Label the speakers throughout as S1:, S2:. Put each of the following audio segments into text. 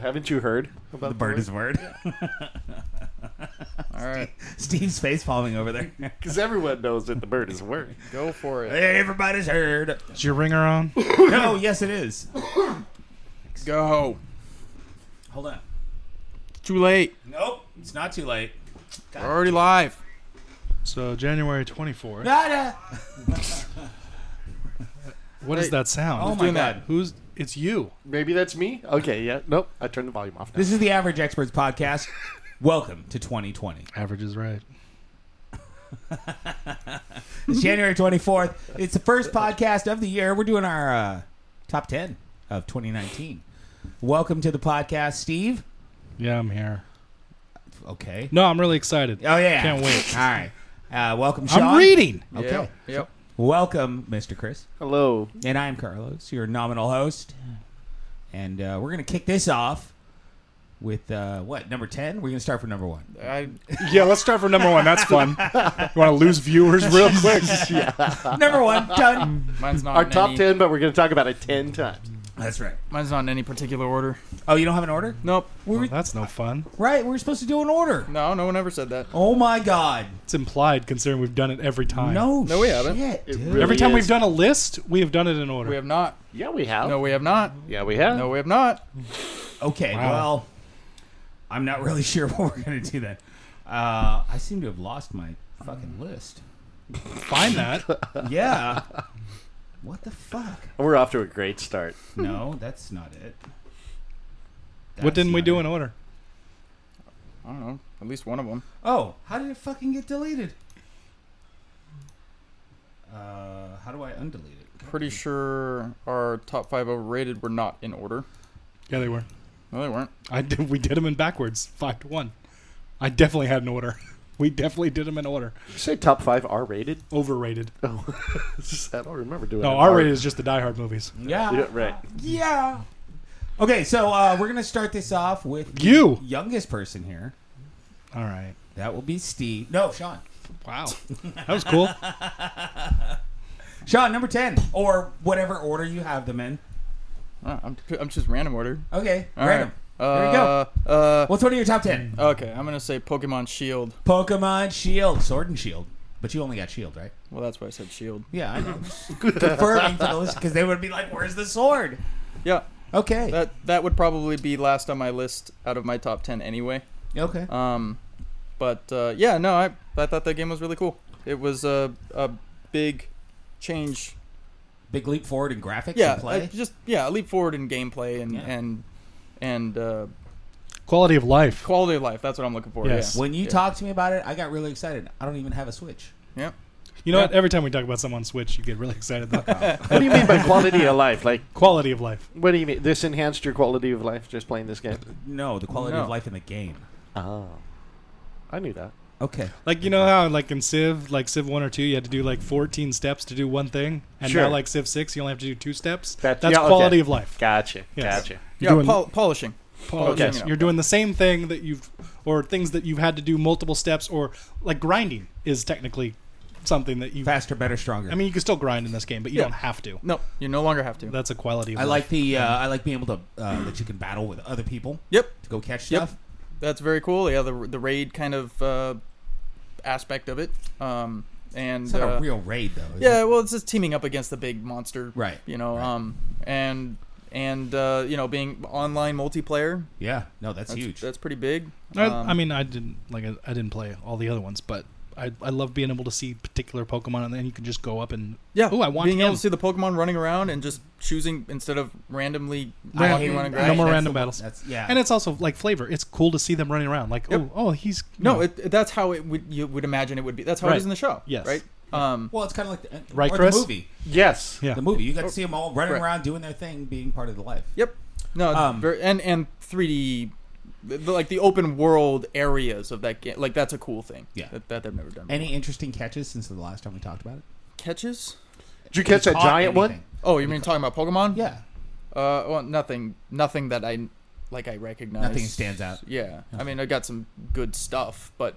S1: Haven't you heard about
S2: The bird is word.
S3: All right,
S2: Steve's face falling over there.
S1: Because everyone knows that the bird is word.
S3: go for it.
S2: Hey, everybody's heard.
S4: Is your ringer on?
S2: No, yes, it is.
S3: Go.
S2: Hold on.
S3: Too late.
S2: Nope, it's not too late.
S3: We're already live.
S4: So January 24th.
S2: Nada.
S4: What is
S3: Wait.
S4: that
S2: Oh
S4: sound?
S2: my
S3: doing that?
S2: god.
S4: Who's? It's you.
S1: Maybe that's me. Okay, yeah. Nope. I turned the volume off. Now.
S2: This is the Average Experts Podcast. Welcome to 2020.
S4: Average is right.
S2: It's January 24th. It's the first podcast of the year. We're doing our uh, top 10 of 2019. Welcome to the podcast, Steve.
S4: Yeah, I'm here.
S2: Okay.
S4: No, I'm really excited.
S2: Oh, yeah.
S4: Can't wait.
S2: All right. Uh, welcome, Sean.
S4: I'm reading.
S2: Okay.
S3: Yeah. Yep.
S2: Welcome, Mr. Chris.
S1: Hello.
S2: And I'm Carlos, your nominal host. And uh, we're going to kick this off with uh, what, number 10? We're going to start from number one.
S3: I,
S4: Yeah, let's start from number one. That's fun. You want to lose viewers real quick?
S2: number one, done.
S3: mine's not
S1: Our
S3: in
S1: top
S3: any,
S1: ten, but we're going to talk about it ten times.
S2: That's right.
S3: Mine's not in any particular order.
S2: Oh, you don't have an order?
S3: Nope.
S2: We were,
S4: Oh, That's no fun.
S2: right, we were supposed to do an order.
S3: No, no one ever said that.
S2: Oh my god.
S4: It's implied considering we've done it every time.
S2: No,
S3: No, we haven't.
S2: shit,
S1: It
S2: dude.
S1: really-
S4: Every time
S1: Yes.
S4: we've done a list, we have done it in order.
S3: We have not.
S1: Yeah, we have.
S3: No, we have not.
S1: yeah, we have.
S3: No, we have not.
S2: Okay,
S4: Wow.
S2: well, I'm not really sure what we're gonna do then. Uh, I seem to have lost my fucking list.
S4: Find that.
S2: Yeah. what the fuck?
S1: We're off to a great start.
S2: No, that's not it.
S4: what
S2: That's
S4: didn't we
S2: not
S4: do
S2: it.
S4: in order?
S3: I don't know. At least one of them.
S2: Oh, how did it fucking get deleted? Uh, how do I undelete it?
S3: Pretty sure our top five overrated were not in order.
S4: Yeah, they were.
S3: No, they weren't.
S4: I did, we did them in backwards, five to one. I definitely had an order. We definitely did them in order.
S1: Did you say top five R rated?
S4: Overrated.
S1: Oh, it's just- I don't remember doing.
S4: No,
S1: an
S4: R rated is just the Die Hard movies.
S2: Yeah.
S1: Yeah, right.
S2: Yeah. Okay, so uh, we're gonna start this off with the
S4: You.
S2: youngest person here.
S4: All right.
S2: That will be Steve. No, Sean.
S4: Wow, that was cool.
S2: Sean, number 10, or whatever order you have them in.
S3: Uh, I'm, I'm just random order.
S2: Okay,
S3: All right.
S2: random. There you go.
S3: go. Uh,
S2: What's one of your top 10?
S3: okay, I'm gonna say Pokemon Shield.
S2: Pokemon Shield, Sword and Shield. But you only got Shield, right?
S3: Well, that's why I said Shield.
S2: Yeah, I know. Confirming for those, because they would be like, where's the sword?
S3: Yeah,
S2: Okay.
S3: that that would probably be last on my list out of my top ten anyway.
S2: okay.
S3: Um, but uh, yeah, no, I I thought that game was really cool. It was a a big change.
S2: Big leap forward in graphics
S3: Yeah,
S2: and play.
S3: uh, just yeah, a leap forward in gameplay and
S2: Yeah.
S3: and and uh,
S4: Quality of life.
S3: quality of life. That's what I'm looking for.
S4: Yes.
S3: Yeah.
S2: when you
S3: yeah.
S2: talked to me about it, I got really excited. I don't even have a Switch.
S3: yeah.
S4: You know
S3: Yeah.
S4: what? Every time we talk about someone on Switch, you get really excited. Though.
S1: What do you mean by quality of life? Like,
S4: quality of life.
S1: what do you mean? This enhanced your quality of life just playing this game?
S2: No, the quality
S3: No.
S2: of life in the game.
S1: Oh, I knew that.
S2: Okay.
S4: Like you know how like in Civ, like Civ one or two, you had to do like fourteen steps to do one thing, and
S1: Sure.
S4: now like Civ six, you only have to do two steps.
S1: That-
S4: That's
S1: yeah, okay.
S4: quality of life.
S1: Gotcha.
S4: Yes.
S1: Gotcha.
S4: You're
S3: yeah
S4: doing-
S3: pol- polishing.
S4: Paul,
S1: Okay.
S4: yes, you're doing the same thing that you've, or things that you've had to do multiple steps, or like grinding is technically something that you.
S2: Faster, better, stronger.
S4: I mean, you can still grind in this game, but you
S3: Yeah.
S4: don't have to.
S3: No, you no longer have to.
S4: That's a quality. Of
S2: I
S4: life.
S2: like the uh, I like being able to uh, that you can battle with other people
S3: Yep.
S2: to go catch
S3: Yep.
S2: stuff.
S3: That's very cool. Yeah, the the raid kind of uh, aspect of it. Um, and
S2: It's not
S3: uh,
S2: a real raid though. is
S3: yeah,
S2: it?
S3: well, it's just teaming up against the big monster,
S2: Right,
S3: You know,
S2: right.
S3: um, and and uh, you know, being online multiplayer,
S2: Yeah. No, that's,
S3: that's,
S2: huge.
S3: That's pretty big.
S4: Uh, I,
S3: Um,
S4: I mean, I didn't like. I, I didn't play all the other ones, but I, I love being able to see particular Pokemon, and then you can just go up and
S3: yeah,
S4: Ooh, I want
S3: being
S4: him.
S3: able to see the Pokemon running around and just choosing instead of randomly
S2: I
S3: walking
S2: hate
S3: around and
S4: no
S2: that.
S3: grabbing.
S4: more
S2: that's
S4: random
S2: the-
S4: battles.
S2: that's yeah.
S4: And it's also like flavor. It's cool to see them running around. Like,
S3: Yep.
S4: oh, oh, he's
S3: No, it, that's how it would you would imagine it would be. That's how
S4: Right.
S3: it is in the show.
S4: Yes.
S3: right. Um,
S2: well, it's kind of like the, uh,
S4: Right,
S2: or
S4: Chris?
S2: the movie.
S1: Yes.
S4: yeah.
S2: The movie. You got to see them all running
S3: Right.
S2: around doing their thing, being part of the life.
S3: yep. No, it's
S2: Um,
S3: very, and and 3D, the, the- like the open world areas of that game, like that's a cool thing.
S2: Yeah.
S3: that, that they've never done.
S2: Any interesting catches since the last time we talked about it?
S3: catches?
S1: Did you catch that
S2: Caught
S1: giant one?
S2: anything?
S3: Oh, you mean talking about Pokemon?
S2: Yeah.
S3: Uh, well, nothing, nothing that I like. I recognize.
S2: Nothing stands out.
S3: Yeah, I mean, I got some good stuff, but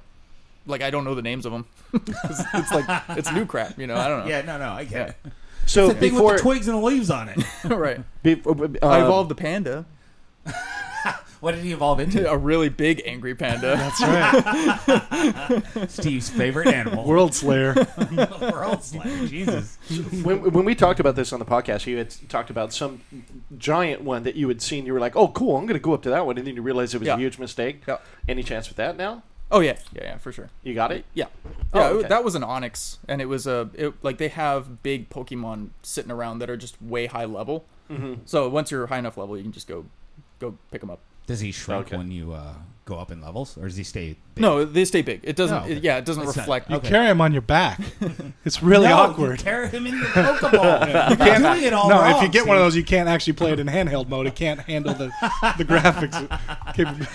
S3: like, I don't know the names of them. it's, it's like it's new crap, you know. I don't know.
S2: Yeah. No. No. I get it.
S1: So
S2: The thing
S1: before
S2: with the twigs and the leaves on it.
S3: right.
S1: before- uh,
S3: I evolved the panda.
S2: What did he evolve into?
S3: a really big angry panda.
S4: That's right.
S2: Steve's favorite animal.
S4: World Slayer.
S2: World Slayer. Jesus.
S1: When, when we talked about this on the podcast, you had talked about some giant one that you had seen. You were like, "Oh, cool! I'm going to go up to that one," and then you realized it was
S3: Yeah.
S1: a huge mistake.
S3: Yeah.
S1: Any chance with that now?
S3: oh yeah, yeah, yeah, for sure.
S1: You got it.
S3: Yeah,
S1: Oh,
S3: yeah. it-
S1: okay.
S3: That was an onyx, and it was a it, like they have big Pokemon sitting around that are just way high level. Mm-hmm. So once you're high enough level, you can just go go pick them up.
S2: Does he shrink
S1: Okay.
S2: when you uh, go up in levels, or does he stay? Big?
S3: No, they stay big. It doesn't.
S2: Oh, okay.
S3: it- yeah, it doesn't
S2: It's not-
S3: reflect.
S2: okay.
S4: Carry him on your back. It's really
S2: No, You
S4: awkward.
S2: carry him in your Pokeball. you
S4: can't-
S2: doing it all
S4: no,
S2: wrong,
S4: if you get one of
S2: Steve.
S4: those, you can't actually play it in handheld mode. It can't handle the, the graphics. capab-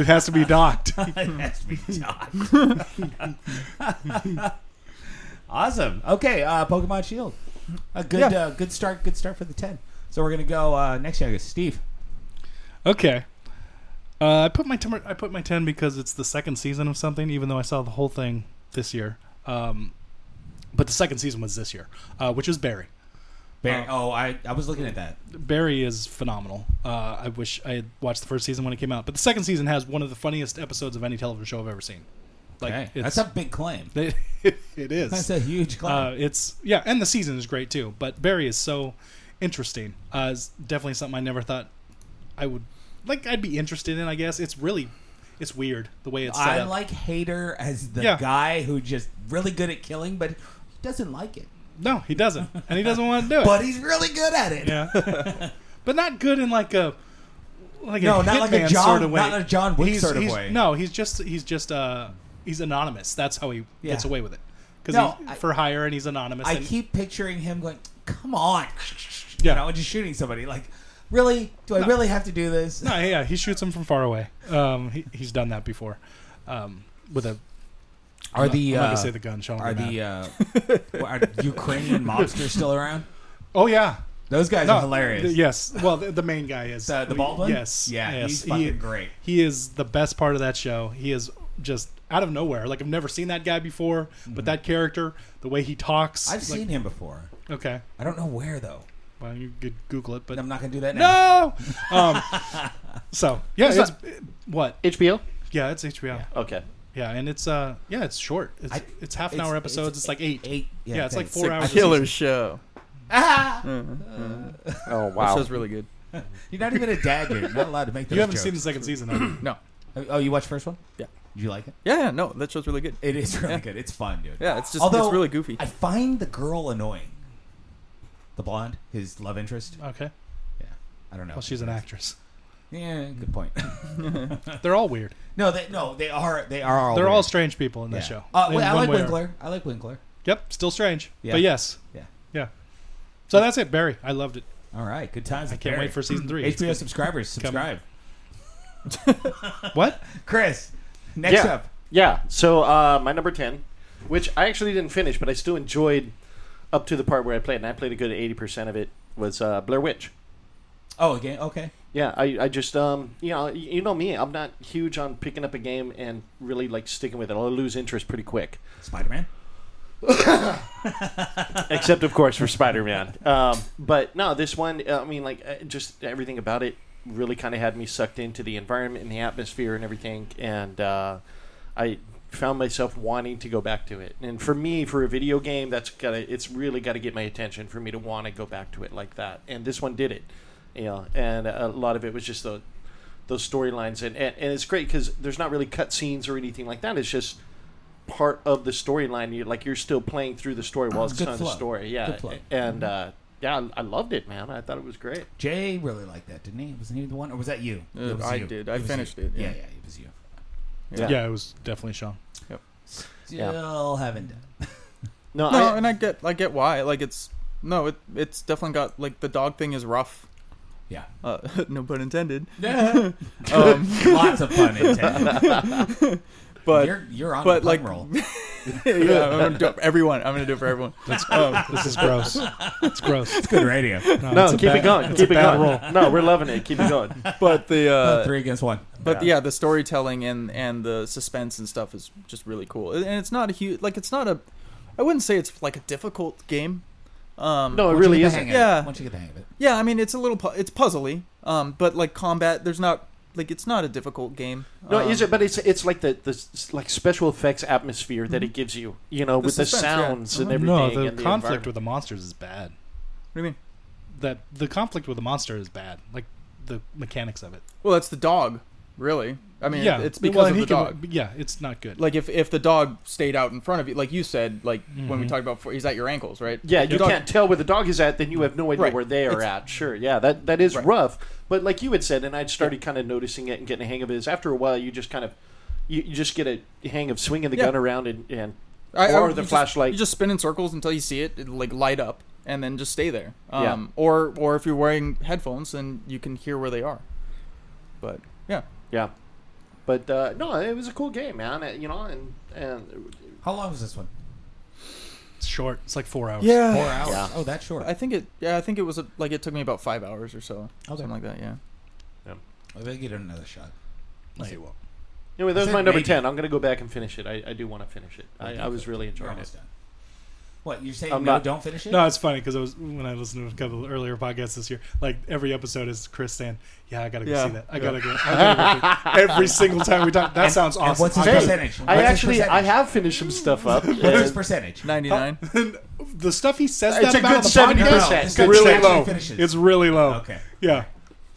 S4: It has to be docked.
S2: it has to be done. awesome. Okay, uh, Pokemon Shield. A good,
S3: Yeah.
S2: uh, good start. Good start for the ten. So we're gonna go uh, next. Year, I guess Steve.
S4: Okay. Uh, I put my tem- I put my ten because it's the second season of something, even though I saw the whole thing this year. Um, but the second season was this year, uh, which is Barry.
S2: Barry. Oh, I, I was looking at that.
S4: Barry is phenomenal. Uh, I wish I had watched the first season when it came out, but the second season has one of the funniest episodes of any television show I've ever seen. Like
S2: Okay.
S4: it's,
S2: That's a big claim.
S4: it is.
S2: That's a huge claim.
S4: Uh, it's yeah, and the season is great too. But Barry is so interesting. Uh, it's definitely something I never thought I would like. I'd be interested in. I guess it's really it's weird the way it's set
S2: I
S4: up.
S2: like Hater as the
S4: Yeah.
S2: guy who just really good at killing, but doesn't like it.
S4: no, he doesn't, and he doesn't want to do it.
S2: But he's really good at it.
S4: yeah, but not good in like a like
S2: No,
S4: a
S2: not like a
S4: hitman
S2: John-
S4: sort of way.
S2: not a John Wick
S4: He's-
S2: sort of
S4: he's-
S2: way.
S4: No, he's just he's just uh he's anonymous. That's how he
S2: Yeah.
S4: gets away with it because
S2: No, I-
S4: for hire and he's anonymous.
S2: I
S4: and-
S2: keep picturing him going, "Come on,"
S4: Yeah.
S2: you know, and just shooting somebody. Like, really? Do I really have to do this?
S4: No, yeah, he shoots him from far away. Um, he, he's done that before, um, with a
S2: Are
S4: I'm
S2: the
S4: not
S2: uh,
S4: gonna say the gun. Shall
S2: are the uh, are Ukrainian mobsters still around?
S4: oh yeah,
S2: Those guys
S4: no,
S2: are hilarious.
S4: th- yes. Well, the, the main guy is
S2: The- the bald one?
S4: Yes,
S2: Yeah,
S4: yes.
S2: he's fucking great.
S4: He is the best part of that show. He is just out of nowhere. Like I've never seen that guy before, but that character, the way he talks,
S2: Mm-hmm. I've
S4: like-
S2: seen him before.
S4: Okay,
S2: I don't know where though.
S4: well you could Google it, but
S2: And I'm not gonna do that now.
S4: no. um, so yeah, it's, what?
S1: HBO.
S4: Yeah, it's HBO. Yeah.
S1: Okay.
S4: and it's uh, yeah, it's short. It's,
S2: I-
S4: it's half an hour episodes. It's, like eight.
S2: Eight. Yeah,
S4: Yeah, it's like
S2: thanks.
S4: four hours. a season.
S3: show.
S2: Ah!
S1: Oh
S3: Wow.
S1: wow.
S3: Uh-huh. show's really good.
S2: You're not even a dad. You're not allowed to make those
S4: You haven't
S2: jokes.
S4: seen the second season, have you?
S3: No.
S2: Oh, you watched first one?
S3: Yeah.
S2: Did you like it?
S3: Yeah, yeah, no, that show's really good.
S2: It is really
S3: Yeah.
S2: good. It's fun, dude.
S3: Yeah, it's just
S2: Although
S3: it's really goofy.
S2: I find the girl annoying. The blonde, his love interest.
S4: Okay.
S2: Yeah, I don't know.
S4: Well, she's an actress.
S2: Yeah, good point.
S4: They're all weird.
S2: no, they no, they are they are all
S4: They're all
S2: weird.
S4: strange people in
S2: yeah.
S4: this show.
S2: Uh,
S4: in
S2: well, I
S4: one
S2: like
S4: way or-
S2: Winkler. I like Winkler.
S4: Yep, still strange.
S2: Yeah.
S4: But yes,
S2: Yeah.
S4: yeah. So that's it, Barry. I loved it.
S2: All right, good times.
S4: I can't wait for season three.
S2: HBO subscribers. Subscribe,
S4: What?
S2: Chris. Next
S1: yeah.
S2: up,
S1: Yeah. So uh, my number ten, which I actually didn't finish, but I still enjoyed up to the part where I played, and I played a good eighty percent of it. Was uh, Blair Witch.
S2: oh again, okay,
S1: Yeah, I, I just um you know you know me I'm not huge on picking up a game and really like sticking with it I'll lose interest pretty quick
S2: Spider Man.
S1: except of course for Spider Man um, but no this one uh, I mean like uh, just everything about it really kind of had me sucked into the environment and the atmosphere and everything and uh, I found myself wanting to go back to it and for me for a video game that's gotta it's really got to get my attention for me to want to go back to it like that and this one did it you know and a lot of it was just the those storylines and, and and it's great because there's not really cut scenes or anything like that it's just part of the storyline you like you're still playing through the story while it's
S2: Good
S1: on the
S2: flow.
S1: story yeah
S2: Good flow.
S1: and uh yeah I- i loved it man i thought it was great
S2: Jay really liked that, didn't he? Wasn't he the one, or was that you?
S3: Uh,
S2: It was
S3: I
S2: you.
S3: did. I
S2: was
S3: finished
S2: you.
S3: it, yeah.
S2: yeah, it was you.
S1: Yeah.
S4: Yeah, it was definitely Sean.
S1: Yeah.
S2: Still haven't done. it.
S1: no,
S3: No,
S1: I,
S3: and I get I get why. Like it's no, it it's definitely got like the dog thing is rough.
S2: Yeah.
S3: Uh, no pun intended.
S2: um, Lots of fun intended.
S3: But
S2: you're you're on
S3: but,
S2: a pun
S3: like-
S2: roll.
S3: yeah, I'm gonna do it for everyone. I'm gonna do it for everyone. Um,
S4: This is gross. it's gross.
S2: It's good radio.
S1: no
S4: it's a
S1: keep
S4: bad-
S1: it going
S4: it's
S1: keep
S4: a
S1: it
S4: bad
S1: going no we're loving it keep it going
S3: but the uh,
S2: Three against one.
S3: but
S1: Yeah.
S3: yeah. the storytelling and and the suspense and stuff is just really cool. And it's not a huge like it's not a I wouldn't say it's like a difficult game. Um,
S1: no it
S2: Once you
S1: really
S2: get the
S1: isn't
S2: hang of it-
S3: Yeah.
S2: Once you get the hang of it.
S3: Yeah, I mean it's a little pu- it's puzzly, um, but like combat, there's not like it's not a difficult game.
S1: No,
S3: Um,
S1: is it? But it's it's like the the s- like special effects atmosphere that it gives you. You know,
S3: The
S1: with
S3: suspense,
S1: the
S3: yeah.
S1: sounds and
S3: Mhm.
S1: everything.
S4: No, the
S1: and the
S4: conflict
S1: environment.
S4: with the monsters is bad.
S3: What do you mean?
S4: That the conflict with the monster is bad. Like the mechanics of it.
S3: Well, that's the dog, really. I mean,
S4: yeah,
S3: it's because
S4: well,
S3: of
S4: and
S3: the
S4: he can-
S3: dog.
S4: yeah, it's not good.
S3: Like if if the dog stayed out in front of you, like you said, like when
S4: Mm-hmm.
S3: we talked about, before, he's at your ankles, right?
S1: Yeah,
S3: The
S1: you
S3: dog-
S1: can't tell where the dog is at, then you have no idea
S3: Right.
S1: where they are
S3: It's-
S1: at. Sure, yeah, that that is
S3: Right.
S1: rough. But like you had said, and I'd started kind of noticing it and getting a hang of it. Is after a while, you just kind of you, you just get a hang of swinging the
S3: Yeah.
S1: gun around and, and
S3: I- I-
S1: or
S3: you
S1: the
S3: just-
S1: flashlight.
S3: you just spin in circles until you see it, it like light up, and then just stay there. Um,
S1: Yeah.
S3: Or or if you're wearing headphones, then you can hear where they are. But yeah,
S1: yeah, but uh, no, it was a cool game, man. uh, You know, and and
S2: How long was this one?
S4: it's short. It's like four hours.
S2: Four hours.
S1: Yeah.
S2: Oh, that's short.
S3: I think it. Yeah, I think it was a, like it took me about five hours or so,
S2: Okay.
S3: something like that. Yeah.
S2: Maybe I'll give it another shot.
S4: No, you won't.
S1: anyway, that was
S2: said
S1: my number
S2: maybe.
S1: ten. I'm gonna go back and finish it. I, I do want to finish it. I, I was really
S2: You're
S1: enjoying it.
S2: almost done. What you're saying?
S1: I'm
S2: no,
S1: not-
S2: don't finish it.
S4: No, it's funny because I was when I listened to a couple of earlier podcasts this year. Like every episode is Chris saying, "Yeah, I gotta go
S3: Yeah.
S4: see that. I gotta go." I gotta go. every single time we talk, that sounds
S2: And
S4: awesome.
S2: what's his
S4: I gotta-
S2: percentage? What's
S1: I
S2: his
S1: actually I
S2: percentage?
S1: have finished some stuff up.
S2: What's his
S1: and-
S2: percentage?
S3: Ninety nine.
S4: uh, the stuff he says
S1: It's
S4: that
S1: a
S4: about
S1: good
S4: on the
S1: 70%.
S4: podcast
S1: It's
S4: is
S1: good
S4: really
S2: actually
S4: low.
S2: finishes.
S4: It's really low.
S2: Okay.
S4: Yeah.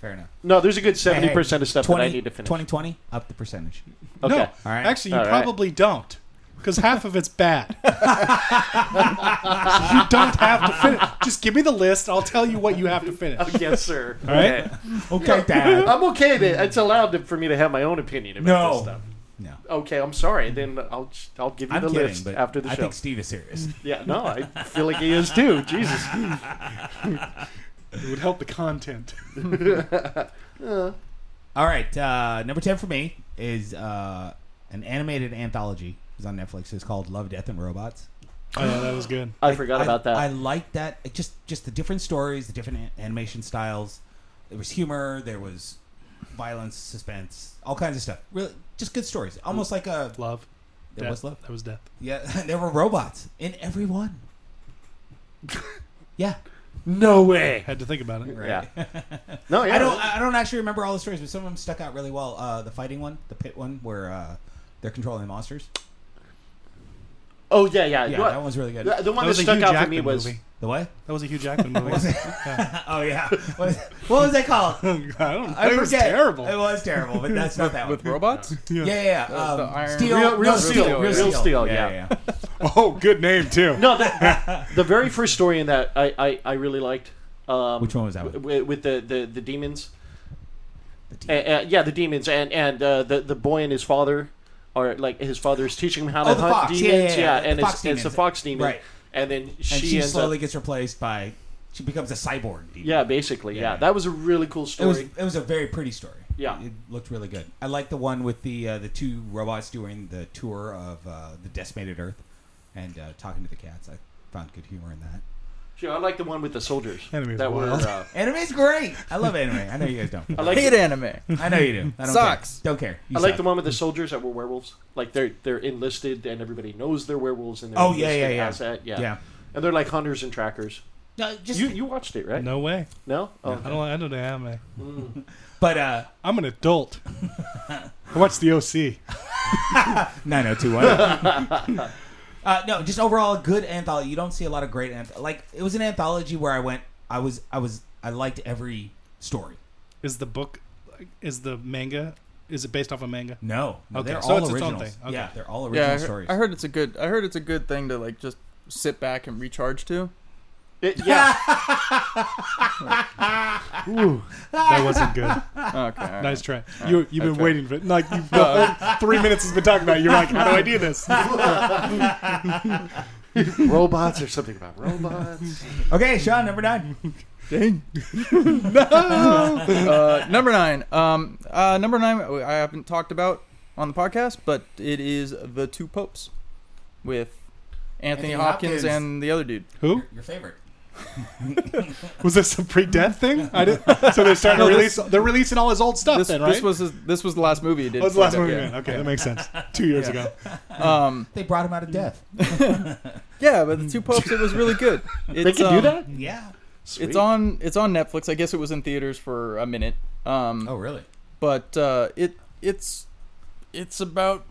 S2: Fair enough.
S1: no, there's a good seventy
S2: Hey,
S1: percent of stuff
S2: 20,
S1: that I need to finish.
S2: 2020, up the percentage.
S1: Okay.
S4: No.
S2: right.
S4: Actually, you
S1: All right.
S4: probably don't because half of it's bad. you don't have to finish. Just give me the list. I'll tell you what you have to finish.
S1: yes, sir. All
S4: right.
S2: Okay, Dad.
S1: I'm okay. That it's allowed to- for me to have my own opinion about
S2: No.
S1: this stuff.
S2: no.
S1: Okay, I'm sorry. Then I'll I'll give you
S2: I'm
S1: the
S2: kidding,
S1: list
S2: but
S1: after the
S2: I
S1: show.
S2: think Steve is serious.
S1: yeah, no, I feel like he is too. Jesus.
S4: It would help the content.
S2: All right, uh, number ten for me is uh, an animated anthology. It's on Netflix. It's called Love, Death, and Robots.
S4: Oh, yeah, that was good.
S1: I forgot about that.
S2: I like that. It just just the different stories, the different an- animation styles. There was humor. There was violence, suspense, all kinds of stuff. Really, just good stories. Almost like a
S4: Love.
S2: there
S4: Death.
S2: was love.
S4: That was death.
S2: Yeah, there were robots in every one. yeah,
S1: no way.
S4: Had to think about it.
S1: Yeah. No, yeah.
S2: I don't. I don't actually remember all the stories, but some of them stuck out really well. Uh, the fighting one, the pit one, where uh, they're controlling the monsters.
S1: oh yeah, yeah.
S2: Yeah,
S1: You know
S2: that
S1: what?
S2: one's really good.
S1: the, the one
S4: That
S1: that,
S4: was a
S1: stuck
S4: Hugh
S1: out
S4: Jackman
S1: for me was
S4: movie.
S2: The what?
S4: That was a Hugh Jackman movie.
S2: Was it?
S1: Uh,
S2: oh yeah. What, what was that called?
S4: I don't know.
S2: I
S4: it
S2: forget.
S4: was terrible.
S2: It was terrible, but that's not that one.
S3: With robots?
S2: Yeah, yeah, yeah.
S3: Uh,
S2: Um,
S3: the iron-
S2: steel,
S1: Real- Real
S2: no,
S1: Steel,
S2: real
S1: Real
S2: steel,
S1: Steel,
S2: Yeah,
S1: yeah.
S2: yeah, yeah.
S4: Oh, good name too.
S1: no that, the very first story in that I I, I really liked. Um,
S2: Which one was that one?
S1: w- with the the the demons.
S2: The demon.
S1: And, and- yeah, the demons and and uh, the the boy and his father are like his father is teaching him how
S2: Oh,
S1: to
S2: the
S1: hunt
S2: fox. Yeah,
S1: demons.
S2: yeah, yeah.
S1: and it's,
S2: The fox
S1: it's the
S2: demons.
S1: fox demon.
S2: Right.
S1: And then she,
S2: and she
S1: ends
S2: slowly
S1: up,
S2: gets replaced by. She becomes a cyborg. demon.
S1: yeah, basically, yeah.
S2: Yeah.
S1: That was a really cool
S2: It was,
S1: story.
S2: it was a very pretty story.
S1: Yeah.
S2: it looked really good. I like the one with the uh, the two robots doing the tour of uh, the decimated Earth and uh, talking to the cats. I found good humor in that.
S1: Sure, I like the one with the soldiers
S4: Enemies
S1: that were.
S4: wild.
S1: Uh,
S2: Anime's great. I love anime. I know you guys don't.
S1: I
S3: I
S1: like.
S3: hate
S1: The,
S3: anime.
S2: I know you do. I don't
S3: Sucks.
S2: Care. Don't care. You
S1: I like
S2: suck.
S1: the one with the soldiers that were werewolves. Like they're they're enlisted and everybody knows they're werewolves and they're
S2: Oh, yeah,
S1: enlisted
S2: yeah, yeah.
S1: as that. yeah
S2: Yeah.
S1: and they're like hunters and trackers.
S2: No, just
S1: You you watched it right?
S4: No way.
S1: No. Oh,
S4: I don't. I don't know anime.
S2: but uh,
S4: I'm an adult. I watched the OC.
S2: nine
S4: oh
S2: zero two one. Uh, no, just overall a good anthology. You don't see a lot of great anth- like it was an anthology where I went. I was I was I liked every story.
S4: Is the book? Is the manga? Is it based off a manga?
S2: No, no
S4: Okay,
S2: they're
S4: so
S2: all
S4: it's its own
S2: originals.
S4: thing. Okay.
S2: Yeah, they're all original
S3: Yeah, I
S2: stories.
S3: heard, I heard it's a good. I heard it's a good thing to like just sit back and recharge to.
S1: It- yeah.
S4: That wasn't good.
S3: Okay. all right.
S4: Nice try. You you've been
S3: Okay.
S4: waiting for it. Like you've the whole three minutes has been talking about. It. You're like, how do I do this?
S1: robots or something about robots.
S2: Okay, Sean, number nine.
S3: Dang. no. Uh, number nine. Um. Uh. Number nine. I haven't talked about on the podcast, but it is the two popes, with Anthony,
S2: Anthony
S3: Hopkins,
S2: Hopkins.
S3: and the other dude.
S4: Who
S2: Your favorite.
S4: was this? A pre-death thing? I didn't. So they're starting
S3: No,
S4: to
S3: this-
S4: release. They're releasing all his old stuff.
S3: This,
S4: then right?
S3: this was his, this was the last movie he did.
S4: Oh, it's the last
S3: Yeah.
S4: movie. Man. Okay, that makes sense. Two years
S3: Yeah.
S4: ago.
S3: Um.
S2: They brought him
S4: Hmm.
S2: out of death.
S3: Yeah, but the two popes. It was really good. It's,
S1: They can
S3: um,
S1: do that.
S2: yeah.
S1: Sweet.
S3: It's on. It's on Netflix. I guess it was in theaters for a minute. Um.
S2: Oh, really?
S3: but uh, it it's it's about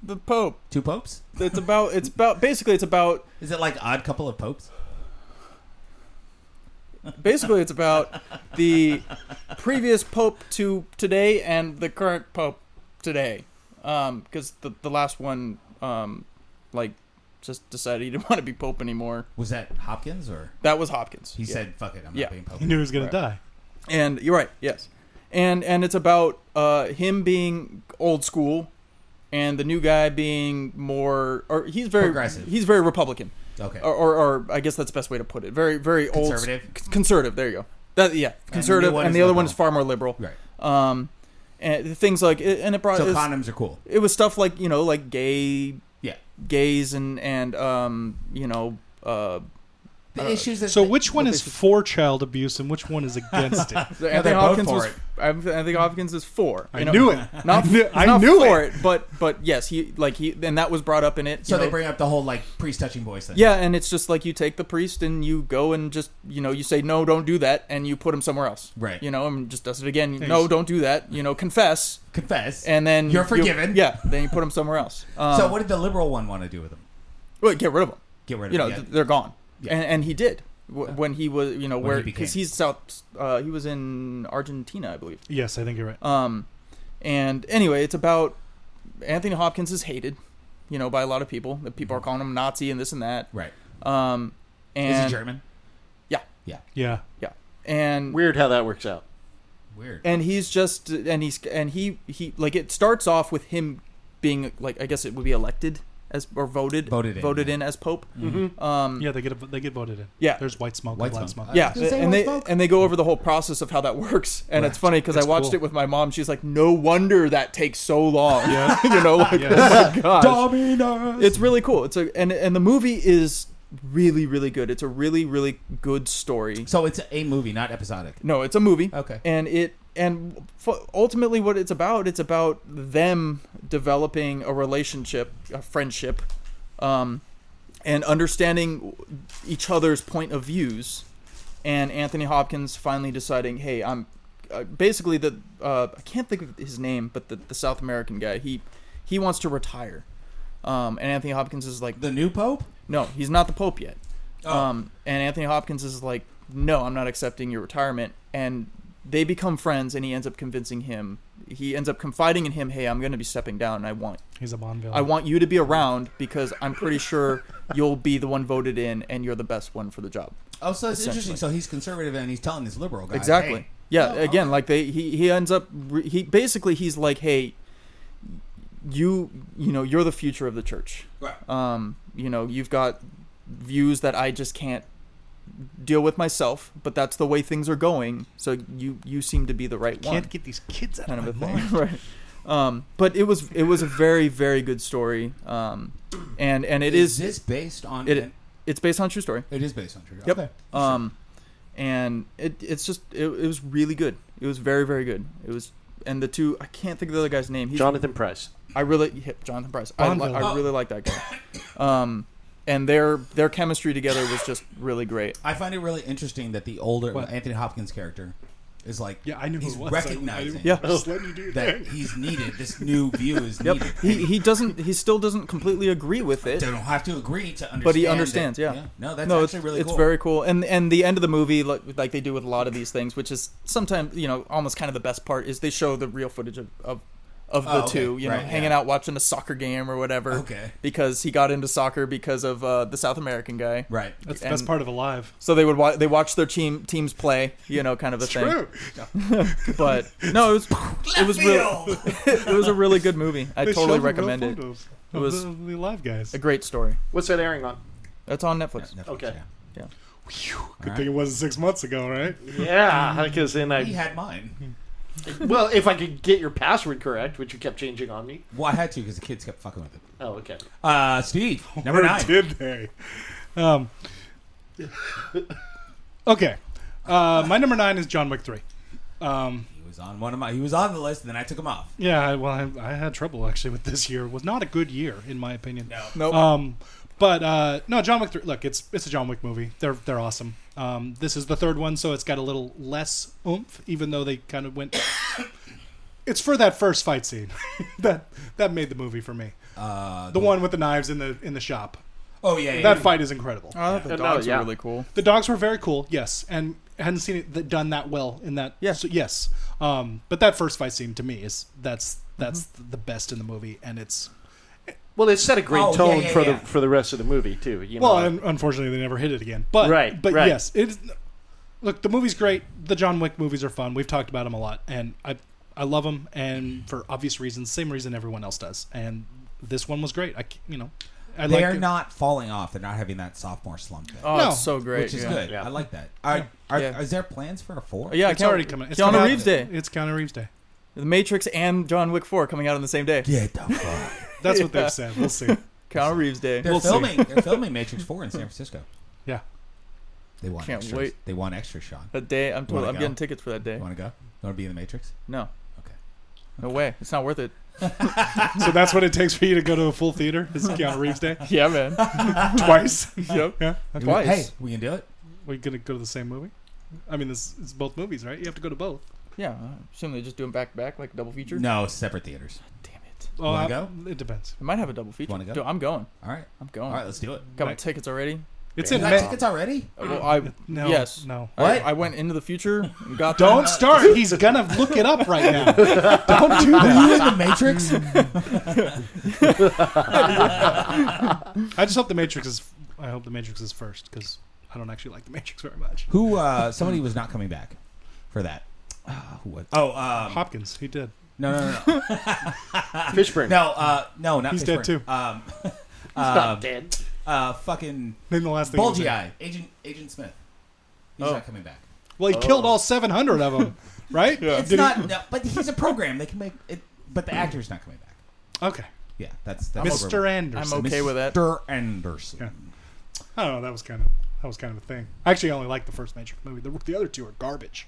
S3: the Pope.
S2: Two popes?
S3: It's about it's about basically it's about
S2: Is it like odd couple of popes?
S3: basically it's about the previous Pope to today and the current Pope today, because the the last one um, like just decided he didn't want to be Pope anymore.
S2: Was that Hopkins or
S3: That was Hopkins.
S2: he
S3: Yeah.
S2: said, "Fuck it, I'm
S3: Yeah.
S2: not being pope."
S4: He knew he was gonna
S3: Right.
S4: die.
S3: and you're right yes and and it's about uh him being old school and the new guy being more or he's very
S2: Progressive.
S3: he's very republican
S2: Okay.
S3: or, or or i guess that's the best way to put it very very old
S2: Conservative?
S3: c- conservative there you go that yeah
S2: the new
S3: conservative and the,
S2: one is
S3: other one
S2: liberal.
S3: is far more liberal
S2: Right.
S3: um and things like it, and it brought
S2: So
S3: it's-
S2: condoms are cool.
S3: it was stuff like you know like gay
S2: Yeah.
S3: gays and and um you know uh
S2: The issues that
S4: So
S2: the-
S4: which one is for child abuse and which one is against it?
S3: So
S2: No, they're
S3: Anthony
S2: both
S3: Hopkins
S2: for
S3: was.
S2: it.
S3: I I think Hopkins is four.
S4: I
S3: You know,
S4: knew it.
S3: Not
S4: I knew,
S3: he's
S4: I
S3: not
S4: knew
S3: for
S4: it.
S3: it. but but yes, he like he and that was brought up in it.
S2: So
S3: you
S2: they
S3: know.
S2: bring up the whole like priest touching boys thing.
S3: yeah, and it's just like you take the priest and you go and just you know you say no, don't do that, and you put him somewhere else.
S2: Right.
S3: You know, and just does it again. No, don't do that. You know, confess,
S2: Confess.
S3: and then
S2: You're
S3: you-
S2: forgiven.
S3: yeah, then you put him somewhere else. Um,
S2: so what did the liberal one want to do with them?
S3: well, get rid of him.
S2: Get rid of
S3: You know,
S2: him, yeah.
S3: th- they're gone.
S2: Yeah.
S3: And, and he did w- when he was you know
S2: When
S3: where
S2: he became.
S3: because he's south. Uh, he was in Argentina, I believe.
S4: Yes, I think you're right.
S3: Um, and anyway, it's about Anthony Hopkins is hated, you know, by a lot of people. The people are calling him Nazi and this and that.
S2: Right.
S3: Um, and
S2: Is he German?
S3: Yeah,
S2: Yeah.
S4: Yeah.
S3: yeah, and
S1: Weird how that works out.
S2: Weird.
S3: and he's just and he's and he he like it starts off with him being like I guess it would be elected as or voted
S2: Voted in, yeah. Mm-hmm.
S3: in as pope.
S4: Yeah, they get they get voted in.
S3: Um, Yeah.
S4: There's white smoke,
S2: White
S4: and black
S2: smoke.
S4: smoke.
S3: Yeah,
S2: gonna say
S3: and they
S2: white folk.
S3: and they go over the whole process of how that works, and it's funny because I
S4: It's
S3: watched
S4: cool.
S3: it with my mom. She's like, "No wonder that takes so long." Yeah, you know, like,
S4: Yes.
S3: oh my gosh.
S2: Dominoes.
S3: it's really cool. It's a and and the movie is really really good. It's a really really good story.
S2: so it's a movie, not episodic.
S3: No, it's a movie.
S2: Okay.
S3: And it and f- ultimately what it's about, it's about them developing a relationship, a friendship, um, and understanding each other's point of views. And Anthony Hopkins finally deciding, hey, I'm uh, basically the uh, I can't think of his name, but the, the South American guy. He he wants to retire. Um, and Anthony Hopkins is like,
S2: The new pope?
S3: no, he's not the Pope yet. Um, and Anthony Hopkins is like, no, I'm not accepting your retirement. And they become friends, and he ends up convincing him. He ends up confiding in him, hey, I'm going to be stepping down, and I want,
S4: He's a Bond villain.
S3: I want you to be around because I'm pretty sure you'll be the one voted in, and you're the best one for the job.
S2: Oh, so it's interesting. So he's conservative and he's telling this liberal guy.
S3: Exactly.
S2: hey,
S3: yeah.
S2: Oh,
S3: again, like they, he, he ends up, re- he basically he's like, hey, you, you know, you're the future of the church.
S2: Right.
S3: um, you know you've got views that i just can't deal with myself but that's the way things are going so you you seem to be the right one
S4: Can't get these kids out
S3: kind of a
S4: of my
S3: thing
S4: mind.
S3: right um, but it was it was a very very good story um, and and it
S2: is
S3: is
S2: this based on
S3: it it's based on a true story
S2: it is based on true.
S3: Yep.
S2: Okay.
S3: um, and it it's just it, it was really good it was very very good it was and the two I can't think of the other guy's name he's
S1: Jonathan Price.
S3: I really yeah, Jonathan Price. I, li-
S4: Bonville.
S3: I really like that guy. Um, and their their chemistry together was just really great.
S2: I find it really interesting that the older
S4: What?
S2: Anthony Hopkins character is like
S4: Yeah, I knew who
S2: he's
S4: it was. I- I
S2: recognizing
S4: didn't-
S3: Yeah.
S4: Just letting you do your
S2: that
S4: thing.
S2: he's needed. This new view is
S3: Yep.
S2: needed.
S3: He he doesn't he still doesn't completely agree with it,
S2: They don't have to agree to understand.
S3: but he understands.
S2: that-
S3: yeah.
S2: No, that's
S3: no,
S2: actually
S3: it's,
S2: really
S3: it's
S2: cool.
S3: very cool. And and the end of the movie, like, like they do with a lot of these things, which is sometimes you know almost kind of the best part is they show the real footage of. of of the
S2: Oh, okay.
S3: two, you know,
S2: Right,
S3: hanging
S2: yeah.
S3: out watching a soccer game or whatever.
S2: Okay.
S3: Because he got into soccer because of uh, the South American guy.
S2: right.
S4: That's the
S3: and-
S4: best part of Alive.
S3: So they would wa- they watch their team teams play, you know, kind of a thing.
S4: True.
S3: but no, it was it was really it was a really good movie. I
S4: They showed
S3: totally
S4: the real
S3: recommend it.
S4: photos
S3: It
S4: of
S3: was-
S4: the, the Alive guys.
S3: A great story.
S1: What's that airing on?
S3: That's on Netflix.
S2: Netflix,
S1: Okay.
S3: Yeah.
S4: Good thing it wasn't six months ago, right?
S1: Yeah, because then
S2: yeah. He
S1: I
S2: had mine.
S1: well, if I could get your password correct, which you kept changing on me.
S2: Well, I had to because the kids kept fucking with it.
S1: Oh, okay.
S2: Uh, Steve, number
S4: Or
S2: nine.
S4: Did they? Um, okay. Uh, my number nine is John Wick three. Um,
S2: He was on one of my. He was on the list, and then I took him off.
S4: yeah, I- well, I, I had trouble actually with this year. It was not a good year, in my opinion.
S3: Nope.
S2: Uh,
S4: Um, but uh, no, John Wick. 3, look, it's it's a John Wick movie. They're they're awesome. Um, this is the third one, so it's got a little less oomph, even though they kind of went it's for that first fight scene that that made the movie for me.
S2: Uh,
S4: The one with the knives in the in the shop.
S2: oh yeah, yeah,
S4: That
S2: yeah.
S4: fight is incredible.
S3: Oh, I thought the
S1: Yeah. No,
S3: dogs
S1: yeah.
S3: are really cool.
S4: The dogs were very cool, yes, and I hadn't seen it that done that well in that.
S3: Yeah.
S4: so, yes. Um, but that first fight scene to me is that's
S3: Mm-hmm.
S4: that's the best in the movie, and it's
S1: Well, it set a great
S2: Oh, yeah,
S1: tone
S2: yeah,
S1: for
S2: yeah.
S1: the for the rest of the movie too. You
S4: well,
S1: know?
S4: un- unfortunately they never hit it again. But
S1: Right,
S4: but
S1: right.
S4: yes, it. Look, the movie's great. The John Wick movies are fun. We've talked about them a lot, and I I love them, and for obvious reasons, same reason everyone else does. And this one was great. I c- you know, I
S2: They're
S4: like
S2: not falling off. They're not having that sophomore slump. Thing.
S3: Oh,
S4: No.
S3: it's so great.
S2: which is
S3: yeah.
S2: good.
S1: Yeah.
S2: I like that. Are, Are,
S3: Yeah.
S2: is there plans for a four?
S3: Yeah,
S4: It's
S3: Keanu-
S4: already coming. It's
S3: Keanu
S4: coming out-
S3: Reeves Day.
S4: It's Keanu Reeves Day.
S3: The Matrix and John Wick 4 coming out on the same day.
S2: Get the fuck.
S4: That's what they've said. We'll see.
S3: Keanu Reeves Day.
S2: They're
S4: We'll see.
S2: filming. They're filming Matrix Four in San Francisco.
S4: Yeah.
S2: They want
S3: Can't
S2: extras.
S3: wait.
S2: They want extras, Sean.
S3: That day, I'm
S2: Wanna
S3: totally, I'm
S2: go?
S3: getting tickets for that day.
S2: You want to go? You want to be in the Matrix?
S3: No.
S2: Okay.
S3: No way. It's not worth it.
S4: So that's what it takes for you to go to a full theater. Is Keanu Reeves Day
S3: Yeah, man.
S4: twice?
S3: yep.
S4: yeah.
S3: Twice.
S2: Hey, we can do it.
S4: We're gonna go to the same movie. I mean, this it's both movies, right? You have to go to both.
S3: Yeah. I assume they just do them back to back, like a double feature.
S2: No, separate theaters.
S3: Damn it.
S4: Oh,
S2: Wanna
S4: I-
S2: go?
S4: It depends.
S3: I might have a double feature.
S2: Wanna go?
S3: Dude, I'm going.
S2: All right.
S3: I'm
S2: All
S3: going.
S2: right. Let's do it.
S3: Got my
S4: Right.
S3: tickets already.
S4: It's
S1: Yeah.
S4: in
S2: You got
S4: May.
S2: tickets already?
S3: Uh, Well, I
S4: No.
S3: Yes.
S4: No.
S3: I,
S2: What?
S3: I went into the future and got
S4: Don't start. He's gonna look it up right now. Don't do that.
S2: You in the Matrix?
S4: I just hope the Matrix is. I hope the Matrix is first because I don't actually like the Matrix very much.
S2: Who? Uh, somebody was not coming back for that. Uh, who was? Oh, um,
S4: Hopkins, he did.
S2: no, no, no, no,
S1: Fishburne.
S2: no, uh, no, not
S4: He's dead,
S2: Fishburne.
S4: too.
S2: Um,
S1: Stop,
S2: uh,
S1: Dad.
S2: uh, fucking
S4: Then the last thing. he was
S2: bulgy
S4: in.
S2: eye, Agent Agent Smith. He's
S3: Oh.
S2: not coming back.
S4: Well, he killed all seven hundred of them, right?
S2: It's
S4: Did he-
S2: not, no, but he's a program. They can make it, but the actor's not coming back.
S4: Okay.
S2: Yeah, that's that's
S4: Mr.
S3: I'm
S4: Anderson.
S3: okay with that.
S2: Mr. Anderson.
S4: Yeah. I don't know. That was kind of that was kind of a thing. I actually only like the first Matrix movie. The, the other two are garbage.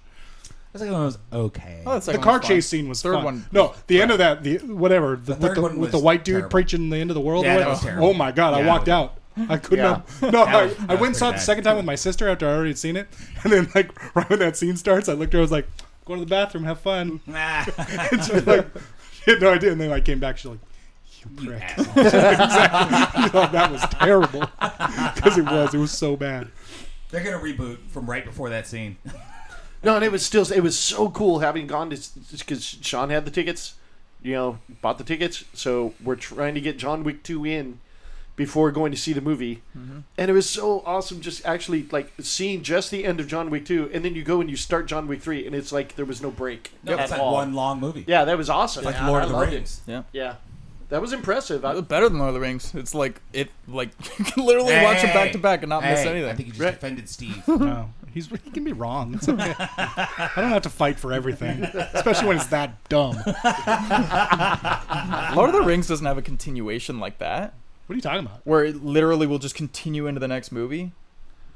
S2: The second one was okay.
S3: Oh, that's
S4: the
S3: second
S4: car
S3: one's fine.
S4: chase scene was
S3: Third
S4: fun.
S3: one-
S4: No, the end of that, the whatever the,
S2: The
S4: with,
S2: third
S4: the,
S2: one
S4: with the
S2: was
S4: white dude
S2: terrible.
S4: preaching the end of the world. or
S2: Yeah, that
S4: whatever.
S2: was terrible.
S4: Oh my god, I
S2: Yeah,
S4: walked
S2: that
S4: out. I couldn't
S1: Yeah.
S4: have. No, I,
S2: was- that
S4: I went and
S2: was
S4: saw it
S2: pretty
S4: the
S2: bad.
S4: second time with my sister after I already had seen it, and then like right when that scene starts, I looked at her. I was like, "Go to the bathroom, have fun."
S2: Nah.
S4: And she was like, "She had no idea." And then I came back. She's like, "You prick."
S2: Asshole.
S4: Oh, that was terrible because it was. It was so bad.
S2: They're gonna reboot from right before that scene.
S1: No, and it was still it was so cool having gone to because Sean had the tickets, you know, bought the tickets. So we're trying to get John Wick two in before going to see the movie,
S2: Mm-hmm.
S1: and it was so awesome just actually like seeing just the end of John Wick two, and then you go and you start John Wick three, and it's like there was no break
S2: No,
S1: at
S2: it's like
S1: all.
S2: one long movie.
S1: yeah, that was awesome.
S2: It's like
S1: I-
S2: Lord
S1: I
S2: of the
S1: loved it.
S2: Rings.
S3: Yeah.
S1: Yeah, that was impressive.
S3: Uh,
S1: I,
S3: Better than Lord of the Rings. It's like it like you can literally watch them back to back and not miss
S2: Hey,
S3: anything.
S2: I think you just
S1: Right.
S2: offended Steve.
S4: No, Oh. he's he can be wrong. It's okay. I don't have to fight for everything, especially when it's that dumb. What
S3: Lord of the Rings doesn't have a continuation like that,
S4: are you talking about?
S3: where it literally will just continue into the next movie.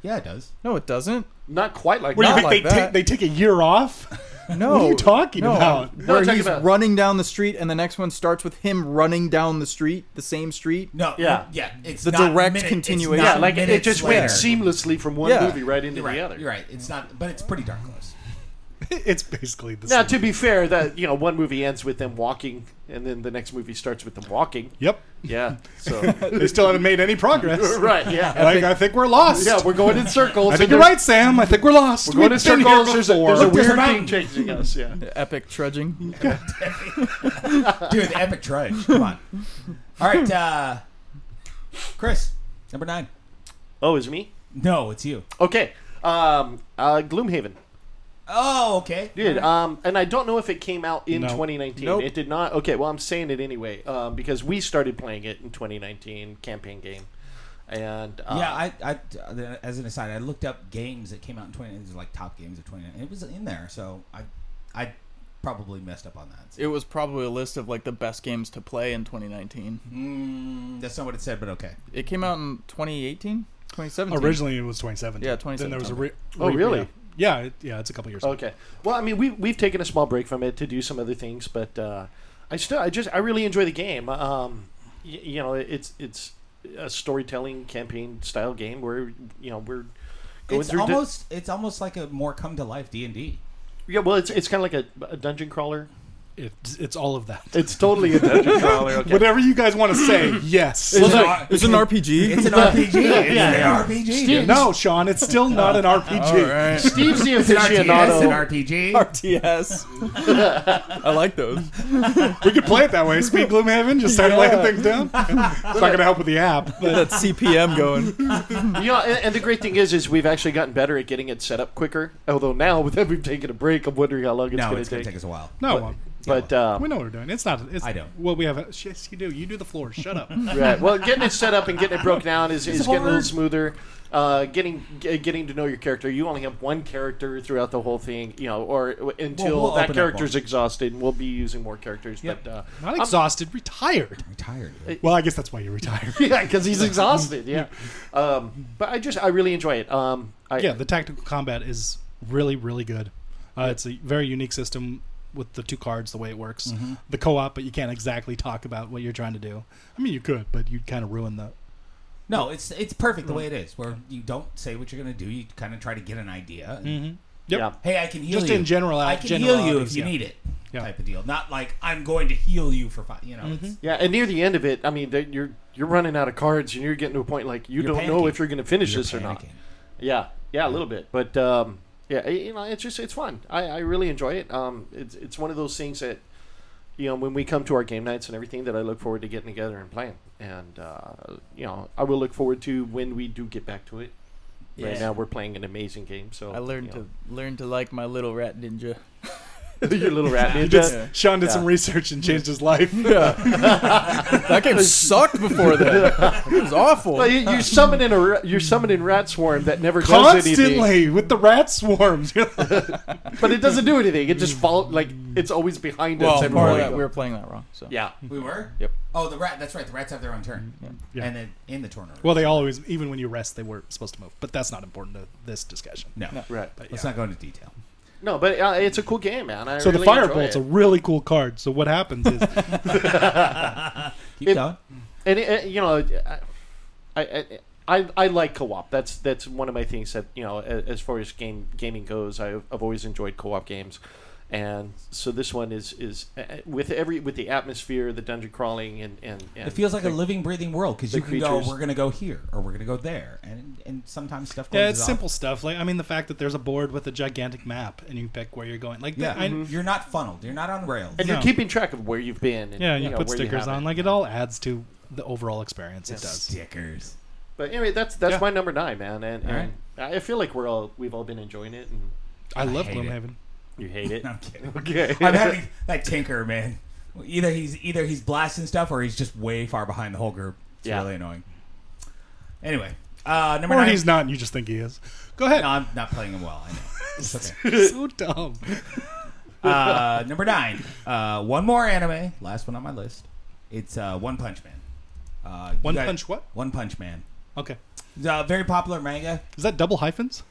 S2: yeah, it does.
S3: No, it doesn't.
S1: not quite like
S4: What do you
S1: that.
S4: think
S3: like
S4: they
S3: that.
S4: take? They take a year off?
S3: No,
S4: What are you talking
S3: no,
S4: about?
S1: No,
S3: Where
S1: I'm talking
S3: he's
S1: about-
S3: running down the street, and the next one starts with him running down the street, the same street.
S2: No.
S1: Yeah.
S2: Yeah. It's
S3: The
S2: not
S3: direct
S2: minute- it's
S3: continuation.
S2: not
S1: Yeah, like it
S2: minutes
S1: just went
S2: later.
S1: seamlessly from one
S3: Yeah.
S1: movie right into
S2: You're right.
S1: the other.
S2: You're right. It's not, but it's pretty darn close.
S4: It's basically the
S1: Now,
S4: same.
S1: to be fair, that you know, one movie ends with them walking, and then the next movie starts with them walking.
S4: yep,
S1: Yeah. So.
S4: they still haven't made any progress.
S1: right. Yeah.
S4: Like I think we're lost.
S1: Yeah, we're going in circles.
S4: I think
S1: and
S4: you're
S1: there's-
S4: right, Sam. I think we're lost.
S1: We're going in
S4: We've been here
S1: circles. There's a, there's a
S4: before.
S1: weird
S2: mountain.
S1: thing chasing us. Yeah.
S3: Epic trudging.
S2: Dude, the epic trudge. Come on. All right, uh, Chris, number nine.
S1: Oh, is it me?
S2: No, it's you.
S1: Okay. Um, uh, Gloomhaven.
S2: Oh, okay.
S1: Dude, um, and I don't know if it came out in
S4: No.
S1: 2019.
S3: Nope.
S1: It did not. Okay, well, I'm saying it anyway um, because we started playing it in 2019 campaign game, and uh,
S2: yeah, I, I, as an aside, I looked up games that came out in 20, it was like top games of 2019. It was in there, so I, I probably messed up on that.
S3: It was probably a list of like the best games to play in 2019.
S2: Mm, that's not what it said, but okay.
S3: It came out in 2018, 2017.
S4: Originally, it was 2017.
S3: Yeah,
S4: Then there was a
S3: 2017.
S4: re-
S1: Oh,
S4: re-
S1: really?
S4: Yeah, it, yeah. It's a couple years. old.
S1: Okay. Well, I mean, we we've taken a small break from it to do some other things, but uh, I still I just I really enjoy the game. Um, y- you know, it's it's a storytelling campaign style game where you know we're going
S2: it's
S1: through. di-
S2: almost, it's almost like a more come to life D and D.
S1: yeah, well, it's it's kind of like a, a dungeon crawler
S4: It's it's all of that.
S1: It's totally a dungeon crawler. Okay.
S4: Whatever you guys want to say, yes.
S1: Well, no,
S3: It's an RPG.
S2: It's an RPG. It's
S1: yeah.
S2: an RPG.
S1: Steve-
S4: no, Sean, it's still not an RPG.
S1: Steve's the
S2: It's an RTS, an
S1: aficionado.
S2: RPG.
S3: RTS. I like those.
S4: We could play it that way. Speed Gloomhaven, just start laying things down. It's not going to help with the app. But
S3: That CPM going.
S1: You know, and, and the great thing is, is we've actually gotten better at getting it set up quicker. Although now that we've taken a break, I'm wondering how long it's
S2: No,
S1: going
S2: it's
S1: to
S2: going to
S1: take.
S2: take us a while.
S4: no, uh,
S1: But um,
S4: we know what we're doing. It's not. It's
S2: I don't.
S4: Well, we have. A, yes, you do. You do the floor. Shut up.
S1: Right. Well, getting it set up and getting it broken down is, is getting a little
S4: hard.
S1: smoother. Uh, getting g- getting to know your character. You only have one character throughout the whole thing, you know, or w- until
S2: we'll open
S1: that
S2: up
S1: character's exhausted, and we'll be using more characters. But uh,
S4: Not exhausted. retired.
S2: I'm tired.
S4: Well, I guess that's why you're retired.
S1: yeah, because he's exhausted. Yeah. Um, but I just I really enjoy it. Um, I,
S4: yeah, the tactical combat is really, really good. Uh, it's a very unique system with the two cards, the way it works. The co-op, but you can't exactly talk about what you're trying to do. I mean, you could, but you'd kind of ruin the.
S2: No, it's it's perfect the way it is, where you don't say what you're going to do. You kind of try to get an idea. and,
S1: Mm-hmm.
S4: Yep.
S1: yeah.
S2: Hey, I can heal
S4: Just
S2: you.
S4: in general-
S2: I can heal you if
S4: generalities,
S2: you
S4: yeah.
S2: need it.
S4: Yeah. Mm-hmm.
S2: Type of deal. Not like I'm going to heal you for five. You know. it's-
S1: Yeah, and near the end of it, I mean, that you're you're running out of cards, and you're getting to a point like you
S2: You're
S1: don't know
S2: panicking.
S1: if you're going to finish
S2: you're
S1: this or not.
S2: panicking.
S1: Yeah, yeah, a little bit, but um, yeah, it- you know, it's just it's fun. I, I really enjoy it. Um, it's it's one of those things that you know when we come to our game nights and everything that I look forward to getting together and playing, and uh, you know I will look forward to when we do get back to it. Right
S3: Yeah.
S1: now we're playing an amazing game, so
S3: I learned to learn to like my little rat ninja.
S1: to your little rat ninja.
S4: Just- Sean did
S1: Yeah.
S4: some research and changed his life.
S3: That game sucked before that. It was awful.
S1: Well, you, you're summoning a ra- you're summoning rat swarm that never does anything.
S4: Constantly with the rat swarms. You're like,
S1: But it doesn't do anything. It just follow like it's always behind
S3: Well,
S1: us.
S3: part
S1: everywhere
S3: of
S1: we
S3: that,
S1: go.
S3: we were playing that wrong. So
S1: yeah,
S2: We were.
S3: Yep.
S2: Oh, the rat. That's right. The rats have their own turn.
S4: Mm-hmm. Yeah.
S2: And then in the tournament.
S4: well, they always, even when you rest, they were supposed to move. But that's not important to this discussion.
S2: no.
S1: right.
S4: But
S2: Let's
S4: yeah.
S2: not go into detail.
S1: No, but uh, it's a cool game, man. I
S4: so
S1: really
S4: the
S1: enjoy
S4: firebolt's
S1: it.
S4: a really cool card. So what happens is
S2: Keep
S1: It-
S2: going.
S1: and it, it- you know, I, I, I, I like co-op. That's that's one of my things that you know, a- as far as game gaming goes, I've, I've always enjoyed co-op games, and so this one is is uh, with every with the atmosphere, the dungeon crawling, and and, and
S2: It feels like a
S1: the-
S2: living, breathing world because you
S1: the
S2: can go.
S1: creatures-
S2: We're gonna go here, or we're gonna go there, and and sometimes stuff.
S4: Yeah,
S2: closes
S4: it's
S2: off.
S4: simple stuff. Like I mean, the fact that there's a board with a gigantic map and you pick where you're going. Like
S2: Yeah, mm-hmm.
S4: that, I,
S2: you're not funneled. You're not on rails.
S1: and
S4: No.
S1: you're keeping track of where you've been. And,
S4: yeah, you,
S1: know,
S4: put
S1: where
S4: stickers
S1: have
S4: on.
S1: it.
S4: Like it all adds to the overall experience. It does.
S2: Stickers.
S1: But anyway, that's that's
S4: Yeah.
S1: my number nine, man. And,
S2: All
S1: and I feel like we're all we've all been enjoying it, and
S4: I love
S2: hate it.
S4: Gloomhaven.
S1: you hate it.
S2: No, I'm kidding.
S1: okay,
S2: I'm having that tinker, man. Either he's either he's blasting stuff or he's just way far behind the whole group. It's
S1: Yeah.
S2: really annoying. Anyway, uh, number
S4: Or
S2: nine.
S4: he's not, and you just think he is. Go ahead.
S2: no, I'm not playing him well. I know. It's okay.
S4: so dumb.
S2: uh, number nine. Uh, one more anime. Last one on my list. It's uh, One Punch Man. Uh, you
S4: One
S2: guys-
S4: punch. What?
S2: One Punch Man.
S4: Okay.
S2: It's a very popular manga.
S4: Is that double hyphens?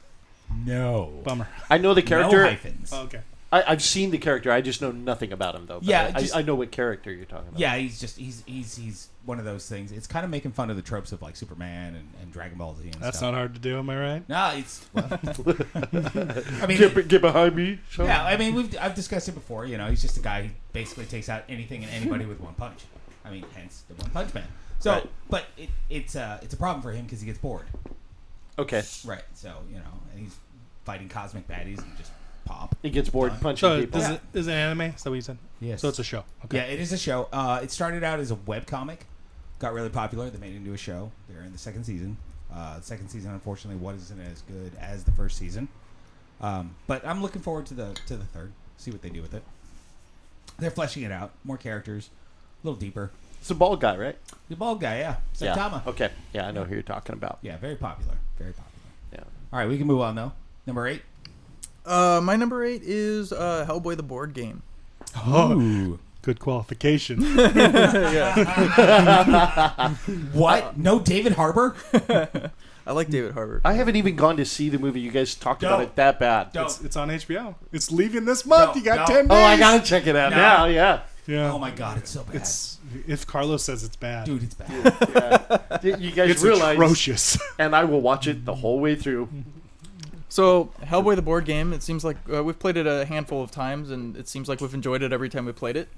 S2: No.
S4: Bummer.
S1: I know the character.
S2: No hyphens.
S4: okay.
S1: I, I've seen the character. I just know nothing about him, though. But
S2: Yeah,
S1: I,
S2: just-
S1: I, I know what character you're talking about.
S2: Yeah, he's just he's he's he's one of those things. It's kind of making fun of the tropes of like Superman and, and Dragon Ball Z and
S4: That's
S2: stuff.
S4: not hard to do. Am I right?
S2: not. No, it's. well, I mean,
S1: Get, get behind me. So.
S2: yeah, I mean, we've I've discussed it before. You know, he's just a guy who basically takes out anything and anybody with one punch. I mean, hence the One Punch Man. So,
S1: Right.
S2: but it, it's uh, it's a problem for him because he gets bored.
S1: Okay.
S2: Right. So you know, and he's fighting cosmic baddies and just pop.
S1: He gets bored punching
S4: So
S1: people.
S4: is
S2: Yeah.
S4: it is it anime? Is that what you said?
S2: Yes.
S4: So it's a show. Okay.
S2: Yeah, it is a show. Uh, it started out as a web comic, got really popular. They made it into a show. They're in the second season. Uh, the second season, unfortunately, wasn't as good as the first season. Um, but I'm looking forward to the to the third. See what they do with it. They're fleshing it out. More characters, a little deeper.
S1: It's a bald guy, right?
S2: The bald guy, yeah,
S1: yeah.
S2: Saitama. Yeah,
S1: Okay. Yeah, I know who you're talking about.
S2: very popular. Very popular.
S1: Yeah.
S2: All right, we can move on though. Number eight.
S3: Uh, my number eight is uh, Hellboy the board game.
S2: Ooh.
S4: Good qualification.
S2: What? No David Harbor?
S3: I like David Harbour.
S1: I haven't even gone to see the movie. You guys talked about
S2: Don't.
S1: it that bad.
S2: Don't.
S4: it's, it's on HBO. It's leaving this month.
S2: No,
S4: you got
S2: no.
S4: ten days.
S1: Oh, I gotta check it out
S2: No.
S1: now. Yeah.
S4: Yeah.
S2: Oh my god, it's so bad.
S4: It's if Carlos says it's bad,
S2: Dude, it's bad.
S1: You you guys
S4: it's
S1: realize,
S4: atrocious.
S1: and I will watch it the whole way through.
S3: So Hellboy the board game. It seems like uh, we've played it a handful of times, and it seems like we've enjoyed it every time we played it.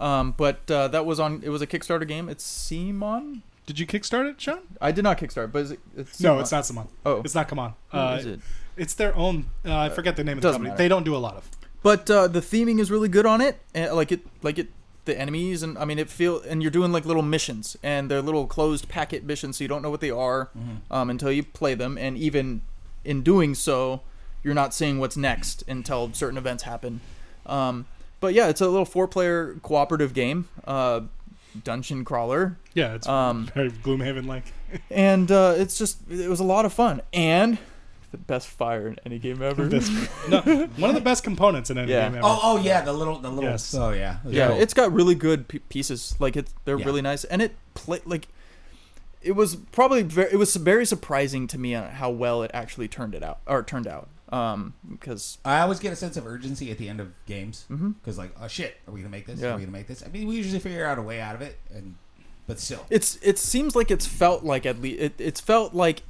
S3: Um, but uh, that was on. It was a Kickstarter game. It's Simon.
S4: Did you kickstart it, Sean?
S3: I did not Kickstarter, but is it, it's
S4: No, it's not Simon.
S3: Oh.
S4: it's not. Come on.
S3: Who
S4: Uh,
S3: is it?
S4: It's their own. Uh, I forget the name of the
S3: doesn't
S4: company.
S3: matter.
S4: They don't do a lot of.
S3: But uh, the theming is really good on it. And, like it, like it, the enemies, and I mean it feel. And you're doing like little missions, and they're little closed packet missions, so you don't know what they are um, until you play them. And even in doing so, you're not seeing what's next until certain events happen. Um, but yeah, it's a little four-player cooperative game, uh, dungeon crawler,
S4: Yeah, it's
S3: Um,
S4: very Gloomhaven like.
S3: and uh, it's just it was a lot of fun and the best fire in any game ever.
S4: no, one of the best components in any
S3: Yeah.
S4: game ever.
S2: Oh, oh yeah, the little, the little.
S4: Yes.
S2: Oh yeah, It was
S3: yeah
S2: cool.
S3: it's got really good p- pieces like it's they're
S2: Yeah.
S3: really nice and it play like it was probably very, it was very surprising to me on how well it actually turned it out or turned out um because
S2: I always get a sense of urgency at the end of games because, like, oh shit, are we gonna make this?
S3: Mm-hmm. Yeah.
S2: Are we gonna make this? I mean, we usually figure out a way out of it, and but still,
S3: it's it seems like it's felt like at least it, it's felt like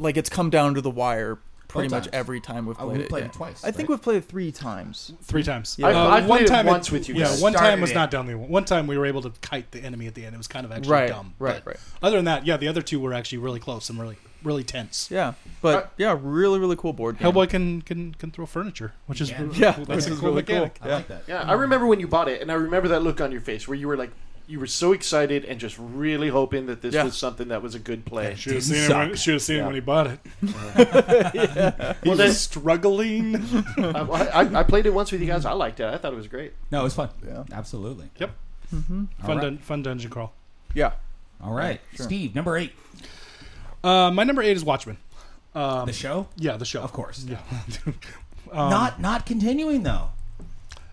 S3: like it's come down to the wire pretty
S2: Both
S3: much
S2: times.
S3: every time we've
S2: Oh,
S3: played,
S2: we played
S3: yeah.
S2: it twice,
S3: I think
S2: right?
S3: we've played it three times
S4: Three times.
S3: Yeah.
S4: Uh,
S1: I've- I've
S4: one
S1: played it
S4: time
S1: once with you
S4: Yeah,
S1: guys.
S4: one time
S2: Started
S4: was
S2: it.
S4: not down the one time we were able to kite the enemy at the end. It was kind of actually
S3: Right,
S4: dumb.
S3: right,
S4: But
S3: right.
S4: Other than that, yeah, the other two were actually really close and really really tense.
S3: yeah but
S1: Uh,
S3: yeah really really cool board game
S4: Hellboy can can can throw furniture, which is
S2: Yeah.
S4: really-
S3: Yeah,
S4: that's
S3: which
S4: a
S3: is
S4: cool
S3: really cool.
S4: mechanic.
S2: I like that.
S1: Yeah, I remember when you bought it, and I remember that look on your face where you were like, you were so excited and just really hoping that this
S3: Yeah.
S1: was something that was a good play.
S2: Should have seen it when- Suck.
S4: should have seen
S1: it when he
S4: bought it. He
S1: Well,
S4: was
S1: then,
S4: struggling.
S1: I, I, I played it once with you guys. I liked it. I thought it was great.
S2: No, it was fun.
S3: Yeah.
S2: Absolutely.
S4: Yep.
S2: All
S4: Fun,
S2: right.
S4: dun- fun dungeon crawl.
S3: yeah
S2: All right,
S3: Sure.
S2: Steve, number eight,
S4: Uh, my number eight is Watchmen. Um,
S2: the show,
S4: yeah, the show.
S2: of course.
S4: Yeah.
S3: Um,
S2: not not continuing though.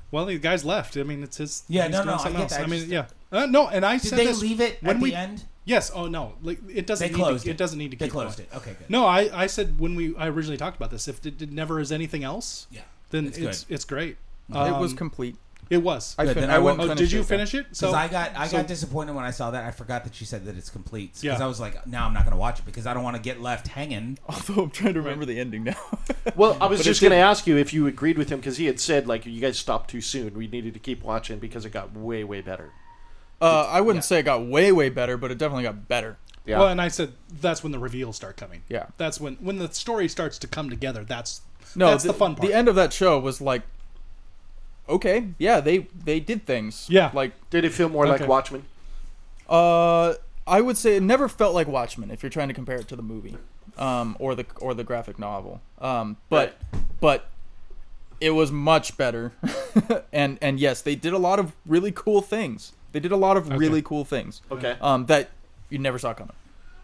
S4: Well, the guy's left. I mean, it's his.
S2: Yeah,
S4: he's
S2: no,
S4: doing
S2: no, I
S4: something
S2: get
S4: else.
S2: that.
S4: I
S2: I
S4: mean,
S2: just-
S4: yeah. Uh, no, and I
S2: Did
S4: said
S2: they
S4: this
S2: leave it
S4: when
S2: at
S4: we,
S2: the end?
S4: Yes. Oh no, like it doesn't.
S2: They
S4: need to-
S2: closed it.
S4: it doesn't need to.
S2: They
S4: keep
S2: closed
S4: going.
S2: it. Okay, good.
S4: No, I, I said when we I originally talked about this. If it, it never is anything else,
S2: Yeah.
S4: then
S2: It's
S4: it's
S2: good.
S4: it's, great.
S3: it was
S4: Um,
S3: complete
S4: it was.
S3: I,
S2: Good,
S3: fin-
S2: then
S3: I,
S2: I
S3: wouldn't
S2: won't-
S4: oh,
S3: finish
S4: did you
S3: it, though.
S4: finish it?
S2: Because
S4: So
S2: I got I
S4: so-
S2: got disappointed when I saw that. I forgot that she said that it's complete. Because
S4: Yeah.
S2: I was like, now I'm not going to watch it because I don't want to get left hanging.
S3: although i'm trying to remember the ending now
S1: Well, I was
S4: But
S1: just
S4: it did-
S1: going to ask you if you agreed with him because he had said like you guys stopped too soon. We needed to keep watching because it got way way better.
S3: Uh, I wouldn't say it got way way better, but it definitely got better.
S1: Yeah.
S4: Well, and I said that's when the reveals start coming.
S3: Yeah.
S4: That's when when the story starts to come together. That's
S3: No,
S4: that's the, fun part.
S3: The end of that show was like, okay, yeah, they they did things.
S4: Yeah.
S3: like
S1: Did it feel more
S4: Okay.
S1: like Watchmen?
S3: uh, I would say it never felt like Watchmen if you're trying to compare it to the movie, um, or the or the graphic novel. Um, but but it was much better, and and yes, they did a lot of really cool things. They did a lot of really cool things.
S1: Okay.
S3: Um, that you never saw coming.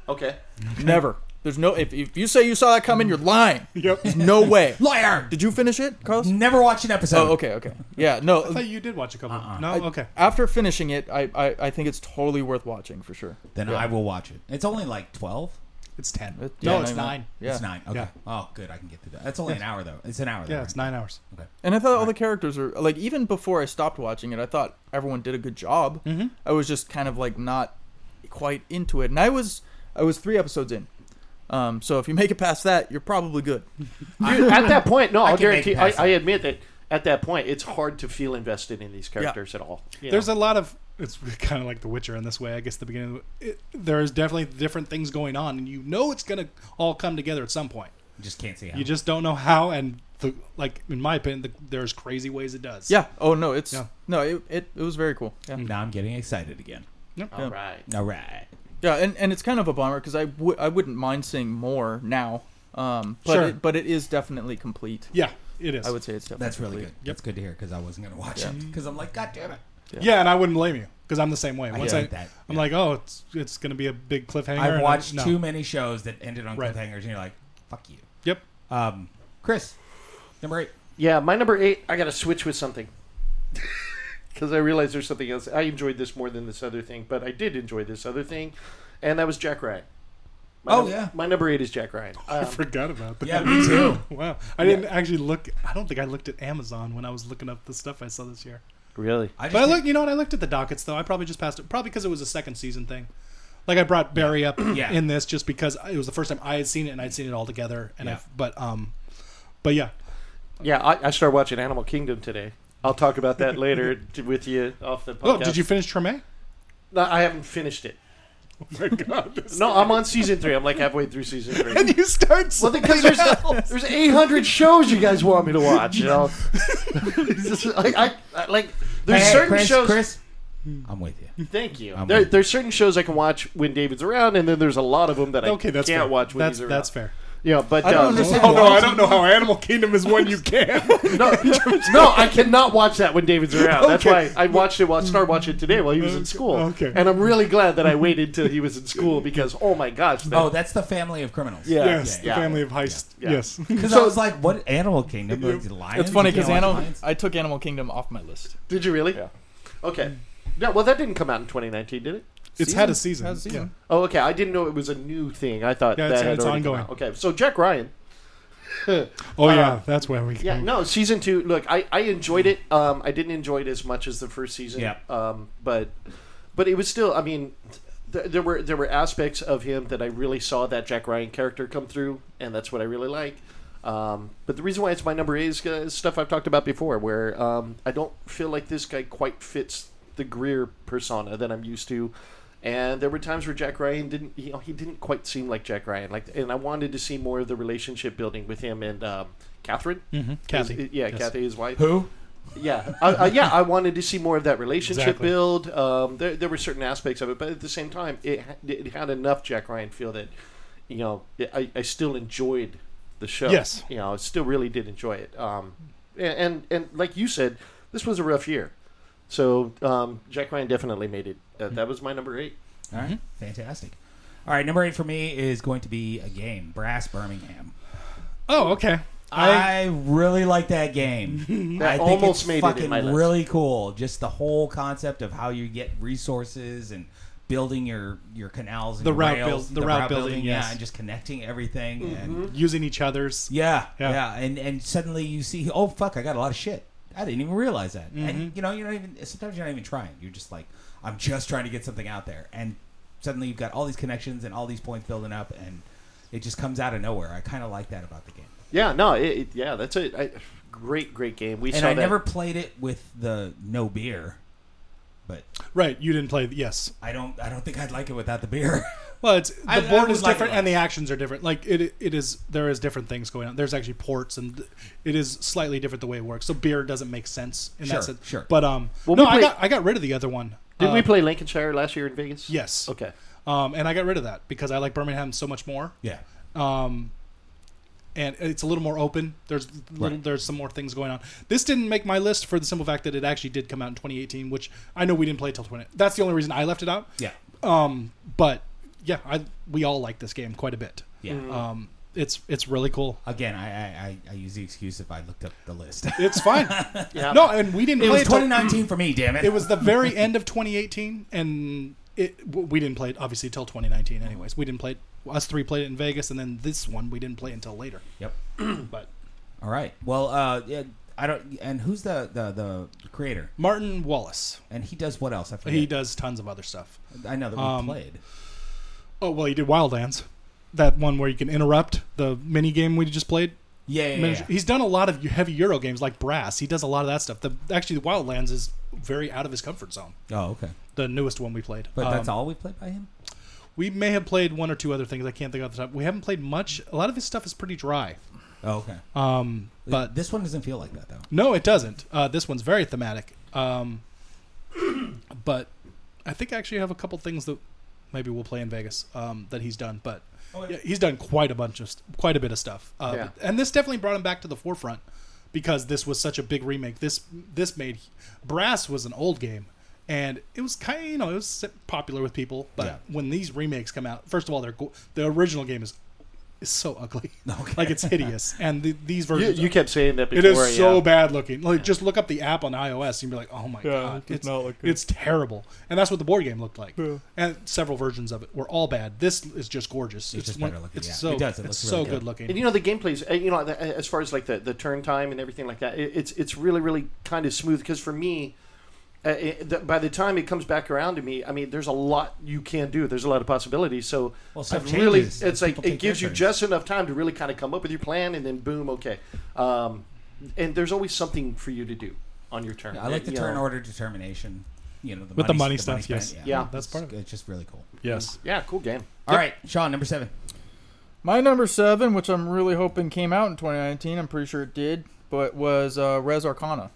S1: Okay.
S3: Never. There's no if, if you say you saw that coming, you're lying.
S4: Yep.
S3: There's no way.
S2: Liar!
S3: Did you finish it, Carlos?
S2: Never watch an episode.
S3: Oh, okay, okay. Yeah, no.
S4: I thought you did watch a couple. No.
S3: I-
S4: okay.
S3: After finishing it, I, I, I think it's totally worth watching for sure.
S2: Then I will watch it. It's only like 12.
S4: It's ten.
S3: It-
S4: no,
S3: yeah,
S4: it's
S3: no, no.
S4: nine.
S3: Yeah.
S2: It's nine. Okay.
S4: Yeah.
S2: Oh, good. I can get through that. That's only an hour, though. It's an hour, though.
S4: Yeah, it's
S2: right?
S4: nine hours.
S2: Okay.
S3: And I thought all the characters are like even before I stopped watching it, I thought everyone did a good job. Mm-hmm. I was just kind of like not quite into it, and I was I was three episodes in. Um, so if you make it past that, you're probably good.
S1: Dude, at that point, no, I'll
S2: can make
S1: guarantee.
S2: it
S1: I,
S2: past
S1: I admit that at that point, it's hard to feel invested in these characters at all. you
S4: There's
S1: know?
S4: a lot of it's kind of like The Witcher in this way. I guess the beginning. Of the, it, there is definitely different things going on, and you know it's gonna all come together at some point.
S2: You just can't see how.
S4: You just don't know how, and the like in my opinion, the, there's crazy ways it does.
S3: Yeah. Oh no, it's
S4: Yeah.
S3: no, it, it it was very cool. Yeah.
S2: now I'm getting excited again.
S1: all right.
S2: All right.
S3: Yeah, and, and it's kind of a bummer because I w- I wouldn't mind seeing more now. Um, but
S4: Sure.
S3: it, but it is definitely complete.
S4: Yeah, it is.
S3: I would say it's definitely
S2: That's really
S3: complete.
S2: good. That's good to hear because I wasn't going to watch it.
S3: Yeah.
S2: it because I'm like, God damn it.
S4: Yeah, and I wouldn't blame you because I'm the same way. Once I,
S2: hate that.
S4: I'm like, oh, it's it's gonna be a big cliffhanger. and
S2: I've
S4: I'm-
S2: watched
S4: no.
S2: too many shows that ended on
S4: Right.
S2: cliffhangers, and you're like, fuck you.
S4: Yep.
S2: Um, Chris, number eight.
S1: Yeah, my number eight. I gotta switch with something because I realized there's something else. I enjoyed this more than this other thing, but I did enjoy this other thing, and that was Jack Ryan. My
S2: Oh,
S1: num-
S2: yeah.
S1: my number eight is Jack Ryan.
S4: I
S1: Um,
S4: forgot about that.
S2: Yeah, me too.
S4: Wow. I didn't actually look. I don't think I looked at Amazon when I was looking up the stuff I saw this year.
S1: really?
S2: I just
S4: But I
S2: think-
S4: look, you know what? I looked at the dockets though. I probably just passed it. Probably because it was a second season thing. Like I brought Barry up
S2: Yeah.
S4: in this just because it was the first time I had seen it and I'd seen it all together. And
S2: Yeah.
S4: I, but um, But yeah,
S1: Yeah, I, I started watching Animal Kingdom today. I'll talk about that later t- with you off the podcast.
S4: oh, did you finish Treme?
S1: No, I haven't finished it.
S4: Oh my god! this-
S1: No, I'm on season three. I'm like halfway through season three.
S4: and you start
S1: Well, because there's there's 800 shows you guys want me to watch. You know, It's just, I, I, I- like there's
S2: Hey,
S1: certain
S2: Chris,
S1: shows.
S2: Chris, I'm with you.
S1: Thank you.
S2: I'm
S1: There,
S2: with you.
S1: there's certain shows I can watch when David's around, and then there's a lot of them that I
S4: okay, that's
S1: can't
S4: fair.
S1: watch when
S4: that's
S1: he's around.
S4: that's fair.
S1: Yeah, but
S3: I don't
S1: um,
S3: understand
S4: Oh no,
S3: why-
S4: I don't know how Animal Kingdom is one you can.
S1: No, no, I cannot watch that when David's around. That's
S4: Okay.
S1: why I watched it. Watched, started watching it today while he was in school.
S4: Okay.
S1: And I'm really glad that I waited till he was in school because oh my gosh. That,
S2: Oh, that's the family of criminals.
S1: Yeah.
S4: yes, the
S1: yeah.
S4: family of heist.
S1: Yeah.
S4: Yes.
S2: Because I
S1: So-
S2: was like, what Animal Kingdom? Like, lions?
S3: It's funny
S2: You can't
S3: because
S2: watch
S3: Animal,
S2: lions?
S3: I took Animal Kingdom off my list.
S1: did you really?
S3: Yeah.
S1: Okay. Yeah. Well, that didn't come out in 2019, did it?
S4: It's
S3: Season?
S4: had a season.
S3: Had a season.
S4: Yeah.
S1: Oh, okay. I didn't know it was a new thing. I thought
S4: Yeah,
S1: that
S4: it's-
S1: had
S4: it's
S1: already come
S4: ongoing.
S1: out. Okay. So Jack Ryan.
S4: Oh yeah, that's where we.
S1: Uh, Yeah, no, season two. Look, I, I enjoyed it. Um, I didn't enjoy it as much as the first season.
S2: Yeah.
S1: Um, but but it was still. I mean, th- there were there were aspects of him that I really saw that Jack Ryan character come through, and that's what I really like. Um, but the reason why it's my number eight is uh, stuff I've talked about before, where um, I don't feel like this guy quite fits the Greer persona that I'm used to. And there were times where Jack Ryan didn't, you know, he didn't quite seem like Jack Ryan. Like, and I wanted to see more of the relationship building with him and um, Catherine.
S4: Mm-hmm. Kathy.
S1: His- yeah,
S4: Yes.
S1: Kathy, his wife.
S2: Who?
S1: Yeah, I, I, yeah. I wanted to see more of that relationship
S4: Exactly.
S1: build. Um, there, there were certain aspects of it, but at the same time, it, ha- it had enough Jack Ryan feel that, you know, I, I still enjoyed the show.
S4: Yes.
S1: you know, I still really did enjoy it. Um, and and, and like you said, this was a rough year, so um, Jack Ryan definitely made it. Uh, that was my number eight.
S2: All right, fantastic. All right, number eight for me is going to be a game, Brass Birmingham.
S4: Oh okay. I,
S2: I, really like that game.
S1: That
S2: I think
S1: almost
S2: it's
S1: made it in
S2: fucking
S1: my list.
S2: really cool. Just the whole concept of how you get resources and building your your canals and
S4: The
S2: your
S4: route
S2: rails,
S4: build- the route building, yes. Mm-hmm.
S2: yeah, and just connecting everything and
S4: using each other's.
S2: yeah,
S4: Yeah.
S2: yeah, and and suddenly you see, oh fuck, I got a lot of shit. I didn't even realize that. And you know, you're not even sometimes you're not even trying. You're just like, I'm just trying to get something out there, and suddenly you've got all these connections and all these points building up, and it just comes out of nowhere. I kind of like that about the game.
S1: Yeah, no, it, it, yeah, that's it. I, great, great game. We
S2: and
S1: saw
S2: I
S1: that.
S2: never played it with the no beer, but
S4: Right. You didn't play. Yes.
S2: I don't. I don't think I'd like it without the beer.
S4: Well, it's the
S2: I- I
S4: board
S2: would
S4: is
S2: like
S4: different
S2: it
S4: and the
S2: less.
S4: actions are different. Like it, it is there is different things going on. There's actually ports and it is slightly different the way it works. So beer doesn't make sense in
S2: Sure,
S4: that sense.
S2: sure.
S4: But um,
S1: Well,
S4: no,
S1: we
S4: I
S1: play-
S4: got I got rid of the other one.
S1: did
S4: Uh,
S1: we play Lincolnshire last year in Vegas?
S4: Yes.
S1: Okay.
S4: Um, and I got rid of that because I like Birmingham so much more.
S2: yeah,
S4: Um, and it's a little more open. There's little,
S2: Right.
S4: there's some more things going on. This didn't make my list for the simple fact that it actually did come out in 2018, which I know we didn't play till 20. That's the only reason I left it out.
S2: yeah,
S4: Um, but yeah, I we all like this game quite a bit.
S2: yeah.
S4: Um, it's it's really cool.
S2: Again, I, I I- I use the excuse if I looked up the list.
S4: It's fine.
S1: Yeah.
S4: No, and we didn't
S2: it
S4: play
S2: was
S4: it. till-
S2: 2019 for me. Damn it.
S4: it was the very end of 2018, and it w- we didn't play it obviously till 2019. Anyways, we didn't play it. Us three played it in Vegas, and then this one we didn't play until later.
S2: Yep.
S4: But
S2: All right. Well, uh, yeah, I don't. And who's the the the creator?
S4: Martin Wallace,
S2: And he does what else? I forget.
S4: he does tons of other stuff.
S2: I know that we
S4: um,
S2: played.
S4: Oh well, he did Wildlands, that one where you can interrupt the mini game we just played.
S2: Yeah, yeah,
S4: Miniature-
S2: yeah.
S4: He's done a lot of heavy Euro games like Brass. He does a lot of that stuff. The actually, the Wildlands is very out of his comfort zone.
S2: Oh, okay.
S4: The newest one we played,
S2: But that's
S4: Um,
S2: all we played by him.
S4: We may have played one or two other things. I can't think of the top. We haven't played much. A lot of his stuff is pretty dry.
S2: Oh, okay.
S4: Um, but
S2: this one doesn't feel like that though.
S4: no, it doesn't. Uh, this one's very thematic. Um, but I think I actually have a couple things that maybe we'll play in Vegas um, that he's done. But
S2: Okay.
S4: yeah, he's done quite a bunch of st- quite a bit of stuff. Uh,
S1: Yeah.
S4: And this definitely brought him back to the forefront because this was such a big remake. This this made Brass was an old game. And it was kind of you know it was popular with people, but
S2: Yeah.
S4: when these remakes come out, first of all, they're go- the original game is is so ugly,
S2: Okay.
S4: like it's hideous, and the, these
S1: You,
S4: versions
S1: you kept saying that before.
S4: it is so
S1: yeah.
S4: bad looking. Like just look up the app on iOS and you'd be like, "Oh my god,
S5: it does
S4: it's
S5: not look good.
S4: it's terrible." And that's what the board game looked like. And several versions of it were all bad. This is just gorgeous. It's,
S2: just
S4: one-
S2: better looking,
S4: It's
S2: yeah.
S4: so
S2: It does, it
S4: it's
S2: looks
S4: so
S2: really
S4: good,
S2: good.
S4: looking.
S1: And you know the gameplays, uh, you know, the- as far as like the, the turn time and everything like that, it, it's it's really really kind of smooth because for me, uh, it, th- by the time it comes back around to me, I mean, there's a lot you can do. There's a lot of possibilities. So
S2: Well, stuff
S1: I've really,
S2: changes.
S1: it's
S2: People
S1: like
S2: take
S1: it gives you
S2: different.
S1: just enough time to really kind of come up with your plan, and then boom, okay. Um, and there's always something for you to do on your turn. Uh,
S2: I like the
S1: You
S2: turn
S1: know.
S2: order determination. You know, the
S4: With the money
S2: money
S4: stuff, yes.
S2: spent,
S1: Yeah.
S4: That's part
S2: it's,
S4: of it.
S2: It's just really cool.
S4: Yes.
S1: Yeah, cool game.
S2: All right, Sean, number seven.
S3: My number seven, which I'm really hoping came out in 2019, I'm pretty sure it did, but was uh, Res Arcana.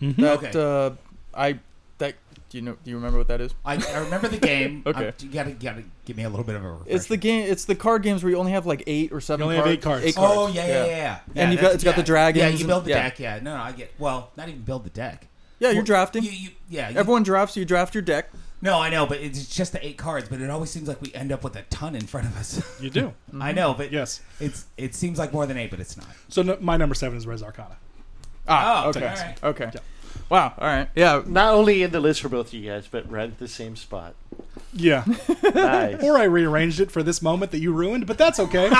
S4: Mhm.
S3: That
S2: Okay.
S3: uh, I that do you know? Do you remember what that is?
S2: I, I remember the game.
S3: Okay.
S2: I'm- you gotta you gotta give me a little bit of a. Refresher.
S3: It's the game. It's the card games where you only have like eight or seven.
S4: only have
S3: cards.
S4: eight cards.
S2: Oh yeah, yeah, yeah. yeah. Yeah,
S3: And you've got-
S2: that's-
S3: it's got
S2: yeah.
S3: the
S2: Yeah,
S3: dragons
S2: you
S3: and-
S2: build the
S3: yeah.
S2: deck. Yeah, no, no, I get. Well, not even build the deck.
S3: yeah, you're
S2: Well,
S3: drafting.
S2: You, you, yeah, you-
S3: Everyone drafts. You draft your deck.
S2: No, I know, but it's just the eight cards. But it always seems like we end up with a ton in front of us.
S4: You do.
S2: I know, but
S4: Yes.
S2: it's it seems like more than eight, but it's not.
S4: So no, my number seven is Res Arcana.
S3: Ah,
S2: Oh,
S3: okay,
S2: all right.
S3: okay.
S4: Yeah.
S3: Wow. All right. Yeah.
S1: Not only in the list for both of you guys, but right at the same spot.
S4: Yeah.
S1: Nice.
S4: or I rearranged it for this moment that you ruined, but that's okay.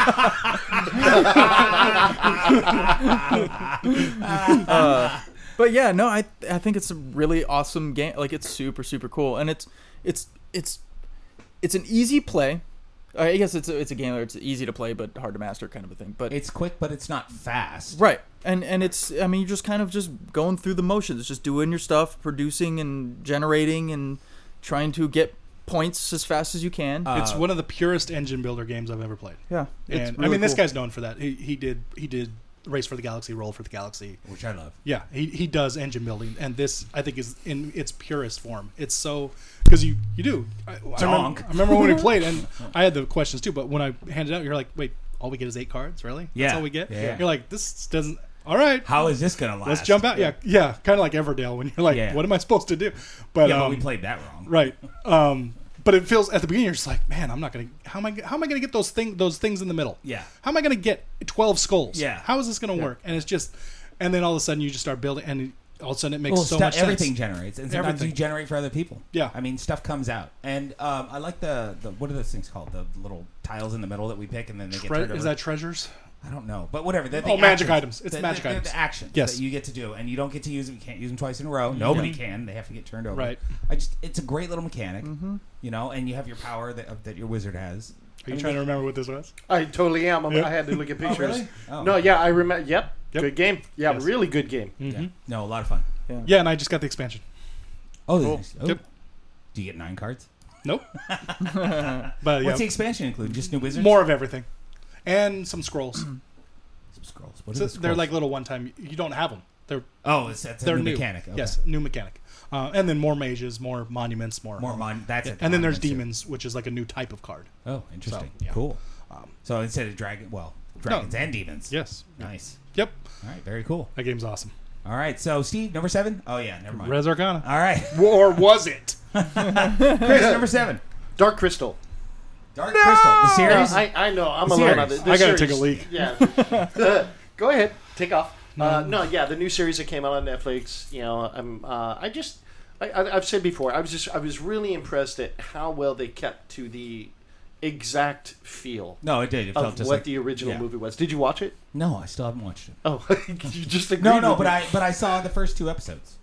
S3: But yeah, no, I I think it's a really awesome game. Like it's super super cool, and it's it's it's it's an easy play. I guess it's a, it's a game where it's easy to play but hard to master kind of a thing. But
S2: It's quick, but it's not fast.
S3: Right. And and it's I mean you're just kind of just going through the motions, just doing your stuff, producing and generating and trying to get points as fast as you can.
S2: Uh,
S4: it's one of the purest engine builder games I've ever played.
S3: yeah.
S4: And I mean, this guy's known for that. He, he did he did Race for the Galaxy, Roll for the Galaxy.
S2: Which I love.
S4: Yeah, he, he does engine building, and this I think is in its purest form. It's so because you you do. I, I remember,
S2: Donk.
S4: I remember when we played, and I had the questions too. But when I handed out, you're like, wait, all we get is eight cards, really?
S2: Yeah.
S4: that's all we get.
S2: Yeah.
S4: You're like, this doesn't. All right,
S2: How is this gonna last?
S4: let's jump out. Yeah, yeah, kind of like Everdale when you're like,
S2: Yeah.
S4: what am I supposed to do? But,
S2: Yeah, but
S4: um,
S2: we played that wrong.
S4: Right. Um, but it feels at the beginning you're just like, man, I'm not gonna. How am I? How am I gonna get those thing those things in the middle?
S2: Yeah.
S4: How am I gonna get twelve skulls?
S2: Yeah.
S4: How is this gonna work? And it's just, and then all of a sudden you just start building, and all of a sudden it makes
S2: Well,
S4: so
S2: stu-
S4: much
S2: everything
S4: sense.
S2: generates, and sometimes
S4: Everything.
S2: you generate for other people.
S4: Yeah.
S2: I mean, stuff comes out, and um, I like the, the what are those things called? The little tiles in the middle that we pick, and then they get
S4: Tre-
S2: turned over.
S4: is that treasures?
S2: I don't know, but whatever. They're the
S4: Oh, magic
S2: actions.
S4: items. It's
S2: They're-
S4: magic
S2: they're
S4: items.
S2: The actions
S4: Yes.
S2: that you get to do, and you don't get to use them. You can't use them twice in a row. Nobody can. They have to get turned over.
S4: Right. Mm-hmm.
S2: I just, it's a great little mechanic, you know. And you have your power that of- that your wizard has.
S4: Are you trying to remember what this was?
S1: I totally am. I'm,
S4: Yeah.
S1: I had to look at
S2: Oh,
S1: pictures.
S2: really? Oh.
S1: No, yeah, I remember. Yep,
S4: Yep.
S1: good game. Yeah,
S4: Yes.
S1: really good game.
S2: Yeah. No, a lot of fun.
S4: Yeah, and I just got the expansion.
S2: Oh,
S3: Cool.
S2: nice. Oh.
S4: Yep.
S2: Do you get nine cards?
S4: Nope. but yeah,
S2: What's the expansion include? Just new wizards.
S4: more of everything, and some scrolls.
S2: Some scrolls. What are
S4: So
S2: the
S4: They're
S2: scrolls?
S4: like little one time. You don't have them. They're
S2: oh, it's, that's a
S4: they're
S2: new
S4: new.
S2: mechanic. Okay.
S4: Yes, new mechanic. Uh, and then more mages, more monuments, more
S2: More mon. That's it.
S4: and then there's
S2: Monuments
S4: demons, which is like a new type of card.
S2: too. Oh, interesting.
S4: So, yeah. Um,
S2: Cool. so instead of dragon, well, dragons and demons.
S4: Yes.
S2: Nice.
S4: Yep.
S2: All right. Very cool.
S4: That game's awesome.
S2: All right. So Steve, number seven. Oh yeah. Never mind.
S4: Res Arcana.
S2: All right.
S4: Or was it?
S2: Chris, number seven.
S1: Dark Crystal.
S2: Dark Crystal, the
S1: Yeah,
S2: series.
S1: I, I know. I'm
S2: The
S1: alone on
S2: series.
S1: this.
S4: I gotta take a
S1: series-
S4: leak.
S1: Yeah. Go ahead. Take off. Uh, no, yeah, the new series that came out on Netflix. You know, I'm. Uh, I just. I, I, I've said before. I was just. I was really impressed at how well they kept to the exact feel
S2: no, it did. It felt
S1: of
S2: just
S1: what
S2: like
S1: the original
S2: yeah.
S1: movie was. Did you watch it?
S2: No, I still haven't watched it.
S1: Oh, you just agreed
S2: No, no,
S1: with
S2: but
S1: me.
S2: I but I saw the first two episodes,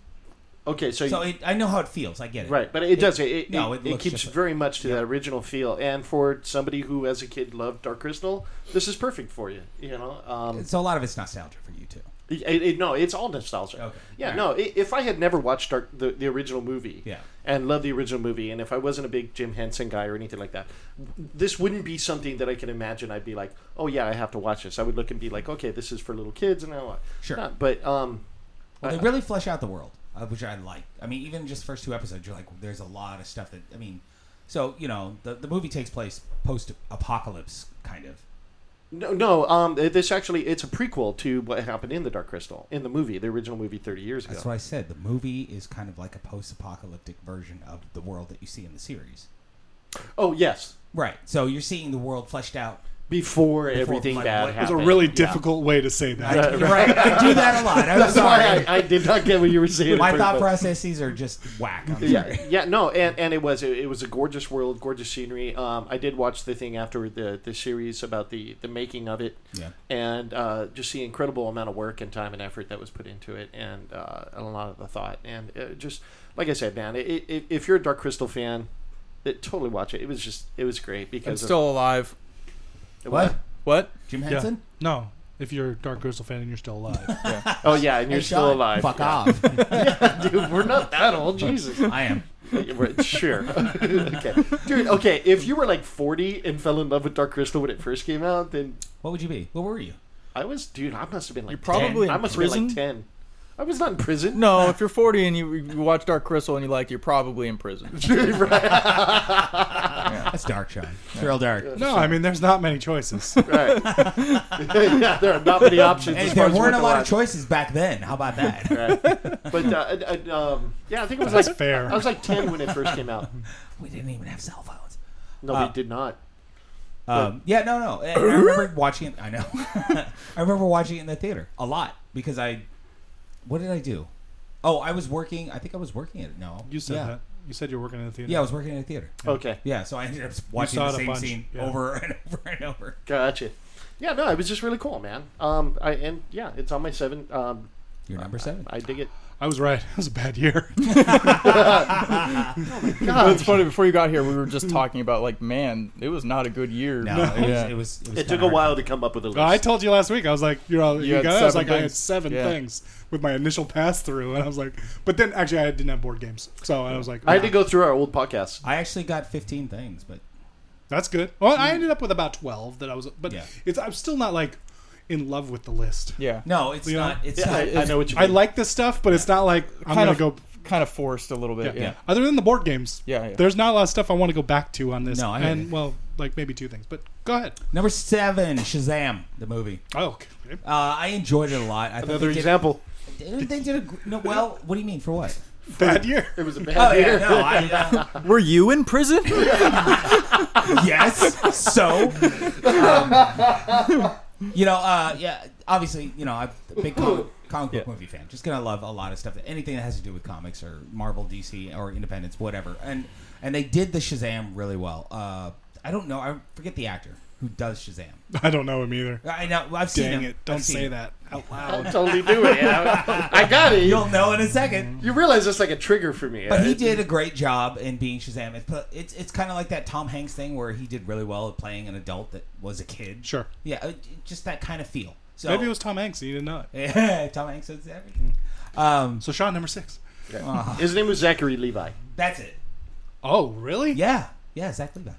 S1: Okay, so,
S2: so
S1: you,
S2: it, I know how it feels. I get it.
S1: right, but it, does. It, it,
S2: no,
S1: it,
S2: it looks
S1: keeps
S2: just like-
S1: very much to that original feel. And for somebody who, as a kid, loved Dark Crystal, this is perfect for you. You know, um,
S2: So a lot of it's nostalgia for you too.
S1: It, it- no, it's all nostalgia.
S2: Okay.
S1: Yeah,
S2: All
S1: no. i If I had never watched Dark, the the original movie,
S2: Yeah.
S1: and loved the original movie, and if I wasn't a big Jim Henson guy or anything like that, this wouldn't be something that I can imagine. I'd be like, oh yeah, I have to watch this. I would look and be like, okay, this is for little kids, and I want
S2: Sure.
S1: Not- but um,
S2: Well, they really flesh out the world, uh, which I like. I mean, even just first two episodes, you're like, there's a lot of stuff that I mean. So you know, the the movie takes place post apocalypse, kind of.
S1: no, no. Um, this actually it's a prequel to what happened in the Dark Crystal in the movie, the original movie, thirty years ago.
S2: That's what I said. The movie is kind of like a post apocalyptic version of the world that you see in the series.
S1: Oh yes,
S2: Right. So you're seeing the world fleshed out
S1: before, everything
S2: my-
S1: bad
S2: it
S1: happened.
S4: It was a really
S1: Yeah.
S4: difficult way to say that.
S1: Right.
S2: You're right. I do that a lot. I'm
S1: That's
S2: sorry.
S1: why I, I did not get what you were saying.
S2: My
S1: at first,
S2: thought
S1: but-
S2: processes are just whack. I'm sorry.
S1: yeah, yeah, no, and, and it was it, was a gorgeous world, gorgeous scenery. Um, I did watch the thing after the the series about the the making of it,
S2: Yeah.
S1: and uh, just the incredible amount of work and time and effort that was put into it, and, uh, and a lot of the thought, and uh just like I said, man, it, it, if you're a Dark Crystal fan, it, totally watch it. It was just it was great because
S3: It's
S1: of-
S3: still alive.
S1: it was-
S2: What?
S3: What?
S2: Jim
S4: Yeah.
S2: Henson?
S4: No, if you're a Dark Crystal fan and you're still alive.
S1: Oh yeah, and
S2: Hey,
S1: you're still
S2: Sean,
S1: alive.
S2: Fuck
S1: Yeah.
S2: off.
S1: dude. We're not that old, Jesus.
S2: I am.
S1: Right, sure. okay. Dude, okay, if you were like 40 and fell in love with Dark Crystal when it first came out, then
S2: What would you be? What were you?
S1: I was, dude, I must have been like
S3: You're probably
S1: 10.
S3: in
S1: I must have
S3: prison?
S1: been like 10. I was not in prison.
S3: No, if you're 40 and you, you watch Dark Crystal and you like, it, you're probably in prison.
S2: That's dark, Sean. It's real dark.
S4: no, I mean there's not many choices.
S1: Right. yeah, there are not many options.
S2: Hey,
S1: as
S2: there
S1: far as
S2: weren't
S1: what
S2: a lot
S1: to
S2: of choices back then. How about that?
S1: watch. Right. But, uh, I- I, um, yeah, I think it was
S4: That's
S1: like,
S4: fair.
S1: I was like 10 when it first came out.
S2: We didn't even have cell phones.
S1: No,
S2: Uh,
S1: we did not.
S2: Um, yeah, no, no. And I remember watching it. I know. I remember watching it in the theater a lot because I. What did I do? Oh, I was working. I think I was working at no.
S4: You said
S2: yeah.
S4: that. You said you're working in the theater.
S2: Yeah, I was working at a theater.
S1: Okay.
S2: Yeah, so I ended up watching
S4: saw
S2: the
S4: it a
S2: same
S4: bunch,
S2: scene
S4: yeah.
S2: over and over and over.
S1: Gotcha. Yeah, no, it was just really cool, man. Um, I and yeah, it's on my seven. Um,
S2: You're number seven.
S1: I dig it.
S4: I was right. It was a bad year.
S3: it's funny. Before you got here, we were just talking about like, man, it was not a good year.
S2: no, it, was,
S3: Yeah.
S2: it was. It, was
S1: It
S2: kinda
S1: took a
S2: hard.
S1: while to come up with a list.
S4: I told you last week. I was like, "You're all
S3: You
S4: you,
S3: had
S4: guys." I was like,
S3: seven
S4: "I had
S3: things.
S4: seven
S3: Yeah.
S4: things with my initial pass through," and I was like, "But then actually, I didn't have board games, so I was like,
S1: I had to
S4: "Nah,
S1: go through our old podcast.
S2: I actually got 15 things, but
S4: That's good. Well,
S3: Mm.
S4: I ended up with about twelve that I was, but
S2: Yeah.
S4: it's I'm still not like in love with the list.
S3: Yeah.
S2: no, it's
S4: Leon?
S2: not. It's
S1: Yeah,
S2: not.
S1: I, I know what you mean.
S4: I like this stuff, but it's not like I'm
S3: Kind
S4: gonna
S3: of-
S4: go.
S3: Kind of forced a little
S4: Yeah.
S3: bit. Yeah.
S4: Other than the board games,
S3: Yeah, yeah.
S4: there's not a lot of stuff I want to go back to on this.
S2: No, I hear
S4: and
S2: you.
S4: well, like maybe two things, but go ahead.
S2: Number seven, Shazam, the movie.
S4: Oh, okay.
S2: Uh, I enjoyed it a lot. I thought
S1: another
S2: they did-
S1: example.
S2: They did a gr- no. Well, what do you mean for what?
S4: bad year.
S1: It was a bad
S2: Oh yeah,
S1: year.
S2: no, I, uh,
S3: Were you in prison?
S2: yes. So, um, you know, uh, yeah. Obviously, you know, I'm a big comic, comic book movie fan. Just gonna love a lot of stuff. Anything that has to do with comics or Marvel, DC, or Independence, whatever. And and they did the Shazam really well. Uh, I don't know. I forget the actor who does Shazam.
S4: I don't know him either.
S2: I know. I've seen
S4: Dang
S2: him.
S4: it! Don't
S2: I've seen
S4: say
S2: him.
S4: that out
S1: I'll
S4: loud.
S1: totally do it. Yeah. I got it.
S2: You'll know in a second.
S1: you realize that's like a trigger for me. Uh,
S2: But
S1: I-
S2: he did a great job in being Shazam. It's pl- it's, it's kind of like that Tom Hanks thing where he did really well at playing an adult that was a kid.
S4: Sure.
S2: Yeah, it- it- just that kind of feel. So
S4: Maybe it was Tom Hanks. and You didn't know it.
S2: Tom Hanks is everything. Um,
S4: So Sean, number six.
S1: His name was Zachary Levi.
S2: that's it.
S4: Oh, really?
S2: Yeah, yeah, exactly that.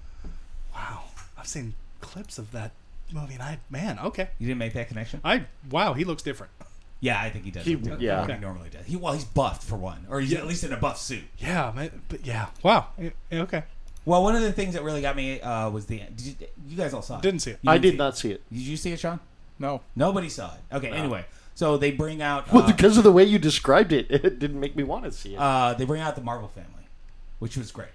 S4: Wow. I've seen clips of that movie, and I man, okay.
S2: You didn't make that connection.
S4: I wow, he looks different.
S2: Yeah, I think he does.
S1: He-
S2: look different
S1: yeah.
S2: than He normally does. He well, he's buffed for one, or he's at least in a buff suit.
S4: Yeah, ma- but yeah, wow. Yeah, Okay,
S2: Well, one of the things that really got me uh, was the. Did you, you guys all saw it?
S4: didn't see it.
S2: You
S1: I
S2: didn't
S1: did
S2: see it?
S1: not see it.
S2: Did you see it, Sean?
S3: no.
S2: Nobody saw it. Okay. Anyway, so they bring out.
S1: Well,
S2: uh,
S1: because of the way you described it, it didn't make me want to see it.
S2: uh, they bring out the Marvel family, which was great,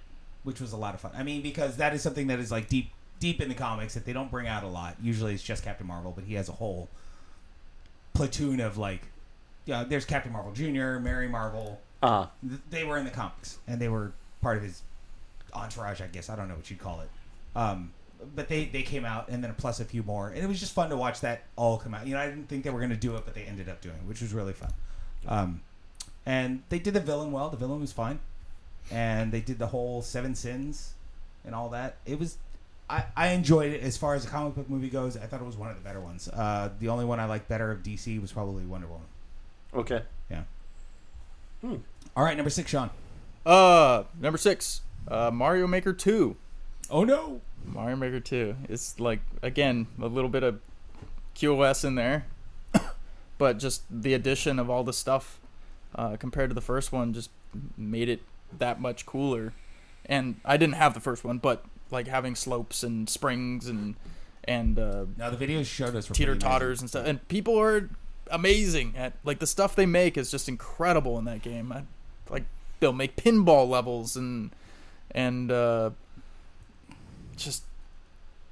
S2: which was a lot of fun. I mean, because that is something that is like deep, deep in the comics that they don't bring out a lot. Usually, it's just Captain Marvel, but he has a whole platoon of like, yeah, there's Captain Marvel Junior, Mary Marvel.
S1: Uh,
S2: Th- They were in the comics, and they were part of his entourage, I guess. I don't know what you'd call it. Um, but they, they came out, and then plus a few more, and it was just fun to watch that all come out. You know, I didn't think they were going to do it, but they ended up doing it, which was really fun. Um, and they did the villain well. The villain was fine, and they did the whole Seven Sins and all that. It was, I, I enjoyed it as far as a comic book movie goes. I thought it was one of the better ones. Uh, the only one I liked better of DC was probably Wonder Woman.
S1: okay.
S2: Yeah. All right, number six, Sean.
S3: Uh, number six, uh, Mario Maker Two.
S2: Oh no.
S3: Mario Maker Two. It's like again a little bit of QoS in there, but just the addition of all the stuff uh, compared to the first one just made it that much cooler. And I didn't have the first one, but like having slopes and springs and and uh,
S2: Now the videos showed us were pretty
S3: teeter
S2: amazing.
S3: totters and stuff. And people are amazing at like the stuff they make is just incredible in that game. I, like they'll make pinball levels and and uh, just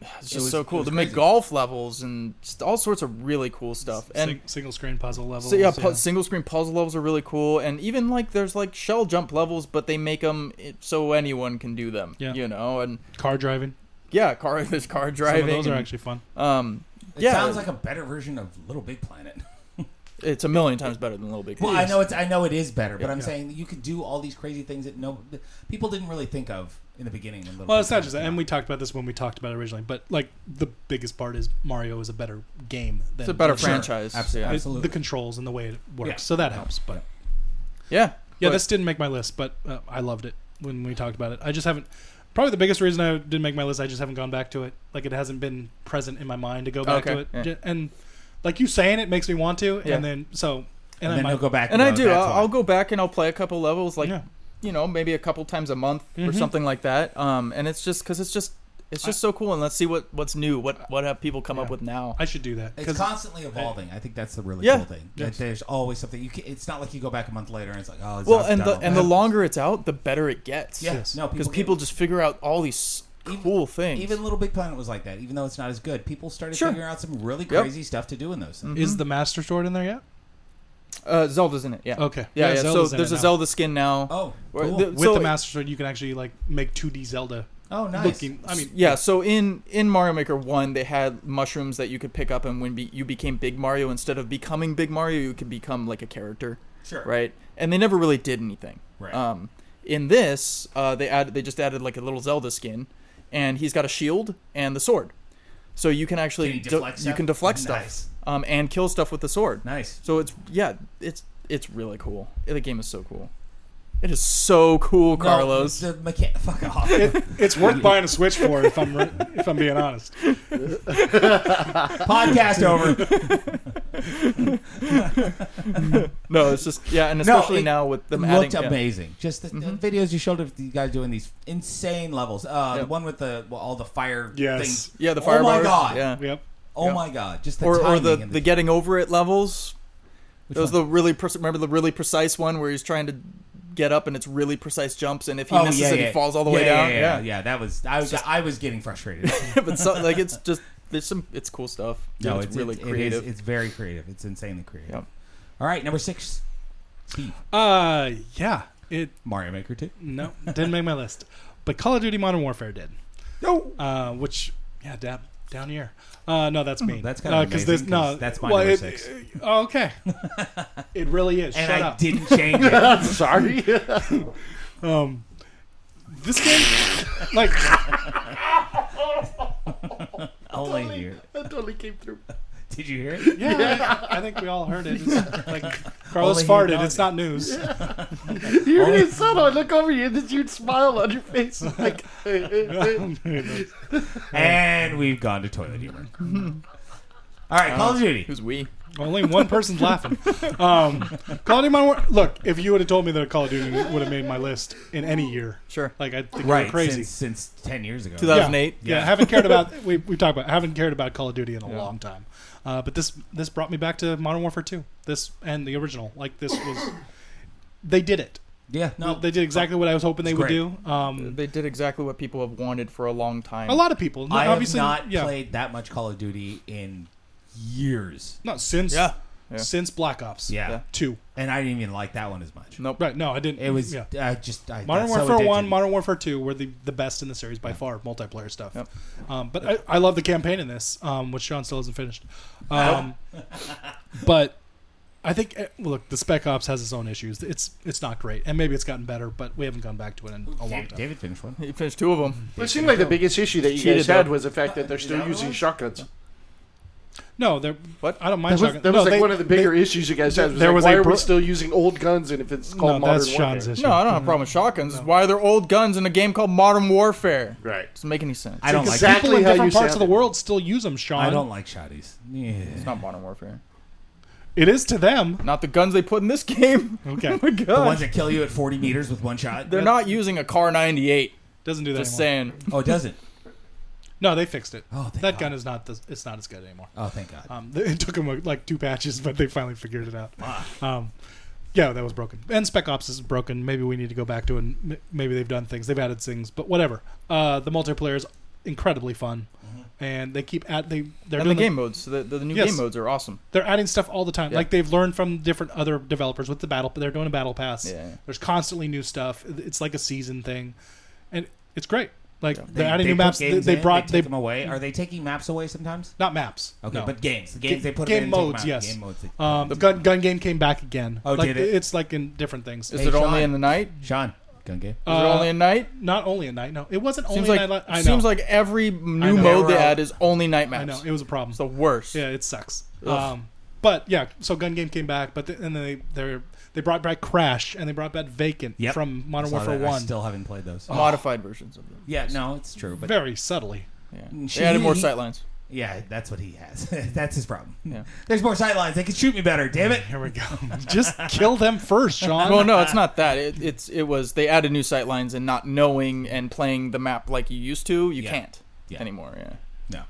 S3: It's
S2: It
S3: just
S2: was-
S3: so
S2: it
S3: cool.
S2: was
S3: The
S2: crazy.
S3: McGolf levels and just all sorts of really cool stuff. And
S4: Sing- single screen puzzle levels.
S3: So yeah, pu- single screen puzzle levels are really cool, and even like there's like shell jump levels, but they make them so anyone can do them.
S4: Yeah.
S3: you know, and
S4: car driving.
S3: yeah, car there's car driving.
S4: Some of those are
S3: and,
S4: actually fun.
S3: um,
S2: It
S3: yeah,
S2: sounds like a better version of Little Big Planet.
S3: it's a million times better than Little Big.
S2: Well, I
S3: Planet.
S2: know it's I know it is better, but I'm
S4: Yeah.
S2: saying you could do all these crazy things that no people didn't really think of in the beginning. When Little
S4: Well,
S2: Big
S4: it's not
S2: Planet
S4: just that,
S2: came
S4: and
S2: out.
S4: we talked about this when we talked about it originally. But like the biggest part is Mario is a better game. Than
S3: it's a better
S4: It-
S3: franchise.
S2: Abso-
S3: yeah,
S2: Absolutely.
S4: The controls and the way it works,
S2: Yeah.
S4: so that helps. But
S2: Yeah.
S3: yeah,
S4: yeah,
S3: but-
S4: this didn't make my list, but uh, I loved it when we talked about it. I just haven't. Probably the biggest reason I didn't make my list, I just haven't gone back to it. Like it hasn't been present in my mind to go back
S3: Okay,
S4: to it.
S3: yeah.
S4: Ju- And like you saying it makes me want to,
S3: Yeah.
S4: and then so
S2: and,
S4: and, I
S2: then
S4: might,
S2: he'll go back.
S3: and I
S2: go,
S3: do.
S2: "That's
S3: I'll,
S2: why."
S3: I'll go back and I'll play a couple levels, like
S4: yeah.
S3: you know, maybe a couple times a month or
S4: Mhm.
S3: something like that. Um, and it's just because it's just it's just so cool, and let's see what what's new, what what have people come up
S4: Yeah.
S3: with now.
S4: I should do that
S2: It's
S4: because
S2: constantly evolving. I think that's the really
S3: Yeah.
S2: cool thing.
S4: Yes.
S2: That there's always something. You can, it's not like you go back a month later and it's like, oh, it's
S3: Well,
S2: not
S3: and the
S2: done.
S3: and the longer it's out, the better it gets.
S2: yeah,
S4: Yes.
S2: no,
S3: because
S2: get-
S3: people just figure out all these
S2: Even-
S3: cool things.
S2: even Little Big Planet was like that. Even though it's not as good, people started
S3: Sure.
S2: figuring out some really
S3: Yep.
S2: crazy stuff to do in those things.
S3: mm-hmm.
S4: is the Master Sword in there yet?
S3: uh, Zelda's in it, yeah.
S4: Okay,
S3: Yeah, yeah.
S4: Zelda's
S3: so
S4: in
S3: there's
S4: it
S3: a
S4: now.
S3: Zelda skin now.
S2: Oh,
S3: Or
S2: cool.
S3: Mm-hmm. the-
S4: with
S3: so-
S4: the Master Sword. You can actually like make 2D Zelda
S2: oh, nice.
S4: looking. I mean,
S3: yeah, so in in Mario Maker One, they had mushrooms that you could pick up, and when be, you became Big Mario, instead of becoming Big Mario, you could become like a character,
S2: sure.
S3: right? And they never really did anything.
S2: Right.
S3: Um, in this, uh, they added they just added like a little Zelda skin, and he's got a shield and the sword, so you can actually
S2: Can you
S3: de-
S2: deflect
S3: you
S2: stuff?
S3: can deflect
S2: Nice.
S3: stuff, um, and kill stuff with the sword.
S2: Nice.
S3: So it's yeah, it's it's really cool. The game is so cool. It is so cool,
S2: No,
S3: Carlos.
S2: the mecha- fuck off.
S4: it's worth buying a Switch for if I'm re- if I'm being honest.
S2: Podcast over.
S3: no, it's just yeah, and
S2: No,
S3: especially
S2: it
S3: now with them adding
S2: looked
S3: yeah.
S2: amazing. Just the, the
S3: Mm-hmm.
S2: videos you showed of these guys doing these insane levels. Uh,
S3: Yeah.
S2: The one with the well, all the fire
S4: Yes.
S2: things.
S3: Yeah, the
S2: Oh
S3: fire
S2: my
S3: bars,
S2: God.
S3: Yeah.
S4: Yep.
S2: Oh
S3: Yeah.
S2: my god! Just the
S3: Or, or the,
S2: timing and
S3: the getting over it levels.
S2: Which
S3: Those
S2: one?
S3: the really pre- remember the really precise one where he's trying to get up and it's really precise jumps and if he
S2: Oh,
S3: misses
S2: yeah,
S3: it
S2: yeah.
S3: he falls all the way
S2: Yeah,
S3: down.
S2: Yeah, yeah, yeah. That was I was I was getting frustrated.
S3: but so, like it's just there's some it's cool stuff. Yeah, it's, really
S2: it-
S3: creative.
S2: It is, it's very creative. It's insanely creative.
S3: Yep.
S2: All right, number six, Steve.
S4: Uh, yeah. It
S2: Mario Maker Two.
S4: no didn't make my list, but Call of Duty Modern Warfare did.
S2: No,
S4: Uh, which yeah, down down here. Uh, no, that's me.
S2: Hmm, that's kinda
S4: because
S2: amazing,
S4: this no
S2: 'cause that's my
S4: well,
S2: number
S4: it-
S2: six.
S4: oh, okay. it really is.
S2: and
S4: Shut
S2: I
S4: up.
S2: didn't change it.
S1: Sorry.
S4: Um, this game, like,
S2: Only here.
S1: That totally came through.
S2: Did you hear it?
S4: yeah, I, I think we all heard it. It's like Carlos
S2: Only he
S4: farted.
S2: knows
S4: It's
S2: it.
S4: not news.
S1: You already saw it. I look over you, and this huge smile on your face. It's Like, eh, eh, eh.
S2: And we've gone to toilet humor. All right, Call of Duty.
S3: Who's we?
S4: Only one person's laughing. Um, Call of Duty Modern War- Look, if you would have told me that Call of Duty would have made my list in any year,
S3: Sure.
S4: like I think
S2: Right,
S4: you're crazy.
S2: Since, since ten years ago.
S3: 2008.
S4: Yeah,
S2: Yeah.
S4: I haven't cared about we we talked about I haven't cared about Call of Duty in a long time. Uh, but this this brought me back to Modern Warfare 2. This and the original. Like this was they did it.
S2: Yeah, no,
S4: They did exactly what I was hoping they
S2: It's
S4: would
S2: great.
S4: do.
S2: Mm.
S4: Um,
S3: They did exactly what people have wanted for a long time.
S4: a lot of people.
S2: I have
S4: obviously,
S2: not
S4: yeah,
S2: played that much Call of Duty in years.
S4: Not since
S3: Yeah. Yeah.
S4: since Black Ops
S2: Yeah.
S3: Yeah.
S4: 2.
S2: and I didn't even like that one as much.
S3: Nope.
S4: Right, no, I didn't.
S2: It was
S4: yeah.
S2: uh, just I,
S4: Modern
S2: that's so
S4: Warfare One,
S2: addictive.
S4: Modern Warfare Two were the, the best in the series by far, multiplayer stuff.
S3: Yep.
S4: Um, but I, I love the campaign in this, um, which Sean still hasn't finished. Um, but I think eh, look, the Spec Ops has its own issues. It's it's not great, and maybe it's gotten better, but we haven't gone back to it in a long
S2: David,
S4: time.
S2: David finished one.
S3: He finished two of them.
S1: It seemed like the biggest issue that you
S3: Cheated,
S1: guys had
S3: though.
S1: was the fact that they're
S2: Is that
S1: still
S2: what it
S1: using
S2: was?
S1: shotguns.
S4: No, they're
S3: What?
S4: I don't mind.
S1: That was,
S4: shotgun-
S1: that was
S4: no,
S1: like
S4: they-
S1: one of the bigger issues you guys had. Was
S4: there
S1: like,
S4: was
S1: why
S4: a
S1: are
S4: bro-
S1: we still using old guns? And if it's
S4: they- no,
S1: called modern
S4: that's
S1: warfare,
S4: Sean's issue.
S3: No, I don't have a problem with shotguns. It's Why are there old guns in a game called Modern Warfare?
S1: right?
S3: Doesn't make any sense.
S2: I don't like.
S1: Exact-
S4: People
S1: Exactly
S4: in
S1: how
S4: different
S1: you
S4: parts of the
S1: sounded.
S4: world still use them, Sean.
S2: I don't like shotties.
S3: It's
S2: Yeah.
S3: not Modern Warfare.
S4: It is to them.
S3: Not the guns they put in this game.
S4: Okay,
S3: Oh
S2: The
S3: my
S2: ones
S3: god.
S2: that kill you at 40 meters with one shot.
S3: They're not using a car 98.
S4: doesn't do that.
S3: Just
S4: anymore.
S3: saying.
S2: Oh, it doesn't.
S4: No, they fixed it.
S2: Oh, thank
S4: that
S2: God.
S4: gun is not the, it's not as good anymore.
S2: Oh, thank God.
S4: Um, th- it took them like two patches, but they finally figured it out. Um, yeah, that was broken. And Spec Ops is broken. Maybe we need to go back to it. And m- maybe they've done things. They've added things, but whatever. Uh, the multiplayer is incredibly fun. and they keep at they they're
S3: and the
S4: doing
S3: game modes. The, the, the new
S4: Yes.
S3: game modes are awesome.
S4: they're adding stuff all the time.
S3: Yeah.
S4: Like they've learned from different other developers with the battle. They're doing a battle pass.
S3: Yeah.
S4: There's constantly new stuff. It's like a season thing, and it's great. Like
S2: They-
S4: they're adding
S2: they
S4: new
S2: put
S4: maps. They,
S2: games
S4: they
S2: in,
S4: brought
S2: they
S4: they,
S2: take them away. Are they taking maps away sometimes?
S4: not maps.
S2: Okay,
S4: no.
S2: but games, the games they put
S4: game
S2: them in,
S4: modes.
S2: Take them out.
S4: Yes,
S2: game modes. they-
S4: Um, the gun gun game came back again.
S2: Oh,
S4: like,
S2: did it?
S4: It's like in different things.
S3: Is
S2: Hey,
S3: it only
S2: Sean.
S3: in the night? Is
S2: Sean, gun game.
S3: it
S4: Uh,
S3: only at night?
S4: not only at night. No, it wasn't
S3: Seems
S4: only
S3: like
S4: at night. I know.
S3: seems like every
S4: know.
S3: new mode they
S2: Arrow.
S3: add is only night maps.
S4: I know it was a problem.
S3: It's the worst.
S4: Yeah, it sucks.
S3: Ugh.
S4: Um, but yeah, so Gun Game came back, but the, and then they they they brought back Crash and they brought back Vacant
S2: Yep.
S4: from Modern
S2: Saw
S4: Warfare
S2: that. I
S4: One,
S2: still haven't played those.
S3: Modified versions of them.
S2: Yeah, no, it's true. But
S4: very subtly.
S3: Yeah.
S2: She-
S3: They added more
S2: he-
S3: sightlines.
S2: yeah, that's what he has. that's his problem.
S3: Yeah.
S2: There's more sightlines. They can shoot me better. Damn it.
S4: Here we go. Just kill them first, Sean.
S3: Well, no, it's not that. It, it's it was they added new sightlines and not knowing and playing the map like you used to. You
S2: Yeah.
S3: can't
S2: Yeah.
S3: anymore. Yeah.
S2: No.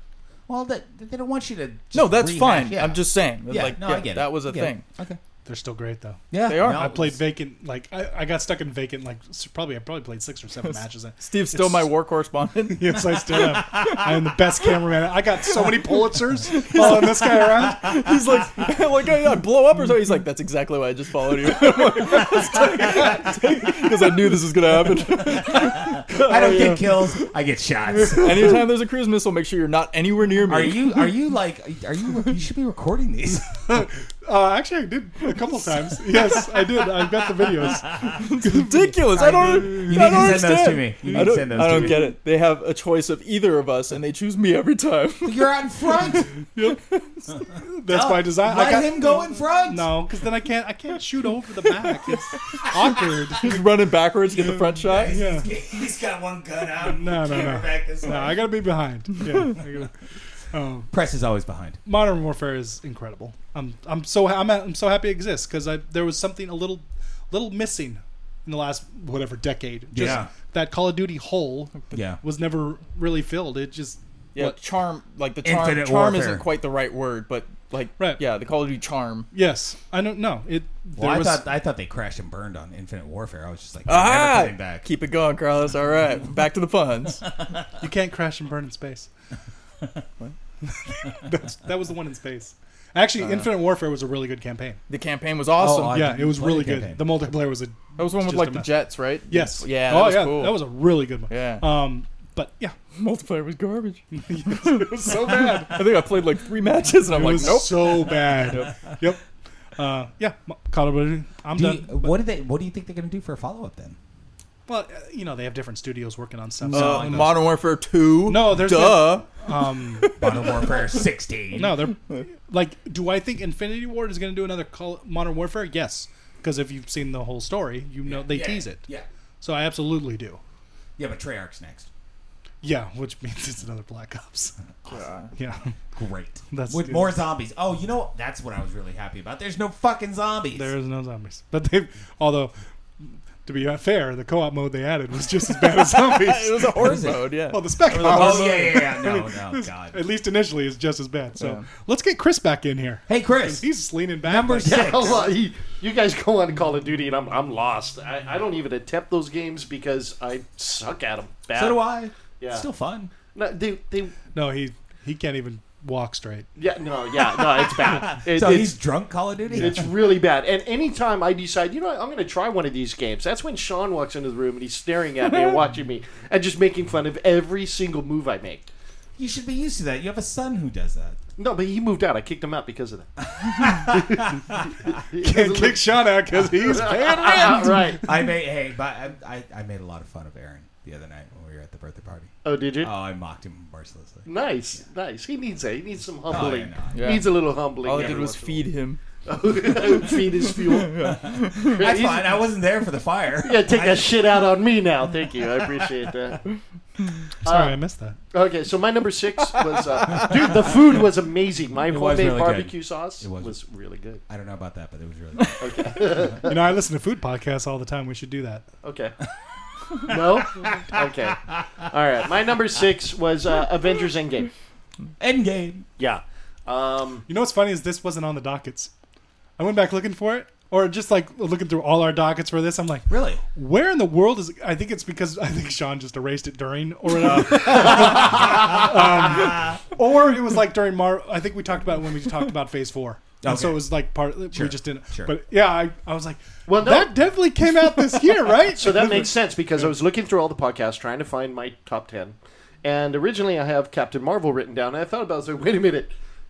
S2: Well, that, they don't want you to. Just
S3: no, that's
S2: rehash-
S3: fine.
S2: Yeah.
S3: I'm just saying.
S2: Yeah,
S3: like,
S2: no,
S3: yeah,
S2: I get it.
S3: that was a
S2: I get
S3: thing.
S2: it. Okay.
S4: They're still great though.
S2: Yeah,
S3: They are.
S2: no,
S4: I played
S2: it's-
S4: Vacant like I, I got stuck in Vacant like s- probably I probably played six or seven matches. in.
S3: Steve's still
S4: It's-
S3: my war correspondent.
S4: Yes, I still am. I am the best cameraman. I got so many Pulitzers following this guy around.
S3: He's like, like I, I blow up or something. He's like, that's exactly why I just followed you because I knew this was gonna happen.
S2: I don't get kills. I get shots.
S3: Anytime there's a cruise missile, make sure you're not anywhere near me.
S2: Are you? Are you like? Are you? You should be recording these.
S4: Uh, actually, I did a couple times. Yes, I did. I've got the videos.
S3: ridiculous? I don't.
S2: You
S3: I
S2: need
S3: don't
S2: to send those to
S3: understand.
S2: me. You
S3: I
S2: need to
S3: don't,
S2: send those
S3: I
S2: to
S3: don't
S2: me.
S3: get it. They have a choice of either of us, and they choose me every time.
S2: You're out in front.
S4: That's by design. I
S2: Let
S4: got,
S2: him go in front.
S4: No, because then I can't. I can't shoot over the back. It's awkward.
S3: Just running backwards, get the front shot.
S4: Yeah.
S2: He's got one gun out.
S4: No, no, no.
S2: Back this
S4: No, I gotta be behind. Yeah. I gotta- um,
S2: Press is always behind.
S4: Modern Warfare is incredible. I'm I'm so ha- I'm, I'm so happy it exists because I there was something a little little missing in the last whatever decade. Just
S2: Yeah.
S4: That Call of Duty hole
S2: Yeah.
S4: was never really filled. It just
S3: Yeah,
S4: What-
S3: charm. Like the charm.
S2: Infinite
S3: charm
S2: warfare.
S3: isn't quite the right word, but like,
S4: Right.
S3: yeah, the Call of Duty charm.
S4: yes. I don't know. It there
S2: Well, I
S4: was
S2: thought I thought they crashed and burned on Infinite Warfare. I was just like, they're never
S3: Ah,
S2: coming back.
S3: keep it going, Carlos. All right, back to the puns.
S4: you can't crash and burn in space. That's, that was the one in space. Actually, Infinite Warfare was a really good campaign.
S3: The campaign was awesome.
S2: Oh, Uh, I-
S4: yeah,
S2: didn't
S4: it was
S2: play
S4: really
S2: the
S4: good.
S2: campaign.
S4: The multiplayer was a
S3: that was the one
S4: just
S3: with
S4: a
S3: like the
S4: mess.
S3: jets, right?
S4: yes.
S3: Yeah. That
S4: oh
S3: was
S4: yeah,
S3: Cool.
S4: that was a really good one.
S3: Yeah.
S4: Um, but yeah,
S3: multiplayer was garbage.
S4: it was so bad.
S3: I think I played like three matches, and I'm
S4: it
S3: like,
S4: was
S3: nope.
S4: so bad. yep. Uh, yeah, m- Call of Duty. I'm
S2: Do you-
S4: done.
S2: what do they? What do you think they're going to do for a follow up then?
S4: Well, uh, you know they have different studios working on stuff.
S3: Uh,
S4: so,
S3: Modern Warfare Two.
S4: No, there's
S3: duh.
S4: um,
S2: Modern Warfare 16.
S4: no, they're like. Do I think Infinity Ward is going to do another Call- Modern Warfare? Yes, because if you've seen the whole story, you know they
S2: Yeah,
S4: tease it.
S2: Yeah,
S4: So I absolutely do.
S2: yeah, but Treyarch's next.
S4: Yeah, which means it's another Black Ops.
S3: Yeah.
S4: Yeah,
S2: Great.
S4: That's
S2: With
S4: good.
S2: more zombies. Oh, you know that's what I was really happy about. There's no fucking zombies.
S4: there is no zombies, but they. Although, to be fair, the co-op mode they added was just as bad as
S3: it
S4: zombies.
S3: was a horse mode. Yeah.
S4: well, the spec mode.
S2: oh yeah, yeah, yeah. No, no, God.
S4: at least initially, is just as bad. So
S3: Yeah.
S4: let's get Chris back in here.
S2: Hey, Chris.
S4: He's leaning back.
S2: Number
S4: like-
S2: six.
S1: Hell, uh, you you guys go on Call of Duty, and I'm, I'm lost. I, I don't even attempt those games because I suck at them. Bad.
S2: So do I.
S1: Yeah.
S2: It's still fun.
S1: No, they, they,
S4: No, he he can't even walk straight.
S1: yeah, no, yeah, no, it's bad. It-
S2: So
S1: it's,
S2: he's drunk Call of Duty.
S1: It's really bad. And anytime I decide, you know what, I'm going to try one of these games, that's when Sean walks into the room and he's staring at me and watching me and just making fun of every single move I make.
S2: You should be used to that. You have a son who does that.
S1: No, but he moved out. I kicked him out because of that.
S4: Can't kick Sean out because he's
S1: right.
S2: I made hey, but I, I, I made a lot of fun of Aaron the other night when we were at the birthday party.
S1: Oh, did you?
S2: Oh, I mocked him mercilessly.
S1: Nice, nice. He needs that. He needs some humbling.
S2: yeah,
S3: no. Yeah.
S1: Needs a little humbling.
S3: All I
S1: every
S3: did was
S1: once in a
S3: feed him.
S1: while. feed his fuel.
S2: That's
S1: He's-
S2: fine. I wasn't there for the fire.
S1: Yeah, take that shit out on me now. Thank you. I appreciate that.
S4: Sorry,
S1: Uh,
S4: I missed that.
S1: Okay, so my number six was uh, dude. The food was amazing. My
S2: was
S1: homemade
S2: really good.
S1: barbecue sauce
S2: It was.
S1: was really good.
S2: I don't know about that, but it was really. Good.
S4: You know, I listen to food podcasts all the time. We should do that.
S1: Okay. no? Okay. All right. My number six was uh, Avengers Endgame.
S2: Endgame.
S1: Yeah. Um,
S4: You know what's funny is this wasn't on the dockets. I went back looking for it. or just like looking through all our dockets for this, I'm like,
S2: Really?
S4: where in the world is? I think it's because I think Sean just erased it during or uh, um, or it was like during Mar. I think we talked about it when we talked about Phase Four. And so
S2: Okay.
S4: it was like part we just didn't.
S2: sure.
S4: But yeah, I, I was like,
S1: Well, no.
S4: that definitely came out this year, right?
S1: So that makes sense because I was looking through all the podcasts trying to find my top 10. And originally I have Captain Marvel written down. And I thought about it. I was like, wait a minute.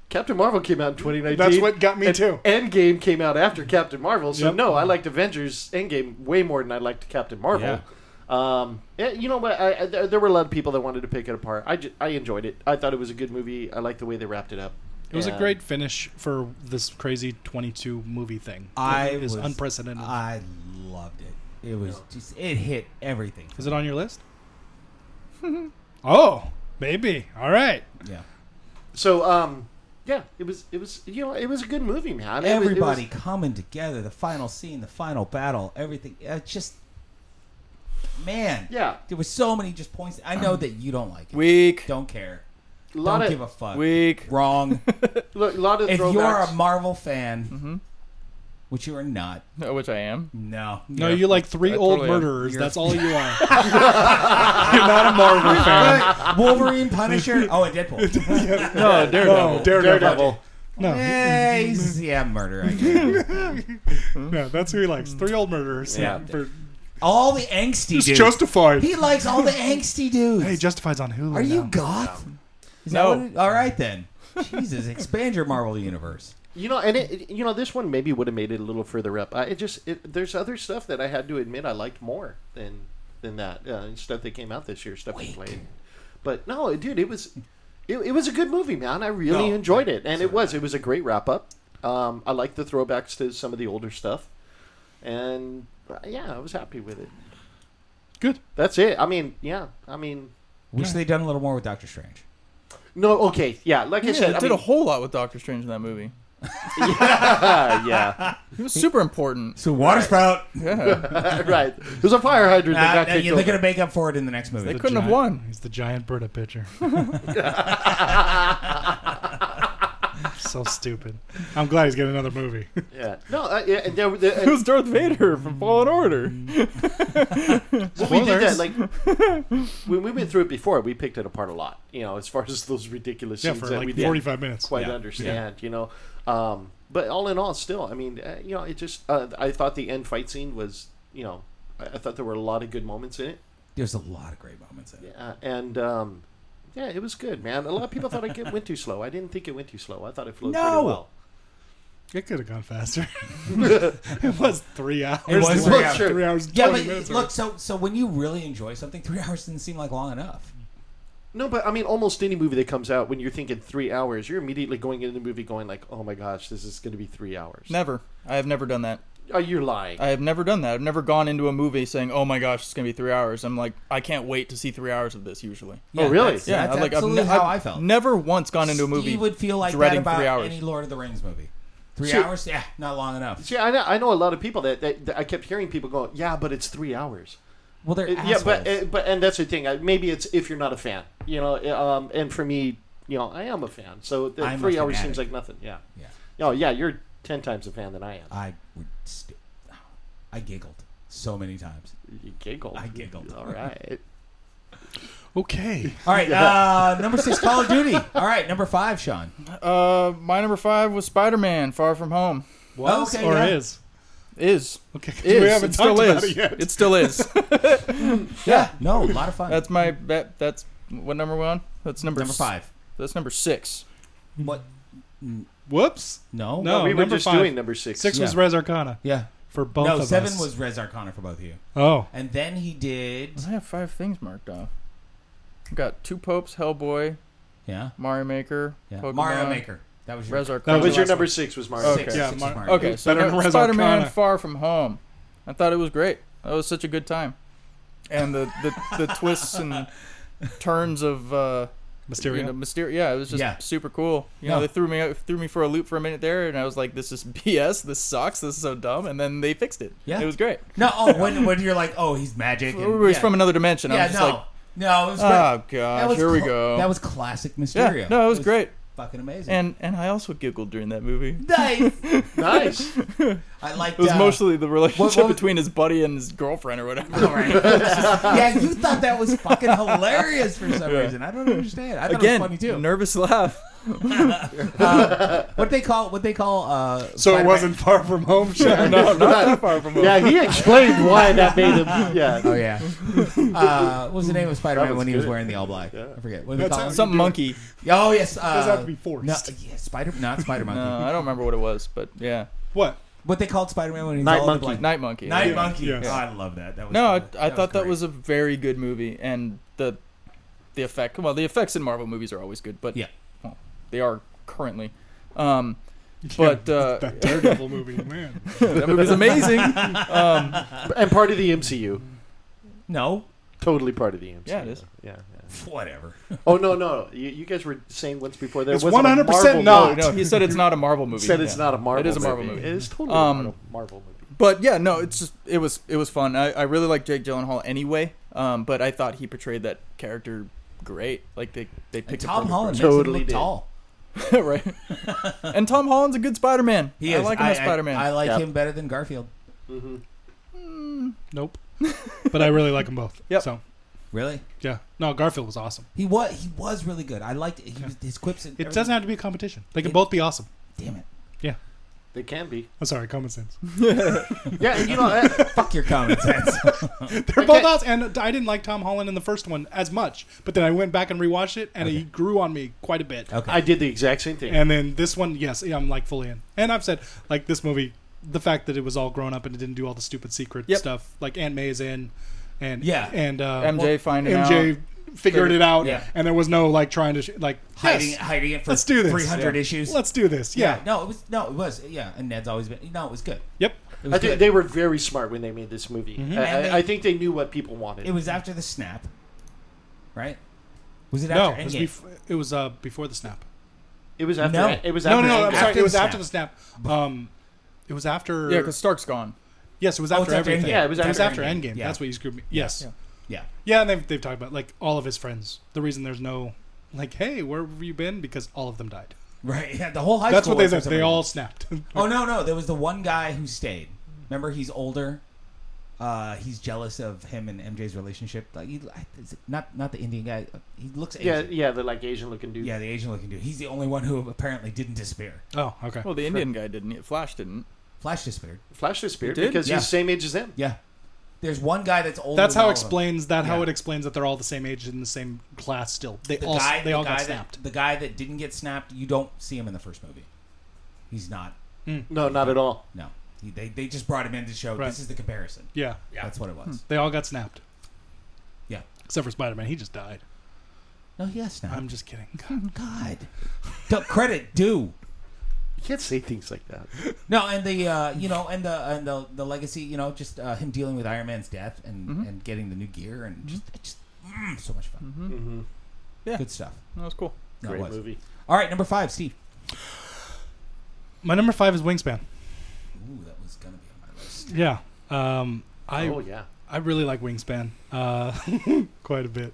S1: Captain Marvel came out in 2019.
S4: That's what got me
S1: and
S4: too.
S1: Endgame came out after Captain Marvel. So
S4: Yep.
S1: no, I liked Avengers Endgame way more than I liked Captain Marvel. Um, eh, you know what? I, I, there there were a lot of people that wanted to pick it apart. I, ju- I enjoyed it. I thought it was a good movie. I liked the way they wrapped it up.
S4: It was a
S1: And-
S4: great finish for this crazy 22 movie thing.
S2: I
S4: it is
S2: was-
S4: unprecedented.
S2: I loved it. It was just it hit everything.
S4: is it on your list? oh, maybe. All right.
S2: Yeah.
S1: So um, yeah, it was it was you know it was a good movie, man. It was- it was-
S2: Everybody coming together, the final scene, the final battle, everything. Uh, just man.
S1: Yeah.
S2: There was so many just points. I know that you don't like it.
S3: Weak.
S2: don't care.
S1: a lot
S2: don't
S1: of
S2: give a fuck.
S3: Weak.
S2: Wrong.
S1: lo- lot of
S2: if
S1: throwbacks. Mm-hmm.
S2: you're a Marvel fan, which you are not,
S3: Oh, Which I am.
S2: no,
S4: No, you're like three
S3: I
S4: old
S3: totally am.
S4: murderers.
S2: You're-
S4: That's all you are. you're not a Marvel fan.
S2: Wolverine, Punisher. Oh, and Deadpool.
S3: No, Daredevil.
S4: No, Daredevil.
S1: Daredevil.
S4: No,
S2: Eh, he's- yeah, murder. I guess.
S4: no, that's who he likes. Three old murderers.
S1: Yeah.
S4: For-
S2: All the angsty dudes.
S4: justified.
S2: He likes all the angsty dudes.
S4: Hey, Justified's on Hulu.
S2: Are you
S4: now.
S2: goth? Is
S3: No.
S2: that what it- all right then. Jesus, expand your Marvel universe.
S1: You know, and it, it- you know this one maybe would have made it a little further up. I it just it, there's other stuff that I had to admit I liked more than than that uh, and stuff that came out this year, stuff we played. But no, dude, it was it, it was a good movie, man. I really
S2: No.
S1: enjoyed it, and it was it was a great wrap up. Um, I liked the throwbacks to some of the older stuff, and uh, yeah, I was happy with it.
S4: Good.
S1: That's it. I mean, yeah, I mean,
S2: Wish they'd done a little more with Doctor Strange.
S1: no, okay, yeah. Like I
S3: Yeah,
S1: said,
S3: they
S1: I
S3: did
S1: mean,
S3: a whole lot with Doctor Strange in that movie.
S1: yeah, yeah,
S3: He was super important.
S2: So water spout.
S3: Yeah,
S1: right. There's a fire hydrant that got kicked
S2: they're
S1: over.
S2: gonna make up for it in the next movie.
S3: They couldn't have
S4: Giant-
S3: won.
S4: He's the giant Berta pitcher. so stupid. I'm glad he's getting another movie.
S1: Yeah. No, uh, yeah, and there, were- there,
S3: It was Darth Vader from Fallen Order.
S1: Well, we did that
S4: Spoilers.
S1: like when we went through it before. We picked it apart a lot, you know, as far as those ridiculous
S4: yeah,
S1: scenes
S4: for
S1: that we
S4: like
S1: didn't
S4: 45 minutes.
S1: quite
S2: Yeah.
S1: understand, you know. Um, but all in all, still, I mean, uh, you know, it just uh, I thought the end fight scene was, you know, I, I thought there were a lot of good moments in it,
S2: There's a lot of great moments in it.
S1: uh, and um, yeah, it was good, man. A lot of people thought it get- went too slow. I didn't think it went too slow. I thought it flowed
S2: No.
S1: pretty well.
S4: It could have gone faster. it was three hours.
S2: It was three hours.
S4: Three hours. and
S2: Yeah,
S4: 20
S2: but
S4: minutes
S2: look, so so when you really enjoy something, three hours didn't seem like long enough.
S1: No, but I mean, almost any movie that comes out when you're thinking three hours, you're immediately going into the movie going like, "Oh my gosh, this is going to be three hours."
S3: Never. I have never done that.
S1: Oh, you're lying.
S3: I have never done that. I've never gone into a movie saying, "Oh my gosh, it's gonna be three hours." I'm like, I can't wait to see three hours of this. Usually,
S1: Oh, really?
S2: That's,
S3: yeah,
S2: that's
S3: like I've,
S2: absolutely
S3: ne-
S2: how
S3: I've
S2: I felt.
S3: Never once gone into a movie.
S2: He would feel like that
S3: dreading
S2: about
S3: three hours.
S2: any Lord of the Rings movie. Three
S1: See-
S2: hours? Yeah, not long enough.
S1: See, I know, I know a lot of people that, that, that I kept hearing people go, "Yeah, but it's three hours."
S2: Well, they're
S1: Uh, Yeah, but
S2: assholes.
S1: uh, but and that's the thing. I- Maybe it's if you're not a fan, you know. uh, Um, and for me, you know, I am a fan, so the
S2: I'm a
S1: three hours
S2: fanatic.
S1: seems like nothing. Yeah.
S2: yeah,
S1: Oh yeah, you're ten times a fan than I am.
S2: I would. St- oh, I giggled so many times.
S1: You giggled.
S2: I giggled.
S1: All right.
S4: Okay.
S2: All right, uh, number six, Call of Duty. All right, number five, Sean.
S3: Uh, my number five was Spider-Man: Far From Home.
S4: Was
S2: Oh, Okay,
S4: or
S2: yeah.
S4: is.
S3: Is
S4: Okay. 'cause
S3: is
S4: we haven't
S3: it
S4: talked
S3: still
S4: about
S3: is
S4: it yet.
S3: it still is.
S2: Yeah, no, a lot of fun.
S3: that's my that, that's what number one. That's number
S2: number
S3: s-
S2: five.
S3: That's number six.
S2: What?
S4: Whoops.
S2: No,
S4: No. Oh,
S1: we were
S4: number
S1: just
S4: five.
S1: doing number six.
S4: Six was
S2: Yeah.
S4: Res Arcana
S2: Yeah,
S4: for both
S2: no.
S4: of
S2: Seven
S4: us.
S2: was Res Arcana for both of you,
S4: Oh.
S2: and then he did.
S3: I have five things marked off. I've got two popes, Hellboy,
S2: Yeah,
S3: Mario Maker,
S2: yeah.
S3: Pokemon,
S2: Mario Maker. That was your
S3: Res Arcana.
S1: That was
S4: the
S1: your
S4: last
S1: number
S4: one.
S1: six. Was Mario?
S3: Okay.
S2: six.
S4: Yeah,
S2: six
S4: Mar-
S2: Mario.
S3: Okay, so
S4: Better than Res
S3: Spider-Man:
S4: Arcana.
S3: Far From Home. I thought it was great. That was such a good time, and the the, the twists and turns of uh,
S4: Mysterio.
S3: you know, Mysterio. Yeah, it was just
S2: Yeah.
S3: super cool. You know,
S2: No.
S3: they threw me threw me for a loop for a minute there, and I was like, "This is BS. This sucks. This is so dumb." And then they fixed it.
S2: Yeah.
S3: it was great.
S2: No, oh, when, when you're like, oh, he's magic.
S3: It
S2: And,
S3: was
S2: yeah.
S3: from another dimension. I
S2: Yeah,
S3: was just
S2: no,
S3: like,
S2: no. It was
S3: "Oh
S2: that
S3: gosh,
S2: was
S3: here we
S2: cla-
S3: go."
S2: That was classic Mysterio.
S3: yeah, no, it was, great.
S2: fucking amazing.
S3: And and I also giggled during that movie.
S2: nice.
S1: Nice.
S2: I liked.
S3: It was
S2: uh,
S3: mostly the relationship
S2: what was-
S3: between his buddy and his girlfriend or whatever.
S2: yeah, you thought that was fucking hilarious for some reason. I don't understand. I thought
S3: Again,
S2: it was funny too.
S3: nervous laugh.
S2: what they call what they call uh
S4: So it
S2: Spider-Man-
S4: wasn't far from home, Sean.
S3: No, not that far from home.
S1: yeah, he explained why that made him. Yeah.
S2: Oh yeah. Uh, what was the name of Spider Man
S1: was
S2: when he was
S1: good.
S2: wearing the all black? I forget. What did they
S4: That's
S2: call
S4: how-
S2: him?
S3: Some monkey.
S2: Oh yes. Uh,
S4: doesn't have to be
S2: No,
S4: forced.
S2: yeah, Spider not Spider Monkey.
S3: No, I don't remember what it was, but yeah,
S4: What?
S2: What they called Spider Man when he's
S1: Night
S2: all
S1: Monkey.
S2: black.
S3: night monkey.
S2: Night
S4: Yeah.
S2: Monkey.
S4: Yes.
S2: Oh, I love that. That was
S3: No, I, I
S2: that
S3: thought that
S2: great.
S3: was a very good movie, and the the effect. Well, the effects in Marvel movies are always good, but
S2: yeah.
S3: they are currently. Um, but uh,
S4: That Daredevil movie, man.
S3: that movie's amazing. Um,
S1: And part of the MCU.
S2: No.
S1: Totally part of the MCU.
S3: Yeah, it is.
S1: Yeah. yeah.
S2: Whatever.
S1: Oh no, no, you, you guys were saying once before there
S4: It's
S1: wasn't
S4: 100%
S1: a Marvel
S4: not.
S2: Oh,
S1: movie.
S3: no, he said it's not a Marvel movie.
S1: Said it's
S3: Yeah.
S1: not a Marvel.
S3: It is a Marvel movie.
S1: It is totally
S3: Um,
S1: a Marvel- Marvel movie.
S3: But yeah, no, it's just it was it was fun. I, I really like Jake Gyllenhaal anyway, um, but I thought he portrayed that character great. Like they they
S2: And
S3: picked
S2: Tom
S3: up
S2: Holland
S1: Totally
S2: totally look
S1: did.
S2: tall.
S3: right? and Tom Holland's a good Spider Man.
S2: He
S3: I
S2: is.
S3: like him as Spider
S2: I,
S3: Man.
S2: like
S1: Yep.
S2: him better than Garfield.
S4: Nope. But I really like them both.
S3: Yep.
S4: So
S2: Really?
S4: yeah, no, Garfield was awesome.
S2: He was he was really good. I liked he was, his quips. And
S4: It
S2: everything.
S4: doesn't have to be a competition. They can
S2: It-
S4: both be awesome.
S2: Damn it!
S4: Yeah.
S1: They can be.
S4: I'm sorry, common sense.
S1: Yeah, and you know, uh,
S2: Fuck your common sense.
S4: They're both awesome. And I didn't like Tom Holland in the first one as much, but then I went back and rewatched it, and he grew on me quite a bit.
S2: okay.
S1: I did the exact same thing.
S4: And then this one, yes, yeah, I'm like fully in. And I've said like this movie, the fact that it was all grown up and it didn't do all the stupid secret
S3: Yep.
S4: stuff, like Aunt May is in, and
S2: Yeah.
S4: and uh,
S3: MJ
S4: well,
S3: finding
S4: MJ
S3: out.
S4: figured it out,
S2: Yeah.
S4: and there was no like trying to sh- like
S2: hiding
S4: yes,
S2: hiding it for
S4: Let's do this.
S2: three hundred
S4: Yeah.
S2: issues.
S4: Let's do this, yeah.
S2: No, it was no, it was yeah. And Ned's always been no, it was good.
S4: Yep.
S2: It was
S1: I think
S2: good.
S1: they were very smart when they made this movie.
S3: Mm-hmm.
S1: I,
S2: And they-
S1: I, I think they knew what people wanted.
S2: It was after the snap, right? Was it
S4: No,
S2: after
S4: it was,
S2: Endgame?
S4: bef- it was uh, before the snap.
S1: It was after.
S2: No.
S1: It was
S4: No,
S1: after.
S4: no, no. I'm
S1: Endgame.
S4: sorry.
S2: After
S4: It
S2: the
S4: was after the snap. Um, it was after.
S3: Yeah, because Stark's gone.
S4: yes, it was
S2: Oh,
S4: after
S2: it's after
S4: everything.
S2: Endgame.
S1: Yeah, it was
S4: It was after
S1: after
S4: Endgame.
S2: Endgame. Yeah.
S4: That's what you screwed me. Yes. Yeah.
S3: Yeah.
S2: yeah,
S4: and they've they've talked about like all of his friends. The reason there's no like, hey, where have you been? Because all of them died.
S2: right. Yeah, the whole high
S4: That's
S2: school.
S4: what they
S2: was for
S4: said.
S2: some
S4: They
S2: reason.
S4: all snapped.
S2: Oh no, no. There was the one guy who stayed. Remember, he's older. Uh, he's jealous of him and MJ's relationship. Like, he, I- is it not not the Indian guy. He looks
S1: Yeah,
S2: Asian. Yeah,
S1: yeah, the like Asian looking dude.
S2: the Asian looking dude. He's the only one who apparently didn't disappear.
S4: oh, okay.
S3: Well, the Indian guy didn't. Flash didn't.
S2: Flash disappeared.
S1: Flash disappeared
S3: He did?
S1: because
S2: Yeah.
S1: he's the same age as them.
S2: Yeah, there's one guy that's older.
S4: That's
S2: than
S4: how
S2: all
S4: it
S2: of them.
S4: explains that. How
S2: Yeah.
S4: it explains that they're all the same age in the same class. Still, they
S2: The
S4: all
S2: guy,
S4: they
S2: the
S4: all
S2: guy
S4: got
S2: that,
S4: snapped.
S2: The guy that didn't get snapped, you don't see him in the first movie. He's not.
S1: No, not at all.
S2: No, he, they they just brought him in to show
S4: Right.
S2: this is the comparison.
S4: yeah,
S2: That's what it was.
S4: they all got snapped
S2: Yeah. Uh-huh.
S4: except for Spider Man. He just died.
S2: No, he got snapped.
S4: Hmm. I'm just kidding.
S2: God. Don't credit due.
S1: You can't say things like that.
S2: No, and the uh, you know, and the and the the legacy, you know, just uh, him dealing with Iron Man's death and
S4: Mm-hmm.
S2: and getting the new gear and just just mm, so much fun.
S3: Yeah.
S2: Good stuff.
S3: Mm-hmm. That was cool.
S2: No, it
S1: Great
S2: was.
S1: movie.
S2: All right, number five, Steve.
S4: My number five is Wingspan.
S2: Ooh, that was gonna be on my list.
S4: Yeah. Um, I
S1: oh yeah.
S4: I really like Wingspan uh, quite a bit.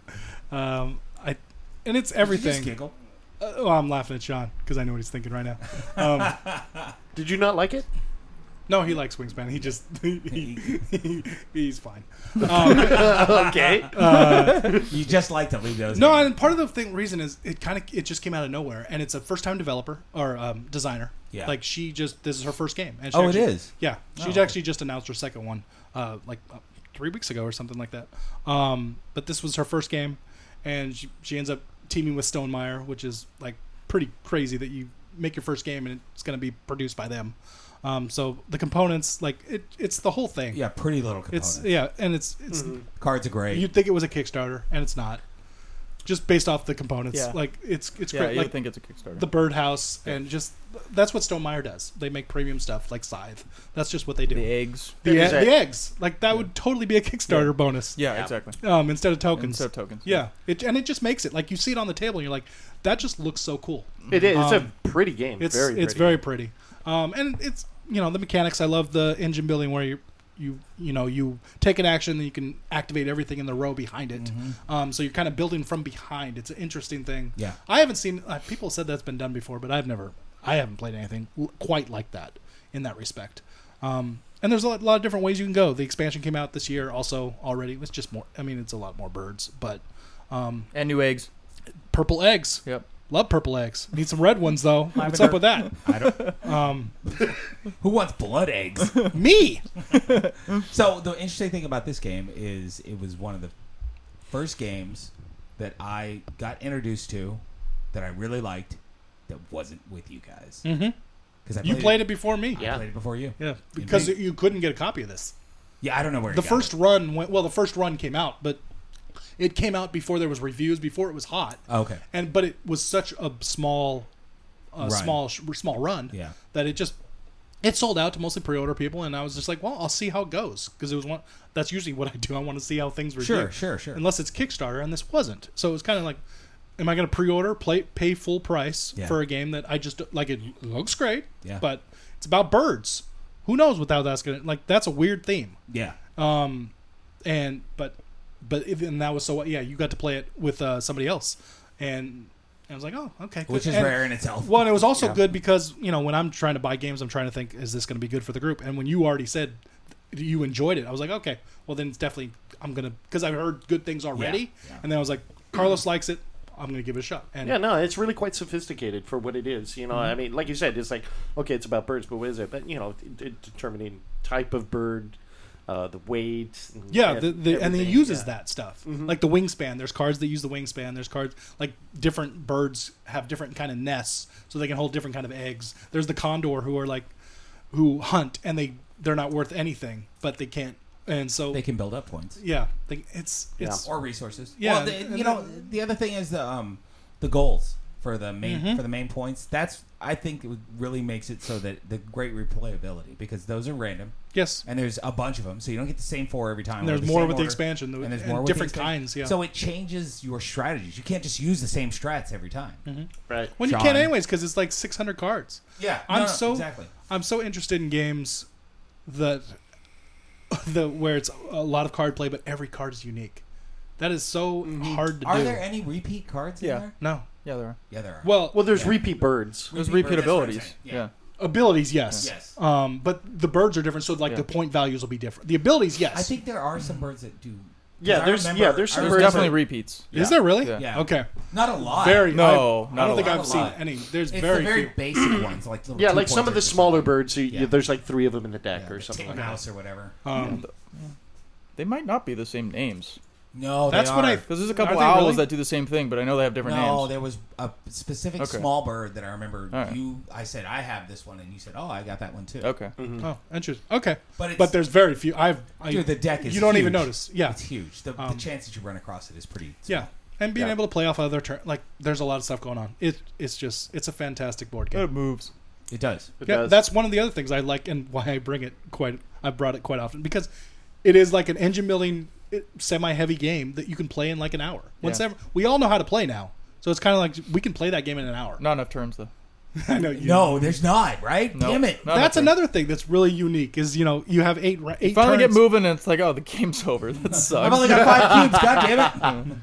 S4: Um, I and it's
S2: Did you just
S4: everything.
S2: giggle.
S4: Uh, oh, I'm laughing at Sean because I know what he's thinking right now. Um,
S1: Did you not like it?
S4: no, he likes Wingspan. He just he, he- he's fine. Um,
S1: okay.
S4: Uh,
S2: You just like to leave those.
S4: No,
S2: in.
S4: and part of the thing reason is it kind of it just came out of nowhere, and it's a first time developer or um, designer.
S2: Yeah.
S4: like she just this is her first game. And she
S2: Oh, it
S4: actually,
S2: is?
S4: Yeah, she's
S2: Oh.
S4: actually just announced her second one, uh, like uh, three weeks ago or something like that. Um, but this was her first game, and she, she ends up teaming with Stone Meyer, which is like pretty crazy that you make your first game and it's going to be produced by them. Um, so the components, like it, it's the whole thing.
S2: yeah, Oh, pretty little
S4: it's
S2: components.
S4: yeah, and it's it's
S2: Cards are great.
S4: You'd think it was a Kickstarter, and it's not. Just based off the components,
S3: Yeah.
S4: like it's it's
S3: Yeah,
S4: great.
S3: you
S4: Like
S3: think it's a Kickstarter.
S4: the birdhouse, and just that's what Stone Meyer does. They make premium stuff like Scythe. That's just what they do.
S3: the
S4: The,
S3: eggs.
S4: the,
S1: Exactly.
S4: eggs, like that would totally be a Kickstarter bonus.
S3: Yeah, exactly.
S4: Um, instead of tokens.
S3: Instead of tokens.
S4: Yeah. It and it just makes it like you see it on the table, and you're like, that just looks so cool.
S1: It is. It's
S4: Um,
S1: a pretty game.
S4: It's
S1: very.
S4: it's
S1: pretty.
S4: very pretty. Um, and it's you know the mechanics. I love the engine building where you you you know you take an action, then you can activate everything in the row behind it. Um, so you're kind of building from behind. It's an interesting thing.
S2: Yeah.
S4: I haven't seen uh, people said that's been done before, but I've never I haven't played anything l- quite like that in that respect. Um, and there's a lot, lot of different ways you can go. The expansion came out this year, also already. It's just more. I mean, it's a lot more birds, but um,
S3: and new eggs.
S4: purple eggs.
S3: Yep.
S4: Love purple eggs. Need some red ones though. What's up with that?
S2: I don't,
S4: Um,
S2: who wants blood eggs?
S4: me.
S2: So the interesting thing about this game is it was one of the first games that I got introduced to that I really liked that wasn't with you guys
S4: Mm-hmm.
S2: because I
S4: You played it before me.
S2: I
S1: Yeah.
S2: played it before you.
S4: Yeah, because you couldn't get a copy of this.
S2: Yeah, I don't know where it
S4: The
S2: got
S4: first
S2: it.
S4: run went well. The first run came out, but it came out before there was reviews, before it was hot,
S2: Oh, okay.
S4: and but it was such a small, uh,
S2: Run.
S4: small, sh- small run
S2: Yeah.
S4: that it just it sold out to mostly pre-order people, and I was just like, well, I'll see how it goes because it was one. That's usually what I do. I want to see how things review.
S2: Sure, sure, sure.
S4: Unless it's Kickstarter, and this wasn't, so it was kind of like. Am I going to pre-order, play, pay full price
S2: Yeah.
S4: for a game that I just like? It looks great,
S2: Yeah.
S4: but it's about birds. Who knows what that's going to like? That's a weird theme
S2: Yeah.
S4: um and but but if, and that was so yeah you got to play it with uh, somebody else and, and i was like oh okay good.
S2: Which is
S4: And-
S2: rare in itself.
S4: well and it was also good because you know when i'm trying to buy games i'm trying to think is this going to be good for the group and when you already said that you enjoyed it i was like okay well then it's definitely i'm gonna because i've heard good things already
S2: yeah.
S4: and then i was like carlos likes it i'm gonna give it a shot and
S1: Yeah, no, it's really quite sophisticated for what it is. You know, I
S4: Mm-hmm.
S1: mean, like you said, it's like okay, it's about birds, but what is it? But you know, d- d- determining type of bird, uh, the weight. And,
S4: Yeah, the, the, and it
S1: everything,
S4: uses
S1: yeah.
S4: that stuff.
S2: Mm-hmm.
S4: Like the wingspan. There's cards that use the wingspan. There's cards like different birds have different kind of nests, so they can hold different kind of eggs. There's the condor who are like who hunt and they they're not worth anything, but they can't. And so
S2: They can build up points
S4: yeah, they, it's it's
S2: or resources.
S4: Yeah,
S2: Well, the,
S4: and
S2: you know, the other thing is the um the goals for the main
S4: Mm-hmm.
S2: for the main points. That's I think it really makes it so that the great replayability because those are random.
S4: yes.
S2: and there's a bunch of them, so you don't get the same four every time.
S4: And
S2: or
S4: there's
S2: the
S4: more
S2: same
S4: with the
S2: order,
S4: expansion, though,
S2: and there's
S4: and
S2: more with the
S4: different
S2: expansion.
S4: kinds, yeah.
S2: So it changes your strategies. You can't just use the same strats every time.
S1: right.
S4: When you
S2: Sean.
S4: can't anyways because it's like 600 cards.
S2: Yeah,
S4: I'm
S2: no, no,
S4: so
S2: exactly.
S4: I'm so interested in games that the where it's a lot of card play, but every card is unique. That is so hard to
S2: Mm-hmm. Are
S4: do.
S2: there any repeat cards
S3: Yeah.
S2: in there?
S4: no.
S3: Yeah, there are.
S2: Yeah, there are.
S4: Well,
S1: Well, there's repeat birds.
S3: There's
S2: Repeat birds, that's what I'm
S3: repeatabilities.
S2: saying.
S3: Yeah.
S2: Yeah.
S4: abilities, yes.
S2: Yes.
S4: Um, but the birds are different, so like
S1: Yeah.
S4: the point values will be different. The abilities, yes.
S2: I think there are some birds that do. 'cause
S1: Yeah,
S2: I
S1: there's-
S2: remember-
S1: yeah, there's
S2: I
S1: some
S3: There's
S2: remember-
S1: birds
S3: definitely repeats.
S4: is
S2: yeah.
S4: there really?
S3: Yeah.
S2: Yeah.
S4: Okay.
S2: not a lot.
S4: Very.
S3: No,
S4: I,
S3: not
S4: I
S3: a
S4: don't think
S3: lot.
S4: I've
S2: Not a
S4: seen
S2: lot.
S4: any. There's
S2: It's
S4: very
S2: the very
S4: few.
S2: basic ones, like little
S1: Yeah, like some of the
S2: two-pointers or
S1: smaller
S2: something.
S1: birds. You,
S2: Yeah.
S1: There's like three of them in the deck
S2: Yeah,
S1: or
S2: the
S1: something
S2: tame
S1: like that.
S2: mouse or whatever.
S4: Um,
S3: They might not be the same names
S2: No,
S4: That's
S2: they
S4: what
S2: are.
S4: I-
S3: because there's a
S4: Are
S3: couple
S4: they
S3: owls
S4: really?
S3: that do the same thing, but I know they have different
S2: No,
S3: names.
S2: there was a specific
S3: Okay.
S2: small bird that I remember.
S3: All right.
S2: You, I said I have this one, and you said, "Oh, I got that one too."
S3: Okay.
S4: Oh, interesting. Okay.
S2: But it's,
S4: But there's very few. I've I,
S2: dude, the deck is
S4: you don't even
S2: huge.
S4: notice. Yeah.
S2: it's huge. The, the
S4: Um,
S2: chance that you run across it is pretty.
S4: Yeah. And being
S1: Yeah.
S4: able to play off other turn, like there's a lot of stuff going on. It it's just it's a fantastic board game.
S3: It moves.
S2: It does.
S1: It
S4: yeah,
S1: does.
S4: that's one of the other things I like and why I bring it quite. I brought it quite often because it is like an engine building eh, semi-heavy game that you can play in like an hour. Once
S3: Yeah.
S4: ever, we all know how to play now, so it's kind of like we can play that game in an hour.
S3: Not enough terms though.
S4: I know you.
S2: No, there's not. Right?
S3: No.
S2: Damn it!
S3: No.
S4: that's
S3: Not a
S4: another thing that's really unique is you know you have eight ra- eight.
S3: Finally
S4: turns.
S3: get moving, and it's like, oh, the game's over. That
S2: I've
S3: sucks.
S2: only got five cubes. God damn it!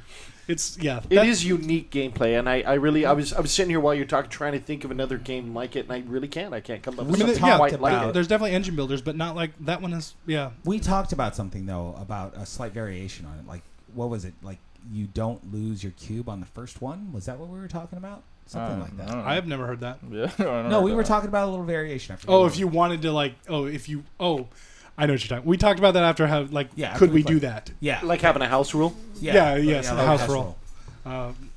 S4: It's yeah.
S1: It
S4: that-
S1: is unique gameplay, and I, I really I was I was sitting here while you're talking trying to think of another game like it, and I really can't. I can't come up with
S4: I mean,
S1: something
S4: th- yeah,
S1: quite like it.
S4: there's definitely engine builders, but not like that one is. Yeah,
S2: We talked about something though about a slight variation on it. Like, what was it? Like, you don't lose your cube on the first one. Was that what we were talking about?
S3: Uh,
S2: Something like that.
S4: I have never heard that.
S3: Yeah, I don't
S2: No,
S3: know
S2: we were
S3: about
S2: talking about a little variation. I forget
S4: Oh,
S2: what
S4: if
S2: it
S4: you wanted to like, oh, if you, oh, I know what you're talking. We talked about that after how like,
S2: Yeah, after
S4: could
S2: we
S4: we do
S2: played.
S4: that?
S2: yeah,
S1: like having a house rule.
S4: yeah, yes, the
S2: like
S4: house
S2: house
S4: roll.
S2: roll.
S4: Um